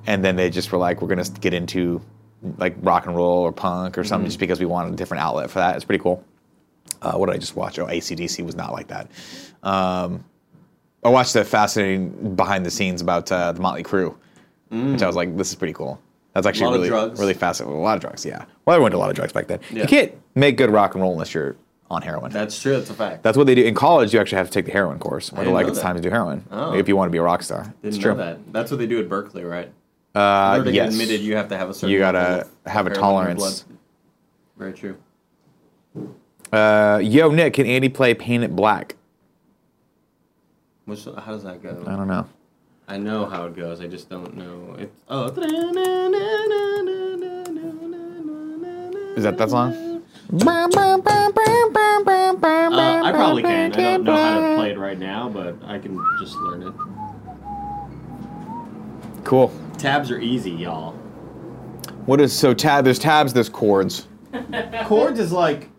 S2: And then they just were like, we're going to get into like rock and roll or punk or something just because we wanted a different outlet for that. It's pretty cool. Uh, what did I just watch? Oh, ACDC was not like that. Um, I watched a fascinating behind the scenes about uh, the Motley Crue, which I was like, this is pretty cool. That's actually
S4: Mm. lot of
S2: really,
S4: drugs.
S2: really fascinating. A lot of drugs, yeah. Well, everyone did a lot of drugs back then.
S4: Yeah.
S2: You can't make good rock and roll unless you're on heroin.
S4: *laughs* That's true, that's a fact.
S2: That's what they do in college. You actually have to take the heroin course, where they're
S4: didn't
S2: like,
S4: know
S2: it's
S4: that.
S2: time to do heroin
S4: Oh.
S2: if you want to be a rock star.
S4: Didn't
S2: it's
S4: know
S2: true.
S4: that. That's what they do at Berkeley, right? In
S2: Uh,
S4: order to get
S2: yes.
S4: admitted you have to have a certain
S2: You gotta
S4: level of
S2: have a
S4: heroin in your
S2: tolerance.
S4: blood. Very true.
S2: Uh, yo, Nick, can Andy play Paint It Black?
S4: Which, how does that
S2: I
S4: go?
S2: don't know.
S4: I know how it goes. I just don't know. It's oh.
S2: Is that that song?
S4: Uh, I probably can. I don't know how to play it right now, but I can just learn it.
S2: Cool.
S4: Tabs are easy, y'all.
S2: What is so tab? There's tabs. There's chords.
S4: Chords is like,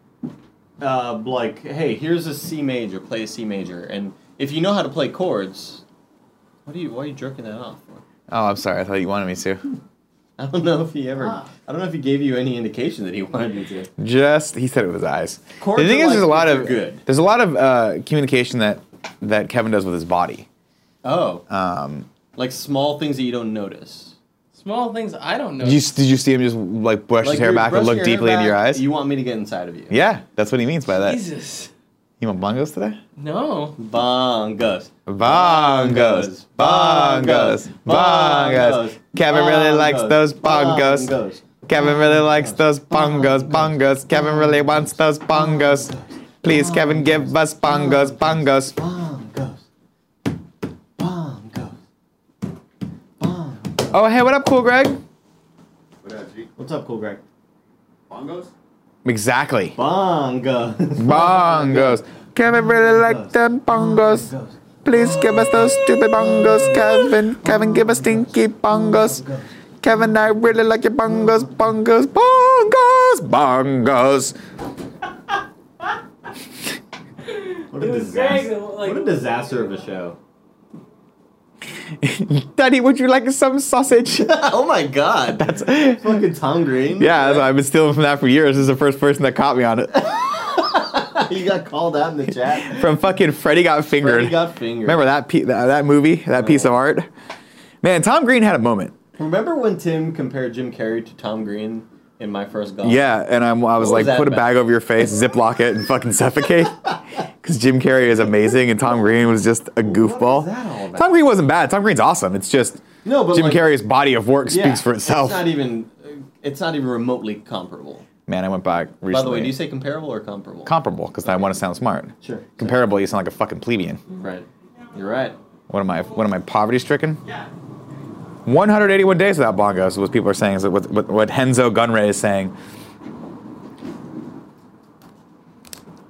S4: uh, like hey, here's a C major. Play a C major, and if you know how to play chords, what are you? Why are you jerking that off? for?
S2: Oh, I'm sorry. I thought you wanted me to.
S4: I don't know if he ever. I don't know if he gave you any indication that he wanted you to.
S2: Just he said it with his eyes.
S4: Chords
S2: the thing
S4: are
S2: is,
S4: like
S2: there's a lot of
S4: if you're good.
S2: there's a lot of uh, communication that that Kevin does with his body.
S4: Oh,
S2: Um,
S4: like small things that you don't notice.
S6: Small things I don't know.
S2: did you did you see him just like brush
S4: Like
S2: his hair
S4: you're
S2: back and
S4: brushing
S2: look
S4: your hair
S2: deeply into your
S4: back,
S2: eyes?
S4: You want me to get inside of you?
S2: yeah, that's what he means by that.
S6: Jesus.
S2: You want bongos today?
S6: No.
S4: Bongos.
S2: Bongos, bongos, bongos. Kevin really likes those bongos. Kevin really likes those bongos, bongos. Kevin really wants those bongos. Please, Kevin, give us bongos, bongos.
S4: Bongos. Bongos. Bongos.
S2: Oh, hey, what up, cool Greg?
S10: What up, G?
S4: What's up, cool Greg?
S10: Bongos?
S2: Exactly.
S4: Bongos.
S2: Bongos. Kevin really likes them bongos. Please give us those stupid bongos, Kevin. Kevin, give us stinky bongos. Kevin, I really like your bongos, bongos, bongos, bongos.
S4: What a
S6: was
S4: disaster!
S6: saying, like-
S4: What a disaster of a show. *laughs*
S2: *laughs* Daddy, would you like some sausage? *laughs*
S4: oh my god. That's fucking Tom Green.
S2: yeah,
S4: *laughs*
S2: that's- I've been stealing from that for years. This is the first person that caught me on it.
S4: you got called out in the chat.
S2: From fucking Freddy Got Fingered.
S4: Freddy got fingered.
S2: Remember that, pe- that that movie, that piece of art? Man, Tom Green had a moment.
S4: Remember when Tim compared Jim Carrey to Tom Green in my first golf?
S2: Yeah, and I'm, I was
S4: What
S2: like,
S4: was that
S2: put a
S4: about?
S2: bag over your face, ziplock it, and fucking
S4: *laughs*
S2: suffocate. Because Jim Carrey is amazing, and Tom Green was just a goofball.
S4: that all about?
S2: Tom Green wasn't bad. Tom Green's awesome. It's just
S4: No, but
S2: Jim
S4: like-
S2: Carrey's body of work
S4: Yeah,
S2: speaks for itself.
S4: It's not e- even. It's not even remotely comparable.
S2: Man, I went back recently.
S4: By the way, do you say comparable or comparable?
S2: comparable? Because I want to sound smart.
S4: Sure.
S2: Comparable, you sound like a fucking plebeian.
S4: Right. You're right.
S2: What am I? What am I? Poverty stricken? Yeah. 181 days without bongos is what people are saying. Is what, what, what Henzo Gunray is saying.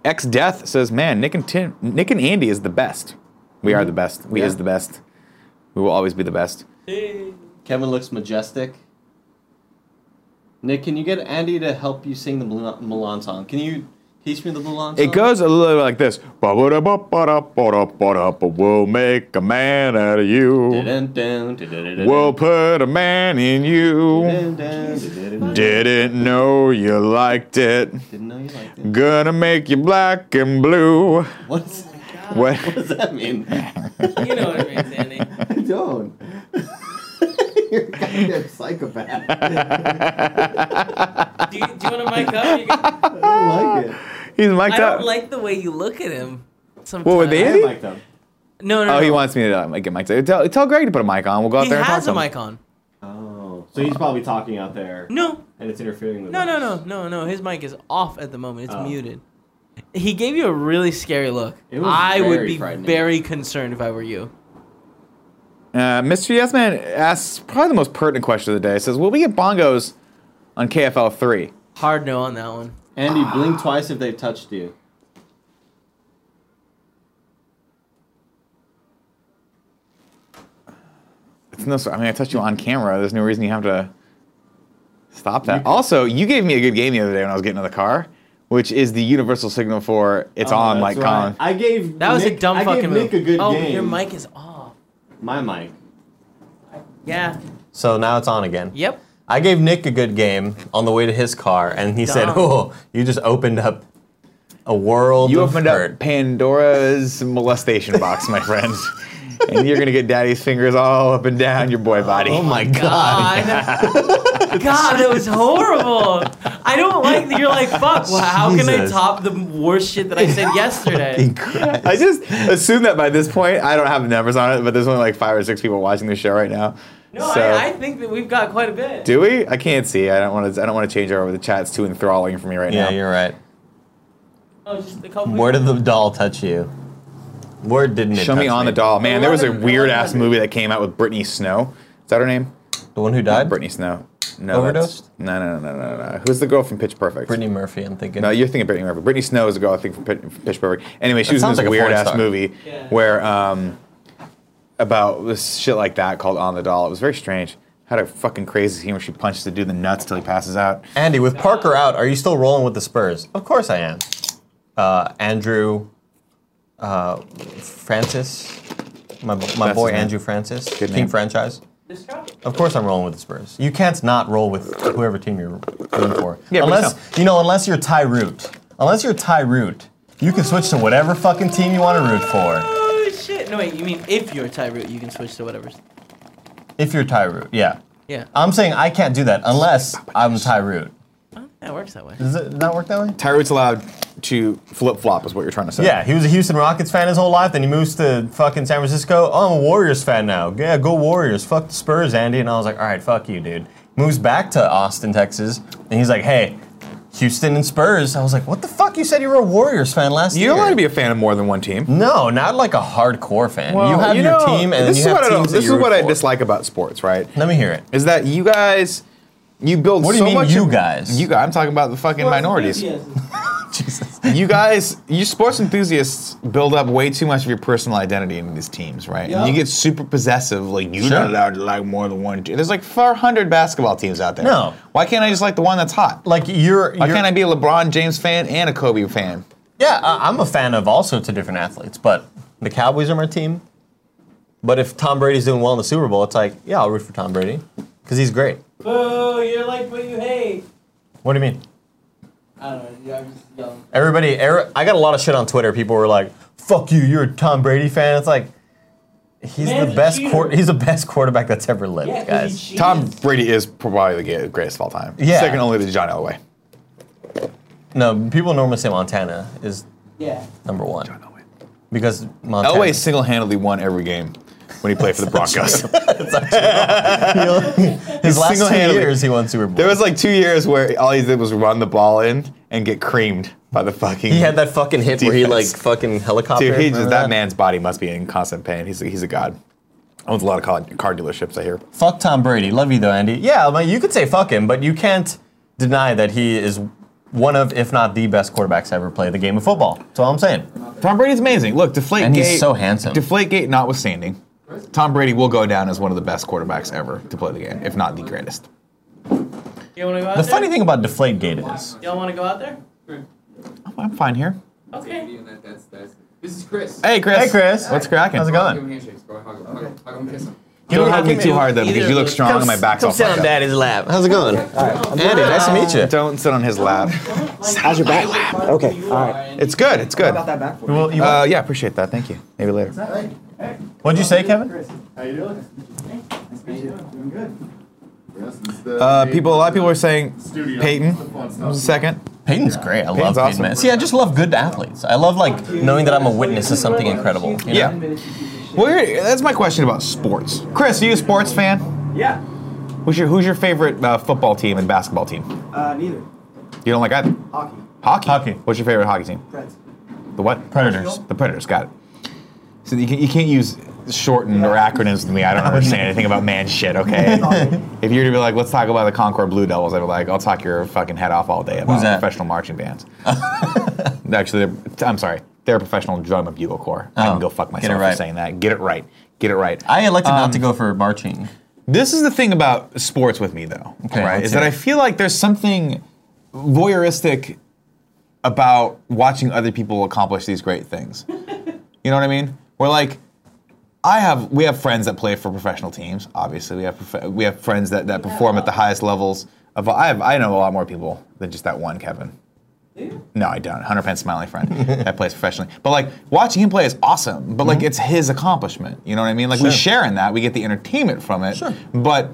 S2: X Death says, "Man, Nick and Tim, Nick and Andy is the best. We are the best. We
S4: Yeah.
S2: is the best. We will always be the best."
S4: Kevin looks majestic. Nick, can you get Andy to help you sing the Blue- Milan song? Can you teach me the Milan song?
S2: It goes a little like this. Ba-ba-da-ba-ba-da-ba-da-ba-da-ba, We'll make a man out of you. We'll
S4: Whoa.
S2: put a man in you.
S4: Didn't
S2: Didn't know you liked it.
S4: know you liked it.
S2: Gonna make you black and
S6: Oh.
S2: blue.
S4: What is-
S2: What? *laughs*
S4: what does that mean?
S6: You know what it means, Andy.
S4: *laughs* I don't. You're a goddamn psychopath. *laughs*
S6: Do you, do you want to mic up? You can-
S4: I don't *laughs* like it.
S2: He's mic'd
S6: I
S2: up.
S6: don't like the way you look at him. Sometimes.
S2: What, with
S4: I
S2: Andy?
S4: am mic'd up.
S6: No, no.
S2: oh, he
S6: no.
S2: wants me to uh, get mic'd up. Tell, tell Greg to put a mic on. We'll go out
S6: He
S2: there and talk
S6: has
S2: to
S6: a
S2: him.
S6: mic on.
S4: Oh. So he's probably talking out there.
S6: No,
S4: And it's interfering with
S6: no,
S4: us.
S6: no, no, no, no. His mic is off at the moment. It's
S4: Oh.
S6: muted. He gave you a really scary look.
S4: It was
S6: I would
S4: very
S6: be
S4: frightening.
S6: very concerned if I were you.
S2: Uh, Mr. Yes Man asks probably the most pertinent question of the day. Says, "Will we get bongos on KFL three?
S6: Hard no on that one.
S4: Andy, blink twice if they've touched you.
S2: It's no. I mean, I touched you on camera. There's no reason you have to stop that. also, you gave me a good game the other day when I was getting in the car, which is the universal signal for it's
S4: Oh,
S2: on,
S4: that's
S2: like
S4: right.
S2: Colin.
S4: I gave
S6: That was
S4: Nick,
S6: a dumb
S4: I
S6: fucking
S4: gave
S6: move.
S4: Nick a good
S6: oh,
S4: game.
S6: your mic is off.
S4: My mic.
S6: Yeah.
S4: So now it's on again.
S6: Yep.
S4: I gave Nick a good game on the way to his car, and he said,
S6: Dumb.
S4: "Oh, you just opened up a world
S2: You
S4: of
S2: opened
S4: hurt."
S2: up Pandora's molestation box, my *laughs* friend. and you're gonna get daddy's fingers all up and down your boy body.
S6: *laughs*
S4: Oh my god! *laughs*
S6: God, that was horrible. I don't like that. You're like, fuck. Well, how can I
S4: Jesus.
S6: top the worst shit that I
S4: *laughs*
S6: said yesterday?
S2: I just assume that by this point, I don't have the numbers on it, but there's only like five or six people watching the show right now.
S6: No,
S2: So-
S6: I, I think that we've got quite a bit.
S2: do we? I can't see. I don't want to. I don't want to change over. The chat's too enthralling for me right now.
S4: right.
S6: Oh, just a couple.
S4: Where did the doll touch you? Where didn't it
S2: Show
S4: touch
S2: me on the doll, man. There was a weird ass movie that came out with Brittany Snow. Is that her name?
S4: The one who
S2: Not
S4: died?
S2: Brittany Snow. No, that's-
S4: Overdosed?
S2: No, no, no, no, no, no. Who's the girl from Pitch Perfect?
S4: Brittany Murphy, I'm thinking.
S2: No, you're thinking Brittany Murphy. Brittany Snow is a girl I think from Pitch, from Pitch Perfect. Anyway, she
S4: That
S2: was in
S4: sounds
S2: this
S4: like a porn
S2: weird ass
S4: star.
S2: movie
S6: Yeah.
S2: where um, about this shit like that called On the Doll. It was very strange. Had a fucking crazy scene where she punches the dude in the nuts till he passes out.
S4: Andy, with Parker out, are you still rolling with the Spurs? Of course I am. Uh, Andrew uh, Francis, my, bo- my
S2: That's
S4: boy
S2: his name.
S4: Andrew Francis,
S2: Good
S4: team
S2: name.
S4: franchise.
S6: This truck?
S4: Of course I'm rolling with the Spurs. You can't not roll with whoever team you're rooting for.
S2: Yeah, but
S4: unless you know, unless you're Ty Root. Unless you're Ty Root, you can switch to whatever fucking team you want to root for.
S9: Oh shit! No wait, you mean if you're Tyroot, you can switch to whatever.
S4: If you're Ty Root, yeah.
S9: Yeah,
S4: I'm saying I can't do that unless I'm Ty Root.
S9: that works that way.
S4: Does it not work that way?
S2: Tyroot's allowed to flip flop, is what you're trying to say.
S4: Yeah, he was a Houston Rockets fan his whole life. Then he moves to fucking San Francisco. Oh, I'm a Warriors fan now. Yeah, go Warriors. Fuck the Spurs, Andy. And I was like, all right, fuck you, dude. Moves back to Austin, Texas, and he's like, hey, Houston and Spurs. I was like, what the fuck? You said you were a Warriors fan last year.
S2: You're allowed to be a fan of more than one team.
S4: No, not like a hardcore fan.
S2: Well,
S4: you have your
S2: know,
S4: team, and
S2: this
S4: then you
S2: is
S4: have
S2: what I don't-
S4: teams that
S2: This
S4: you
S2: is what
S4: root
S2: I
S4: for.
S2: dislike about sports, right?
S4: Let me hear it.
S2: Is that you guys, you build
S4: What do
S2: so
S4: you mean,
S2: much.
S4: you guys?
S2: You guys. I'm talking about the fucking minorities.
S6: *laughs*
S4: Jesus.
S2: you guys, you sports enthusiasts build up way too much of your personal identity into these teams, right? And you get super possessive, like you're
S4: Sure.
S2: not allowed to like more than one team. There's like 400 basketball teams out there.
S4: No.
S2: why can't I just like the one that's hot?
S4: Like you're.
S2: Why
S4: you're-
S2: can't I be a LeBron James fan and a Kobe fan?
S4: Yeah, I, I'm a fan of also two different athletes, but the Cowboys are my team. But if Tom Brady's doing well in the Super Bowl, it's like, yeah, I'll root for Tom Brady because he's great.
S6: Boo! Oh, You're like what you hate.
S4: What do you mean?
S6: I don't know. I'm just young.
S4: Everybody, er, I got a lot of shit on Twitter. People were like, "Fuck you, you're a Tom Brady fan." It's like, he's
S6: Man's
S4: the
S6: a
S4: best.
S6: cheater.
S4: Quar- he's the best quarterback that's ever lived,
S6: Yeah, 'cause he
S4: guys.
S6: cheated.
S2: Tom Brady is probably the greatest of all time.
S4: Yeah.
S2: second only to John Elway.
S4: No, people normally say Montana is
S6: Yeah.
S4: number one because Montana.
S2: Elway single-handedly won every game when he played
S4: *laughs*
S2: for the Broncos.
S4: his last two
S2: single-handedly-
S4: years, he won Super Bowl.
S2: There was like two years where all he did was run the ball in and get creamed by the fucking.
S4: he had that fucking hit where he like
S2: Defense.
S4: fucking helicopter.
S2: Dude, he just,
S4: remember
S2: that, man's body must be in constant pain. He's a, he's a god. Owns a lot of car, car dealerships, I hear.
S4: Fuck Tom Brady. Love you though, Andy. Yeah, I mean, you could say fuck him, but you can't deny that he is one of, if not the best quarterbacks to ever play the game of football. That's all I'm saying.
S2: Tom Brady's amazing. Look, Deflate
S4: And he's so handsome.
S2: Deflate Gate notwithstanding, Tom Brady will go down as one of the best quarterbacks ever to play the game, if not the greatest.
S9: You wanna go out
S4: The
S9: there?
S4: funny thing about Deflategate is,
S9: Y'all wanna go out there?
S2: I'm- I'm fine here.
S9: Okay.
S7: And that, that's, that's, this is Chris.
S2: Hey, Chris.
S4: Hey, Chris.
S2: What's cracking?
S4: How's it
S7: Give
S4: going?
S7: him handshakes, bro. Hug him. Hug him. Hug him. Kiss him.
S2: Don't hug me
S9: me
S2: too
S9: do
S2: hard, though, because
S9: either
S2: you
S9: of
S2: look
S9: those.
S2: strong and my back's all fucked up.
S4: daddy's lap. How's it going? Andy, nice to meet you.
S2: Don't sit on his lap.
S6: How's your back?
S3: Okay, all right.
S2: It's good. It's good.
S3: Got that back for
S4: You
S3: you.
S4: will- you will-
S2: Uh, yeah, appreciate that. Thank you. Maybe later.
S3: Hey, hey.
S4: what'd you say, Kevin?
S3: Chris, how you doing? Nice to meet you. Doing good. Yes, it's the-
S2: Uh, people, a lot of people are saying
S3: Studio.
S2: Peyton.
S3: Fun stuff.
S2: second.
S4: Peyton's great. I love
S2: Peyton's
S4: Peyton.
S2: awesome.
S4: man. See, I just love good athletes. I love like knowing that I'm a witness to something incredible. you know?
S2: Yeah. Well, here- that's my question about sports. Chris, are you a sports fan?
S3: Yeah.
S2: Who's your Who's your favorite uh, football team and basketball team?
S3: Uh, neither.
S2: You don't like either.
S3: Hockey.
S2: Hockey.
S4: Hockey.
S2: What's your favorite hockey team?
S3: Preds.
S2: The what?
S4: Predators.
S2: The Predators. Got it. So you, can, you can't use shortened or acronyms to me.
S4: *laughs*
S2: I don't understand anything about man shit. Okay. if you were to be like, let's talk about the Concord Blue Devils, I'd be like, I'll talk your fucking head off all day about
S4: Who's that?
S2: professional marching
S4: *laughs*
S2: bands. Actually, they're, I'm sorry. They're a professional drum and bugle corps. I
S4: Oh,
S2: can go fuck
S4: get it
S2: myself for
S4: right.
S2: saying that. Get it right. Get it right.
S4: I elected not to
S2: Um,
S4: go for marching.
S2: This is the thing about sports with me, though,
S4: Okay,
S2: right?
S4: let's
S2: Is that
S4: hear
S2: I
S4: it.
S2: feel like there's something voyeuristic about watching other people accomplish these great things. you know what I mean? We're like, I have we have friends that play for professional teams. Obviously, we have prof- we have friends that, that perform at the highest levels of. I have I know a lot more people than just that one Kevin. No, I don't. Hunter Pence, my only friend *laughs* that plays professionally. But like watching him play is awesome. But like it's his accomplishment. You know what I mean? Like we
S4: Mm-hmm. Sure.
S2: share in that. We get the entertainment from it.
S4: Sure.
S2: But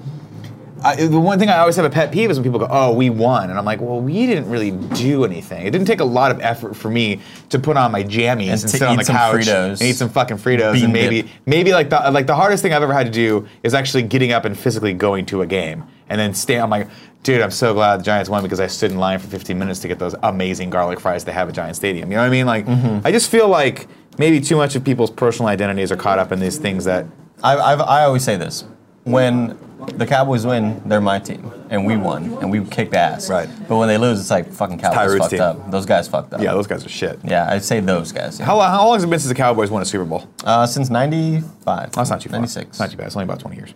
S2: I, the one thing I always have a pet peeve is when people go, "Oh, we won," and I'm like, "Well, we didn't really do anything. It didn't take a lot of effort for me to put on my jammies and,
S4: And to
S2: sit on
S4: eat
S2: the
S4: some
S2: couch
S4: Fritos.
S2: and eat some fucking Fritos
S4: Bean
S2: and maybe
S4: dip.
S2: maybe like the like the hardest thing I've ever had to do is actually getting up and physically going to a game and then stay. I'm like, dude, I'm so glad the Giants won because I stood in line for 15 minutes to get those amazing garlic fries they have at Giant Stadium. You know what I mean? Like,
S4: Mm-hmm.
S2: I just feel like maybe too much of people's personal identities are caught up in these things that
S4: I, I've, I always say this: when the Cowboys win, they're my team, and we won, and we kicked ass.
S2: Right.
S4: But when they lose, it's like fucking Cowboys
S2: Tyrod's
S4: fucked
S2: team.
S4: up. Those guys fucked up.
S2: yeah, those guys are shit.
S4: Yeah, I'd say those guys. yeah.
S2: How, how long has it been since the Cowboys won a Super Bowl?
S4: Uh, since '95.
S2: That's not too far.
S4: '96.
S2: It's not too bad. It's only about 20 years.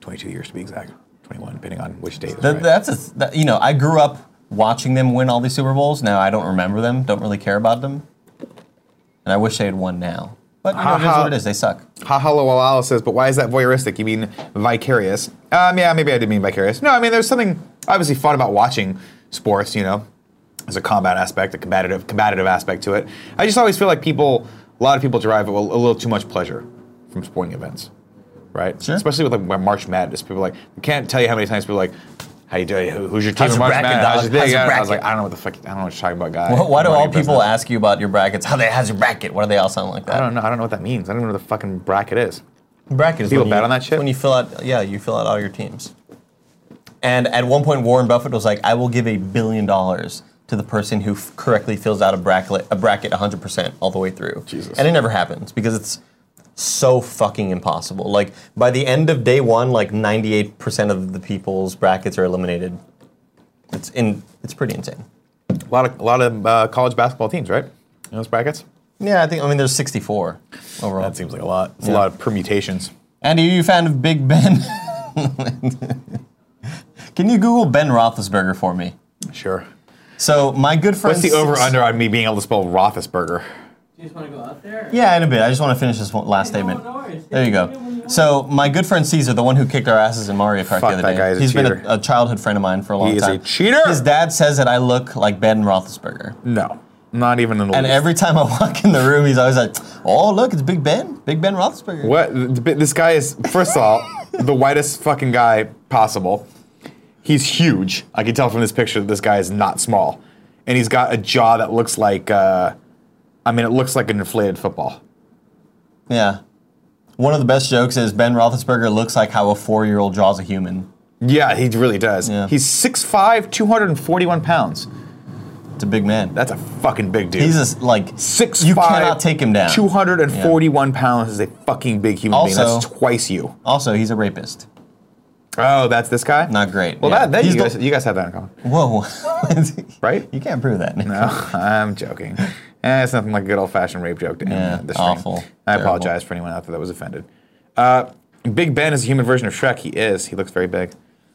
S2: 22 years to be exact. 21, depending on which date.
S4: Th- That's a, that, you know, I grew up watching them win all these Super Bowls. Now I don't remember them, don't really care about them, and I wish they had won now. But you know, it is
S2: Haha.
S4: what it is. They suck.
S2: Hahalawala says, but why is that voyeuristic? You mean vicarious? Um, yeah, maybe I did mean vicarious. No, I mean there's something obviously fun about watching sports. You know, there's a combat aspect, a combative combative aspect to it. I just always feel like people, a lot of people derive a, a little too much pleasure from sporting events, right?
S4: Sure.
S2: Especially with like my March Madness, people are like I can't tell you how many times people are like. How you doing? Who- Who's your team
S4: How's
S2: in
S4: your
S2: March
S4: bracket,
S2: Madness? How's
S4: dog?
S2: your
S4: How's
S2: thing?"
S4: your
S2: I was like,
S4: bracket?
S2: I don't know what the fuck. I don't know what you're talking about, guy.
S4: Why, why do
S2: Nobody
S4: all
S2: does
S4: people
S2: that.
S4: ask you about your brackets? How they how's your bracket? Why do they all sound like that?
S2: I don't know. I don't know what that means. I don't even know what the fucking bracket is.
S4: bracket is
S2: People
S4: when
S2: bet
S4: you,
S2: on that shit?
S4: when you fill out yeah you fill out all your teams and at one point warren buffett was like i will give a billion dollars to the person who f- correctly fills out a bracket a bracket 100% all the way through
S2: Jesus.
S4: and it never happens because it's so fucking impossible like by the end of day one like 98% of the people's brackets are eliminated it's in it's pretty insane
S2: A lot of a lot of uh, college basketball teams, right? In those brackets.
S4: yeah i think i mean there's 64 overall
S2: That seems like a lot. It's a
S4: Yeah.
S2: lot of permutations.
S4: Andy, are you a fan of Big Ben? *laughs* Can you Google Ben Roethlisberger for me?
S2: Sure.
S4: So my good friend.
S2: What's the over under on me being able to spell Roethlisberger?
S6: you just want to go out there?
S4: Yeah, in a bit. I just want to finish this one, last statement. There you go. So my good friend Caesar, the one who kicked our asses in Mario
S2: Fuck,
S4: Kart the other
S2: that
S4: day,
S2: guy is a
S4: he's been
S2: cheater.
S4: a, a childhood friend of mine for a long
S2: He is
S4: time.
S2: a cheater.
S4: His dad says that I look like Ben Roethlisberger,
S2: No, not even in the
S4: and
S2: least.
S4: every time I walk in the room, he's always like, "Oh, look, it's Big Ben, Big Ben Roethlisberger."
S2: What th- th- this guy is? First of all, the whitest fucking guy possible. He's huge. I can tell from this picture that this guy is not small, and he's got a jaw that looks like. Uh, I mean, it looks like an inflated football.
S4: Yeah. One of the best jokes is Ben Roethlisberger looks like how a four-year-old draws a human.
S2: Yeah, he really does.
S4: Yeah.
S2: He's 6'5", 241 pounds.
S4: It's a big man.
S2: That's a fucking big dude.
S4: He's just like
S2: Six.
S4: You
S2: five,
S4: cannot take him down.
S2: Two hundred and forty-one pounds is a fucking big human being.
S4: Also-
S2: That's twice you.
S4: Also, he's a rapist.
S2: Oh, that's this guy.
S4: Not great.
S2: Well,
S4: yeah.
S2: that, that
S4: He's
S2: you,
S4: the-
S2: guys, you guys have that in common,
S4: *laughs* Whoa.
S2: right?
S4: You can't prove
S2: *laughs*
S4: that.
S2: No, I'm joking. Eh, it's nothing like a good old-fashioned rape joke to end
S4: Yeah,
S2: the stream.
S4: awful.
S2: I
S4: Terrible.
S2: apologize for anyone out there that was offended. Uh, big Ben is a human version of Shrek. He is. He looks very big.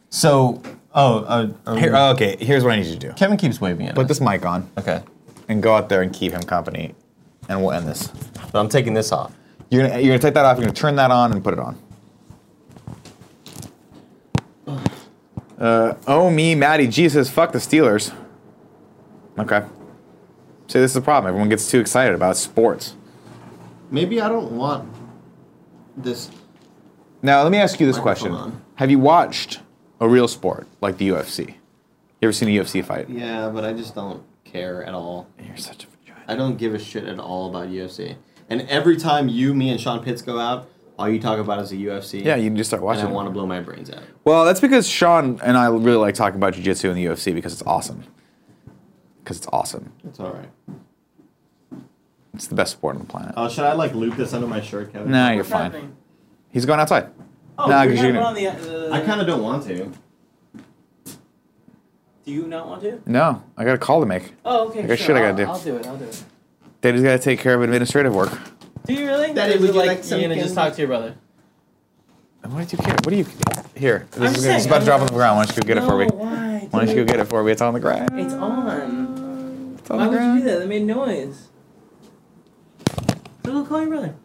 S4: So, oh, uh, uh,
S2: Here, oh, okay. Here's what I need you to do.
S4: Kevin keeps waving at
S2: Put
S4: us.
S2: this mic on
S4: Okay.
S2: and go out there and keep him company, and we'll end this.
S4: But I'm taking this off.
S2: You're gonna, you're gonna take that off. You're gonna turn that on and put it on. Uh, oh me, Maddie G says, "Fuck the Steelers." Okay. See, this is the problem. Everyone gets too excited about sports.
S11: Maybe I don't want this.
S2: Now, let me ask you this question:
S11: Microphone on.
S2: Have you watched a real sport like the UFC? You ever seen a UFC fight?
S11: Yeah, but I just don't care at all.
S2: You're such a vagina.
S11: I don't give a shit at all about UFC. And every time you, me, and Sean Pitts go out, all you talk about is the UFC.
S2: Yeah, you can just start
S11: and
S2: watching.
S11: I
S2: it.
S11: want to blow my brains out.
S2: Well, that's because Sean and I really like talking about jiu-jitsu and the UFC because it's awesome. Because it's awesome.
S11: It's all right.
S2: It's the best sport on the planet.
S11: Oh, should I like loop this under my shirt, Kevin?
S2: No, you're fine. He's going outside.
S6: Oh,
S2: Nah,
S6: you're
S2: 'cause
S6: not
S2: you
S6: going
S2: can-
S6: on the, uh,
S11: I kind of don't want to.
S6: Do you not want to?
S2: No, I got a call to make.
S6: Oh, okay.
S2: I got
S6: sure.
S2: shit I gotta
S6: I'll,
S2: do.
S6: I'll do it. I'll do it.
S2: Daddy's got to take care of administrative work.
S6: Do you really?
S11: Daddy,
S6: Or is
S11: would
S6: it
S11: you
S6: like,
S11: like some
S6: you're gonna just
S11: candy?
S6: talk to your brother?
S2: And Why do you care? What do you here? This
S6: I'm
S2: is
S6: just
S2: gonna-
S6: saying,
S2: it's about to drop
S6: I'm-
S2: on the ground. Why don't you go get it for me?
S6: why?
S2: Why don't you
S6: dude?
S2: go get it for me? It's on the ground.
S6: It's on.
S2: It's on
S6: Why
S2: the
S6: would you do
S2: ground.
S6: that? That made noise. So go call your brother.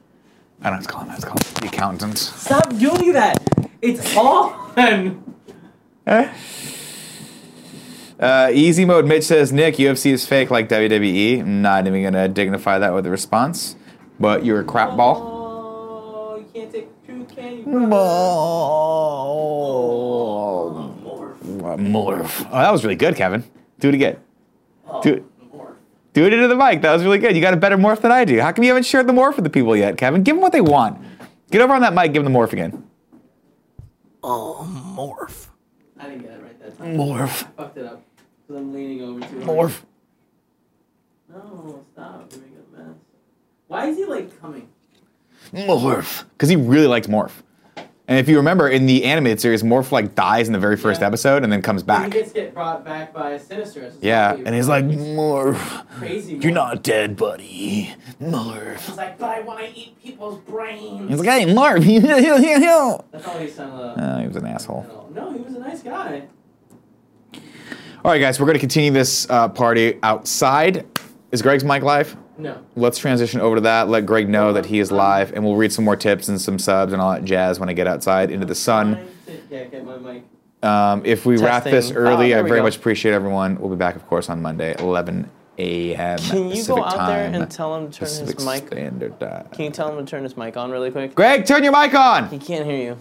S2: I don't know. It's calling. It's calling the accountants.
S6: Stop doing that. It's on.
S2: Eh? Uh, easy mode. Mitch says Nick, UFC is fake like WWE. I'm not even gonna dignify that with a response. But you're a crap ball.
S6: Oh, you can't take two, can you?
S2: Morph. Morph. Oh, that was really good, Kevin. Do it again. Do it. Do it into the mic. That was really good. You got a better morph than I do. How come you haven't shared the morph with the people yet, Kevin? Give them what they want. Get over on that mic. Give them the morph again.
S6: I didn't get it right.
S12: that time.
S2: Morph.
S12: I fucked it up. Because I'm leaning over too hard.
S2: Morph.
S12: No, stop. You're making a mess. Why is he like coming?
S2: Morph. Because he really liked Morph. And if you remember in the animated series, Morph like dies in the very first
S12: Yeah.
S2: episode and then comes
S12: He
S2: back.
S12: gets get brought back by Sinister. It's just
S2: Yeah,
S12: like,
S2: and he's like, Morph,
S12: crazy.
S2: you're
S12: man.
S2: not dead, buddy. Morph.
S12: He's like, but I want to eat people's brains.
S2: He's like, hey, Morph, *laughs* heal, heal, heal, heal.
S12: That's all he sounded like.
S2: Oh, he was an asshole.
S12: No, he was a nice guy.
S2: All right, guys, we're going to continue this uh, party outside. Is Greg's mic live?
S12: No.
S2: Let's transition over to that. Let Greg know that he is live, and we'll read some more tips and some subs and all that jazz when I get outside into the sun.
S12: Trying to- Yeah, get my mic.
S2: Um, if we wrap this
S6: Testing.
S2: early,
S6: Ah,
S2: I
S6: there we
S2: very
S6: go.
S2: much appreciate everyone. We'll be back, of course, on Monday, 11 a.m.
S6: Can you
S2: Pacific
S6: go out there
S2: time,
S6: and tell him to turn
S2: Pacific
S6: his mic?
S2: Standard Time.
S6: Can you tell him to turn his mic on really quick?
S2: Greg, turn your mic on. All
S6: He can't hear you.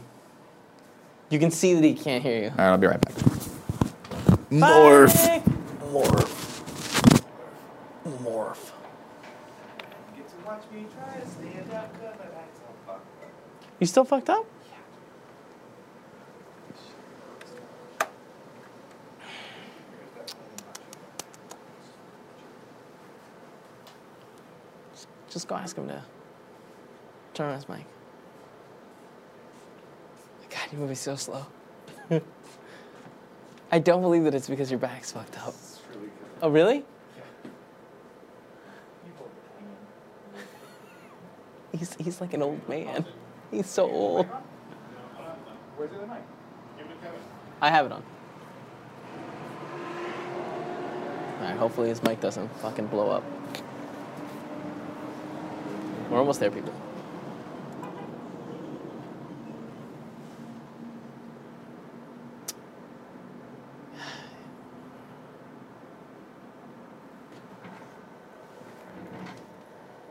S6: You can see that he can't hear you.
S2: right, I'll be right back. Morph.
S6: Bye.
S2: Morph. Morph.
S13: Get to watch me try to stand up, but I still fuck up.
S6: You still fucked up? Just go ask him to turn on his mic. God, you're moving so slow. I don't believe that it's because your back's fucked up. Oh, really? He's, he's like an old man. He's so old.
S13: Where's the other mic?
S6: I have it on. Alright, hopefully his mic doesn't fucking blow up. We're almost there, people.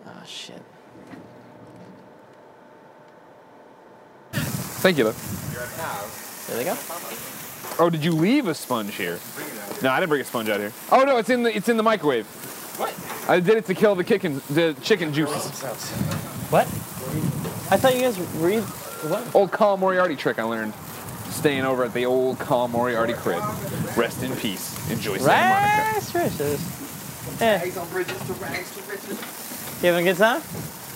S6: Ah, shit.
S7: Thank you, though.
S6: There they go.
S7: Oh, did you leave a sponge here? No, I didn't bring a sponge out here. Oh no, it's in the it's in the microwave. What? I did it to kill the chicken the chicken juices.
S6: What? I thought you guys read. What?
S7: Old Call Moriarty trick I learned staying over at the old Call Moriarty crib. Rest in peace. Enjoy Santa Monica.
S6: Rags to riches. Eh. You having a good time?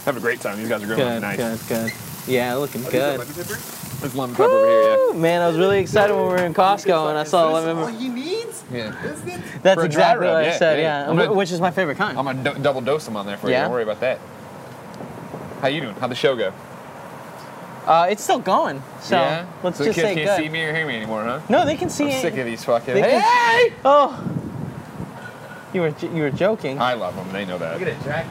S7: Have a great time. You guys are going Oh, nice.
S6: good, good. Yeah, looking good.
S7: There's lemon pepper over
S6: Woo! Man, I was really excited when we were in Costco and I saw a lemon.
S13: he needs?
S7: here. Yeah. yeah.
S3: *laughs*
S6: That's
S7: For a dry
S6: exactly
S7: rub,
S6: what I
S7: yeah,
S6: said.
S7: yeah.
S6: Yeah,
S7: I'm gonna-
S6: which is my favorite kind.
S7: I'm gonna d- double dose them on there for you.
S6: Yeah.
S7: Don't worry about that. How you doing? How'd the show go?
S6: Uh, it's still going, so
S7: yeah.
S6: let's
S7: so
S6: just
S7: the kids
S6: say
S7: can't
S6: good.
S7: see me or hear me anymore, huh?
S6: No, they can see
S7: I'm
S6: it.
S7: sick of these fucking.
S6: They
S7: Hey!
S6: can- Oh, you were j- you were joking.
S7: I love them. They know that.
S13: Look at it, Jack.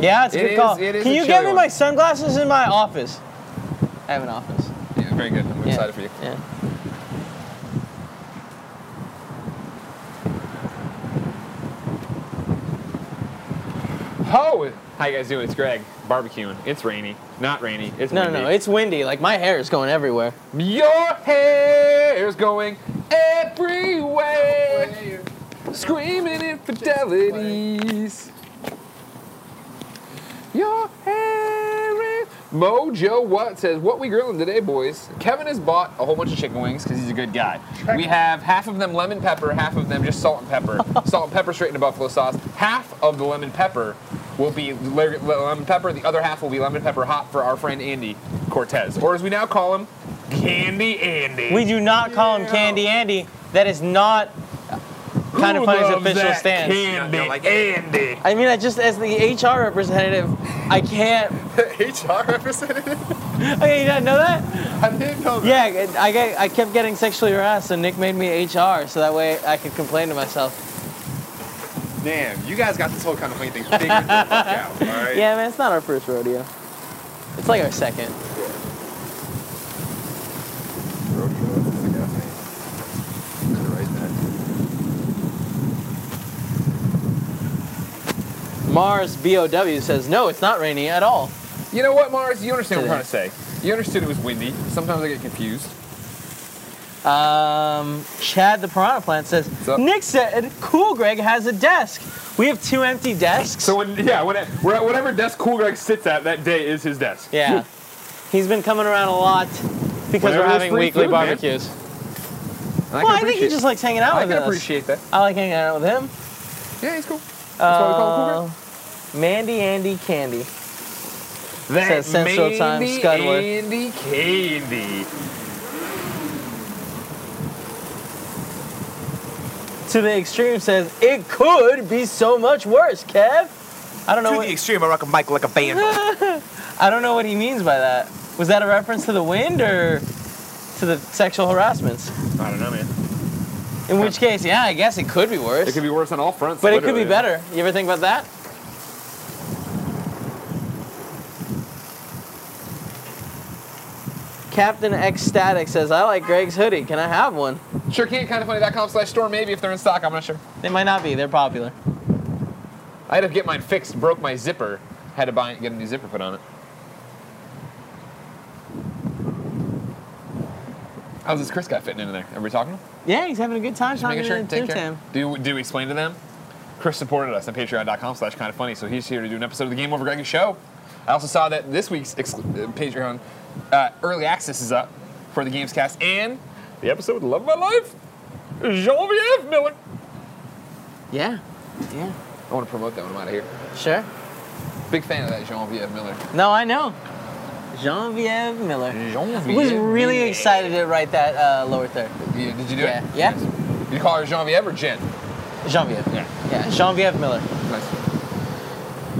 S6: Yeah, it's a
S7: It
S6: good
S7: is-
S6: call.
S7: it is
S6: Can
S7: a
S6: you
S7: chilly
S6: get me
S7: one.
S6: my sunglasses in my office? I have an office.
S7: Yeah, very good. I'm
S6: Yeah.
S7: excited for you.
S6: Yeah.
S7: Ho! How you guys doing? It's Greg. Barbecuing. It's rainy. Not rainy. It's
S6: No, no,
S7: windy.
S6: no. It's windy. Like my hair is going everywhere.
S7: Your hair's going
S9: Um,
S7: everywhere. Screaming infidelities. Your hair is... Mojo What says, what we grilling today, boys? Kevin has bought a whole bunch of chicken wings because he's a good guy. We have half of them lemon pepper, half of them just salt
S6: *laughs*
S7: and pepper. salt and pepper straightened to buffalo sauce. Half of the lemon pepper will be le- le- lemon pepper. The other half will be lemon pepper hot for our friend Andy Cortez. Or as we now call him, Candy Andy.
S6: We do not call him Candy Andy. That is not kind of
S7: Who
S6: funny's
S7: loves
S6: official
S7: that
S6: stance.
S7: Candy
S3: Y'all like
S7: Andy.
S6: I mean, I just as the HR representative, I can't.
S3: HR representative?
S6: Okay, Oh, you didn't know that?
S3: I didn't know that.
S6: Yeah, I get, I kept getting sexually harassed, so Nick made me HR, so that way I could complain to myself.
S3: Damn, you guys got this whole kind of funny thing figured the fuck
S6: *laughs*
S3: out, all right?
S6: Yeah, man, it's not our first rodeo. It's like our second. Mars BOW says no, it's not rainy at all.
S7: You know what, Mars? You understand what I'm
S6: Today.
S7: trying to say. You understood it was windy. Sometimes I get confused.
S6: Um, Chad the Piranha Plant says,
S7: up?
S6: Nick said, cool Greg has a desk. We have two empty desks. *laughs*
S7: So when yeah, when we're at whatever desk Cool Greg sits at that day is his desk.
S6: yeah. He's been coming around a lot because
S7: Whenever
S6: we're
S7: there's
S6: having
S7: free
S6: weekly
S7: food, man.
S6: barbecues.
S7: And I
S6: well, I think
S7: can
S6: he
S7: appreciate-
S6: just likes hanging out
S7: I
S6: with
S7: can
S6: us.
S7: appreciate that.
S6: I like hanging out with him.
S7: Yeah, he's cool.
S6: That's
S7: why we call him
S6: Mandy, Andy, Candy.
S7: That
S6: Says Central
S7: Mandy
S6: Time, Scudworth.
S7: Andy Candy.
S6: To the extreme says it could be so much worse, Kev. I don't know.
S9: To
S6: what,
S9: the extreme, I rock a mic like a bandit.
S6: *laughs* I don't know what he means by that. Was that a reference to the wind or to the sexual harassments?
S7: I don't know, man.
S6: In which case, yeah, I guess it could be worse.
S7: It could be worse on all fronts.
S6: But it could be
S7: literally.
S6: better. You ever think about that? Captain Ecstatic says, I like Greg's hoodie. Can I have one?
S7: Sure can. Kindoffunny.com slash store. Maybe if they're in stock, I'm not sure.
S6: They might not be. They're popular.
S7: I had to get mine fixed. Broke my zipper. Had to buy get a new zipper put on it. How's this Chris guy fitting into there? Are we talking?
S6: Yeah, he's having a good time
S7: Just making
S6: talking
S7: sure.
S6: to
S7: Take
S6: Tim
S7: care.
S6: Tam.
S7: Do do we explain to them? Chris supported us on patreon.com slash kind of funny, so he's here to do an episode of the Game Over Greggy show. I also saw that this week's ex- uh, Patreon uh, early access is up for the Games Cast and the episode with Love of My Life, Jean-Vieve Miller.
S6: Yeah, yeah.
S7: I want to promote that when I'm out of here.
S6: Sure.
S7: Big fan of that Jean-Vieve Miller.
S6: No, I know. Jean-Vieve Miller.
S7: Jean-Vieve
S6: I was really excited to write that uh, lower third.
S7: Yeah, did you do
S6: yeah.
S7: it?
S6: Yeah?
S7: Did you call her Jean-Vieve or Jen?
S6: Jean-Vieve.
S7: Yeah.
S6: Yeah, Jean-Vieve Miller.
S7: Nice.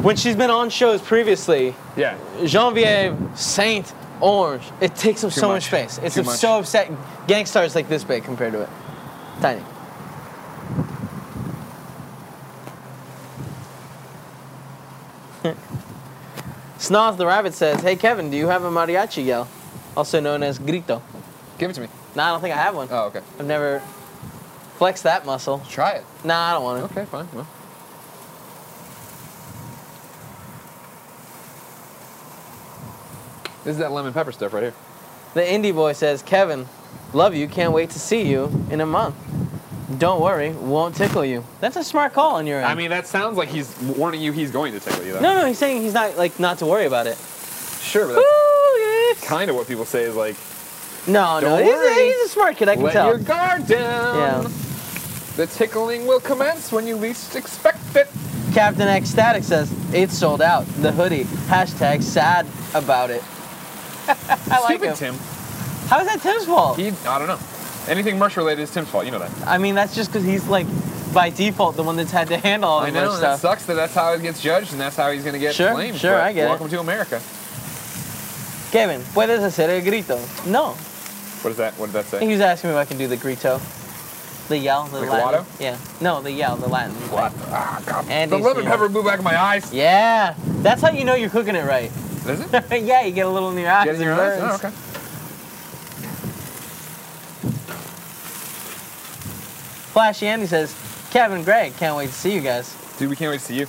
S6: When she's been on shows previously,
S7: Yeah.
S6: Jean-Vieve, Saint, Orange, it takes up
S7: Too
S6: so
S7: much.
S6: much space. It's
S7: Too much.
S6: so upsetting. Gangstar's like this big compared to it. Tiny. *laughs* Snoz the Rabbit says, Hey Kevin, do you have a mariachi yell? Also known as grito.
S7: Give it to me.
S6: No, I don't think I have one.
S7: Oh, okay.
S6: I've never flexed that muscle.
S7: Try it.
S6: Nah, I don't want to.
S7: Okay, fine. Well. This is that lemon pepper stuff right here.
S6: The indie boy says, Kevin, love you, can't wait to see you in a month. Don't worry, won't tickle you. That's a smart call on your end.
S7: I mean, that sounds like he's warning you he's going to tickle you. Though.
S6: no, no, he's saying he's not like not to worry about it.
S7: Sure, but that's kind of what people say is like,
S6: No, no,
S7: Don't
S6: he's a,
S7: worry.
S6: he's a smart kid. I can
S7: let
S6: tell.
S7: your guard down.
S6: Yeah.
S7: The tickling will commence when you least expect it.
S6: Captain Ecstatic says it's sold out. The hoodie. Hashtag sad about
S7: *laughs*
S6: it. I like
S7: Stupid
S6: him.
S7: Tim.
S6: How is that Tim's fault?
S7: He, I don't know. Anything merch related is Tim's fault. You know that.
S6: I mean, that's just because he's like by default the one that's had to handle all
S7: I
S6: the
S7: know.
S6: merch
S7: and
S6: stuff.
S7: That sucks that that's how it gets judged and that's how he's going to get
S6: Sure,
S7: blamed.
S6: sure,
S7: but
S6: I get it.
S7: Welcome to America.
S6: Kevin, puedes hacer el grito? No.
S7: What is that? What did that say?
S6: He was asking me if I can do the grito. The yell, the
S7: Like
S6: Latin.
S7: Watto?
S6: Yeah. No, the yell, the Latin.
S7: What? Ah, God.
S6: And
S7: the
S6: he's
S7: lemon
S6: the-
S7: pepper blew back in my eyes.
S6: Yeah. That's how you know you're cooking it right. *laughs*
S7: Is it?
S6: yeah, you get a little in your eyes.
S7: Get in
S6: it
S7: your eyes?
S6: burns.
S7: Oh, okay.
S6: Flashy Andy says, Kevin, Greg, can't wait to see you guys.
S7: Dude, we can't wait to see you.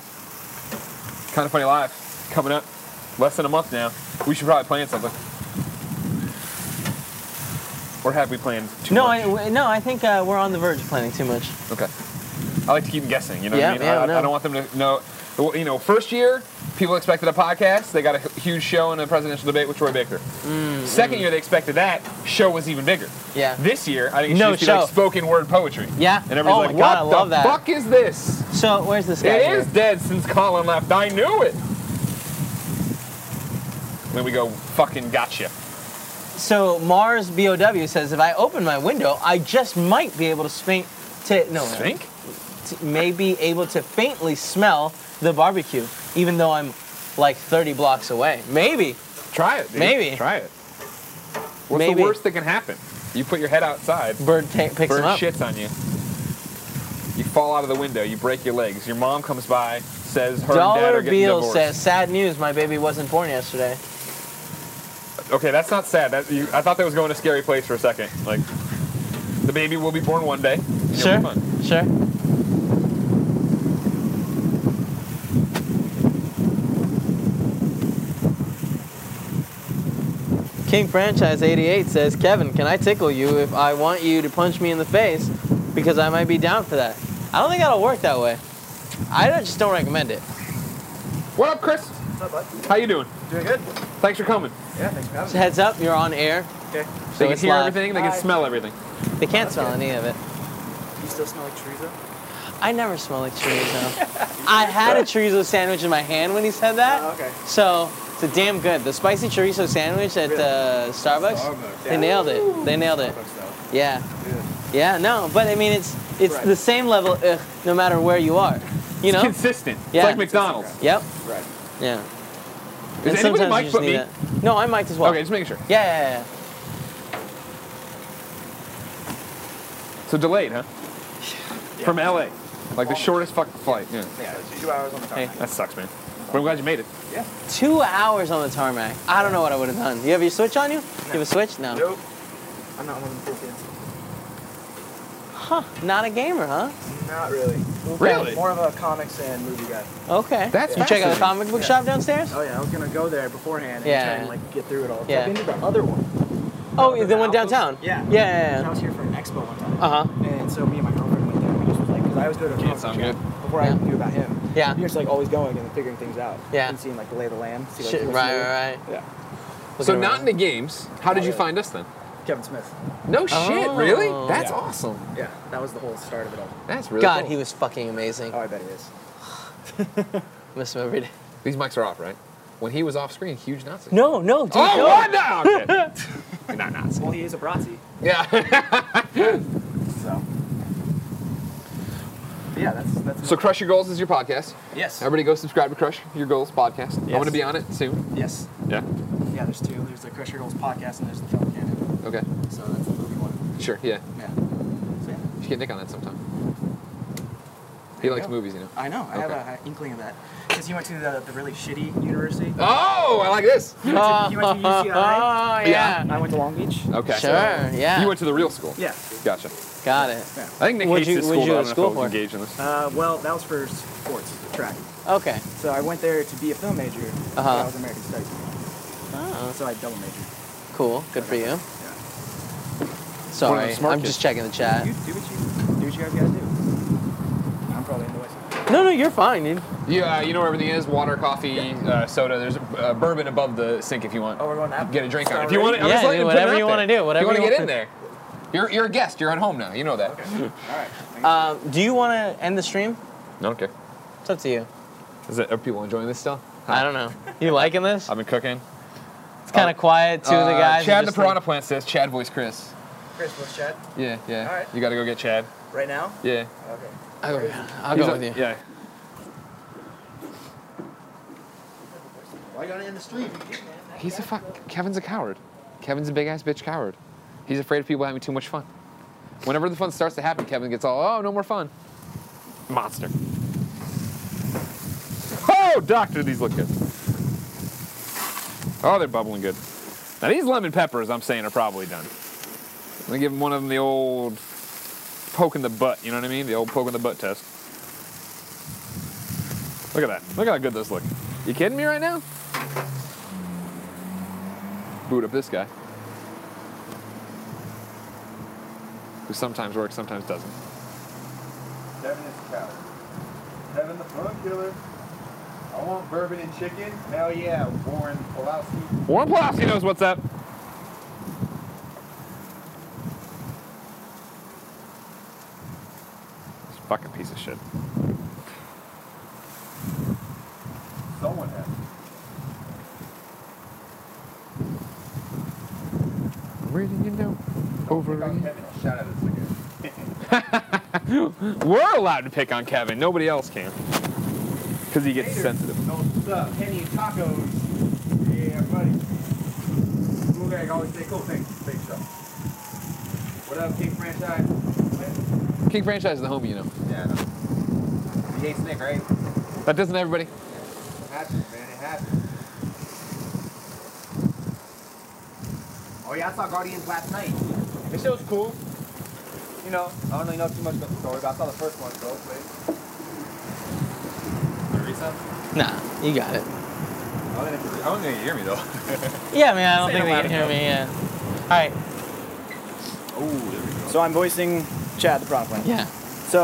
S7: Kind of funny live coming up. Less than a month now. We should probably plan something. Or have we planned too
S6: no,
S7: much?
S6: I, w- no, I think uh, we're on the verge of planning too much.
S7: Okay. I like to keep them guessing. You know
S6: Yeah,
S7: what I mean?
S6: yeah,
S7: I, I
S6: no.
S7: don't want them to know. well, You know, first year, people expected a podcast. They got a h- huge show and a presidential debate with Troy Baker. Second year, they expected that. Show was even bigger.
S6: Mm, Yeah.
S7: This year, I think it
S6: No
S7: should just be like
S6: show.
S7: spoken word poetry.
S6: Yeah.
S7: And everybody's
S6: oh
S7: like,
S6: my God, I
S7: what
S6: love
S7: the
S6: that.
S7: fuck is this?
S6: So, where's this
S7: It
S6: guy?
S7: is
S6: here?
S7: dead since Colin left. I knew it. Then we go fucking gotcha.
S6: So, Mars BOW says, if I open my window, I just might be able to spink. To, no, no.
S7: Think?
S6: t- may be able to faintly smell the barbecue, even though I'm like 30 blocks away. Maybe.
S7: Try it. Dude.
S6: Maybe.
S7: Try it. What's
S6: Maybe.
S7: the worst that can happen? You put your head outside.
S6: Bird ta- picks
S7: bird
S6: them up.
S7: shits on you. You fall out of the window. You break your legs. Your mom comes by, says her and dad
S6: Dollar
S7: are getting
S6: Beal
S7: divorced.
S6: says, sad news, my baby wasn't born yesterday.
S7: okay, that's not sad. That, you, I thought that was going a scary place for a second. Like, the baby will be born one day. and it'll be
S6: Sure.
S7: fun.
S6: Sure. King Franchise 88 says, Kevin, can I tickle you if I want you to punch me in the face? Because I might be down for that. I don't think that'll work that way. I don't- just don't recommend it.
S7: What up, Chris? How you doing?
S9: Doing good?
S7: Thanks for coming.
S9: Yeah, thanks for having me.
S6: Heads up, you're on air.
S9: Okay.
S6: So
S7: they can
S6: it's
S7: hear
S6: live.
S7: everything. They can
S6: Hi.
S7: smell everything.
S6: They can't smell any of it.
S9: You still smell like trees though?
S6: I never smell like chorizo. I had a chorizo sandwich in my hand when he said that.
S9: Oh,
S6: okay. So it's a damn good. The spicy chorizo sandwich at uh, Starbucks.
S9: Starbucks,
S6: They
S9: yeah.
S6: nailed it. They nailed it. Yeah. Yeah. No, but I mean it's it's
S9: Right.
S6: the same level ugh, no matter where you are. You
S7: *laughs*
S6: know.
S7: consistent. It's
S6: Yeah.
S7: like McDonald's.
S6: Yep.
S9: Right.
S6: Yeah.
S7: Is
S6: And
S7: anybody
S6: sometimes you
S7: mic'd
S6: just
S7: but
S6: need
S7: me?
S6: that. No, I'm mic'd as well.
S7: Okay, just making sure.
S6: Yeah, yeah, yeah.
S7: So delayed, huh? From LA, like the shortest fucking flight. Yeah.
S9: Yeah, two hours on the
S6: Hey.
S7: That sucks, man. But I'm glad you made it.
S9: Yeah.
S6: Two hours on the tarmac. I don't know what I would have done. You have your switch on you? You have a switch? No.
S9: Nope. I'm not one of the cool kids.
S6: Huh. Not a gamer, huh?
S9: Not really.
S6: Really?
S9: More of a comics and movie guy.
S6: Okay.
S9: That's
S6: You check out the
S9: fascinating.
S6: comic book
S9: Yeah.
S6: shop downstairs?
S9: Oh yeah, I was gonna go there beforehand and
S6: Yeah.
S9: try and like get through it all.
S6: Yeah.
S9: I've been to the other one.
S6: Oh, the one downtown?
S9: Yeah.
S6: Yeah, yeah,
S9: I
S6: yeah.
S9: was here for an expo one time.
S6: Uh-huh.
S9: And so me and my girlfriend went there. and We just was like, because I always go to a comic
S7: sound
S9: book shop before I knew about him.
S6: Yeah.
S9: You're just like always going and figuring things out.
S6: Yeah.
S9: And seeing like the lay of the land. See, like,
S6: Shit,
S9: what's
S6: right,
S9: new.
S6: right, right.
S9: Yeah.
S7: So not in the games. How did you find us then?
S9: Kevin Smith.
S7: No shit, really? That's
S9: Yeah.
S7: awesome.
S9: Yeah. That was the whole start of it all.
S7: That's really
S6: Oh. God,
S7: cool.
S6: he was fucking amazing.
S9: Oh, I bet he is.
S6: Miss him every day.
S7: These mics are off, right? When he was off screen, huge Nazi.
S6: No, no, dude.
S7: Oh,
S6: no.
S7: what? No,
S6: *laughs*
S7: okay. You're not Nazi.
S9: Well, he is a Brazzi.
S7: Yeah.
S9: *laughs* So. Yeah, that's that's.
S7: so Crush Your Goals is your podcast.
S9: Yes.
S7: Everybody go subscribe to Crush Your Goals podcast. I'm
S9: Yes.
S7: going to be on it soon.
S9: Yes.
S7: Yeah.
S9: Yeah, there's two. There's the Crush Your Goals podcast and there's the Film Cannon.
S7: Okay.
S9: So that's the movie one.
S7: Sure. Yeah.
S9: Yeah. So yeah.
S7: You should get Nick on that sometime. He
S9: There you
S7: likes
S9: go.
S7: movies, you know.
S9: I know. I have
S7: Okay.
S9: an inkling of that because he went to the, the really shitty university.
S6: *laughs*
S7: Oh, I like this.
S9: He went to, he went to UCLA.
S6: Oh, *laughs* yeah.
S9: and I went to Long Beach.
S7: Oh, Okay.
S6: Sure, yeah.
S7: You went to the real school.
S9: Yeah.
S7: Gotcha.
S6: Got it.
S9: Yeah.
S7: I think Nick
S6: What'd
S7: hates
S6: you-
S7: this
S6: what'd
S7: school,
S6: you go to
S7: but I don't know if I
S6: school
S7: was
S6: for?
S7: engaged in this.
S9: Uh, well, that was for sports track.
S6: Okay.
S9: So I went there to be a film major. but
S6: Uh-huh.
S9: I was American Studies.
S6: Oh,
S9: So I double majored.
S6: cool. Good for you. Sorry,
S7: smart
S6: I'm just checking the chat.
S9: You do what you do what you guys gotta do. I'm probably in the West.
S6: No, no, you're fine, dude.
S7: Yeah, uh, you know where everything is: water, coffee, uh, soda. There's uh, bourbon above the sink if you want.
S9: Oh, we're going that.
S7: Get a drink on. it.
S9: Sorry.
S7: If you want, I'm
S6: Yeah,
S7: just
S6: dude,
S7: letting you put it
S6: whatever
S7: out
S6: you
S7: there.
S6: wanna do, whatever
S7: If
S6: you
S7: you want to get
S6: wanna-
S7: in there. You're, you're a guest. You're at home now. You know that. I
S9: All right.
S6: Um, do you want to end the stream?
S7: don't care.
S6: It's up to you.
S7: Is it, are people enjoying this still?
S6: I don't know. You liking this?
S7: I've been cooking.
S6: It's kind of quiet. Two of the
S7: Uh,
S6: guys. are
S7: Chad the
S6: just
S7: Piranha Plant says Chad voice Chris.
S9: Chris, what's Chad?
S7: Yeah, yeah.
S9: All right.
S7: You got to go get Chad.
S9: Right now?
S7: Yeah.
S9: Okay.
S6: like- I'll go, I'll
S7: He's
S6: go
S7: a-
S6: with you.
S7: Yeah.
S10: Why you gotta end the stream?
S7: He's a fuck. Kevin's a coward. Kevin's a big ass bitch coward. He's afraid of people having too much fun. Whenever the fun starts to happen, Kevin gets all, oh, no more fun. Monster. Oh, doctor, these look good. Oh, they're bubbling good. Now these lemon peppers, I'm saying, are probably done. I'm gonna give him one of them the old poke in the butt. You know what I mean? The old poke in the butt test. Look at that. Look how good those look. You kidding me right now? boot up this guy. Who sometimes works, sometimes doesn't.
S10: Kevin is a coward. Kevin the phone killer. I want bourbon and chicken. Hell yeah, Warren Pulowski.
S7: Warren Pulaski knows what's up. This fucking piece of shit.
S10: Someone has.
S7: Reading you know.
S10: Pick on Kevin and shout at us again.
S7: We're allowed to pick on Kevin. Nobody else can. Because he gets
S10: Later.
S7: sensitive.
S10: No, what's up? Penny and tacos. Yeah, buddy. Cool guy, always say cool things. Big show. What up, King Franchise?
S7: King Franchise is the homie, you know.
S10: Yeah, I know. You hate Nick, right?
S7: That doesn't everybody.
S10: happens, man. It happens. Oh yeah, I saw Guardians last night. The show's cool. You know, I don't really know too much about the story, but I saw the first one, so it's
S6: Nah, you got it.
S7: I don't think you hear me, though.
S6: Yeah, I mean, I don't
S7: Say it
S6: think they
S7: out
S6: can
S7: loud.
S6: hear me. Yeah. All right.
S9: So I'm voicing Chad the Piranha Plant.
S6: Yeah.
S9: So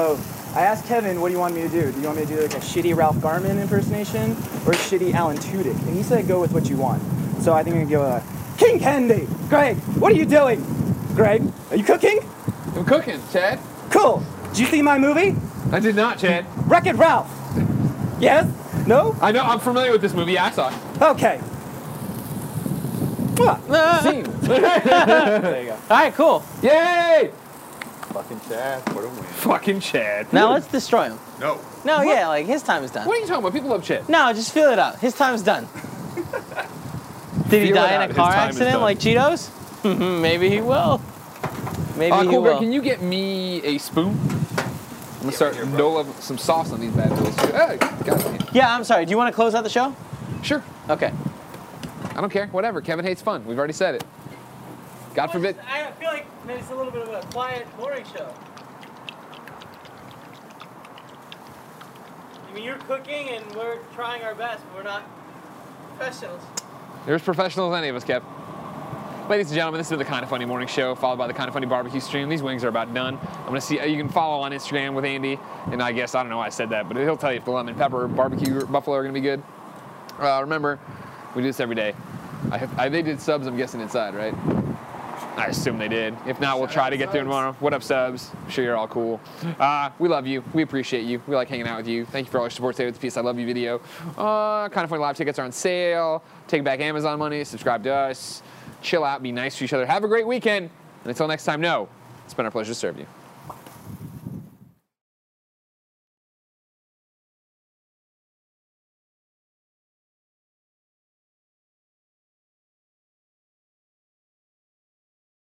S9: I asked Kevin, what do you want me to do? Do you want me to do like a shitty Ralph Garman impersonation or a shitty Alan Tudyk? And he said, go with what you want. So I think I'm gonna go a King Candy! Greg, what are you doing? Greg, are you cooking?
S7: I'm cooking, Chad.
S9: Cool. Did you see my movie?
S7: I did not, Chad.
S9: Wreck It Ralph! Yes? No?
S7: I know. I'm familiar with this movie. Yeah, I saw it.
S9: Okay.
S7: Scene. there
S6: you go. All right, cool.
S7: Yay!
S9: Fucking Chad, what a win.
S7: Fucking Chad.
S6: Now let's destroy him.
S7: No.
S6: No, yeah, like his time is done.
S7: What are you talking about? People love Chad.
S6: No, just feel it out. His time's
S7: *laughs*
S6: done. Did he
S7: Feel it
S6: die in
S7: out.
S6: a
S7: His
S6: car
S7: time is
S6: accident
S7: done.
S6: like Cheetos? *laughs* Maybe he will. Maybe
S7: uh,
S6: he
S7: cool, Greg,
S6: will.
S7: can you get me a spoon? I'm gonna start doling some sauce on these bad boys. Hey, goddamn.
S6: Yeah, I'm sorry. Do you want to close out the show?
S7: Sure.
S6: Okay.
S7: I don't care. Whatever. Kevin hates fun. We've already said it. God forbid.
S6: I feel like it's a little bit of a quiet, boring show. I mean, you're cooking and we're trying our best, but we're not professionals.
S7: There's professionals any of us, Kev. Ladies and gentlemen, this is the Kind of Funny Morning Show, followed by the Kind of Funny Barbecue stream. These wings are about done. I'm gonna see. uh, You can follow on Instagram with Andy, and I guess I don't know why I said that, but he'll tell you if the lemon pepper barbecue or buffalo are gonna be good. Uh, remember, we do this every day. I, I, they did subs. I'm guessing inside, right? I assume they did. If not, we'll try to get there tomorrow. What up, subs? I'm sure you're all cool. Uh, we love you. We appreciate you. We like hanging out with you. Thank you for all your support today with the Peace I Love You video. Uh, kind of funny live tickets are on sale. Take back Amazon money. Subscribe to us. Chill out. Be nice to each other. Have a great weekend. And until next time, no. It's been our pleasure to serve you.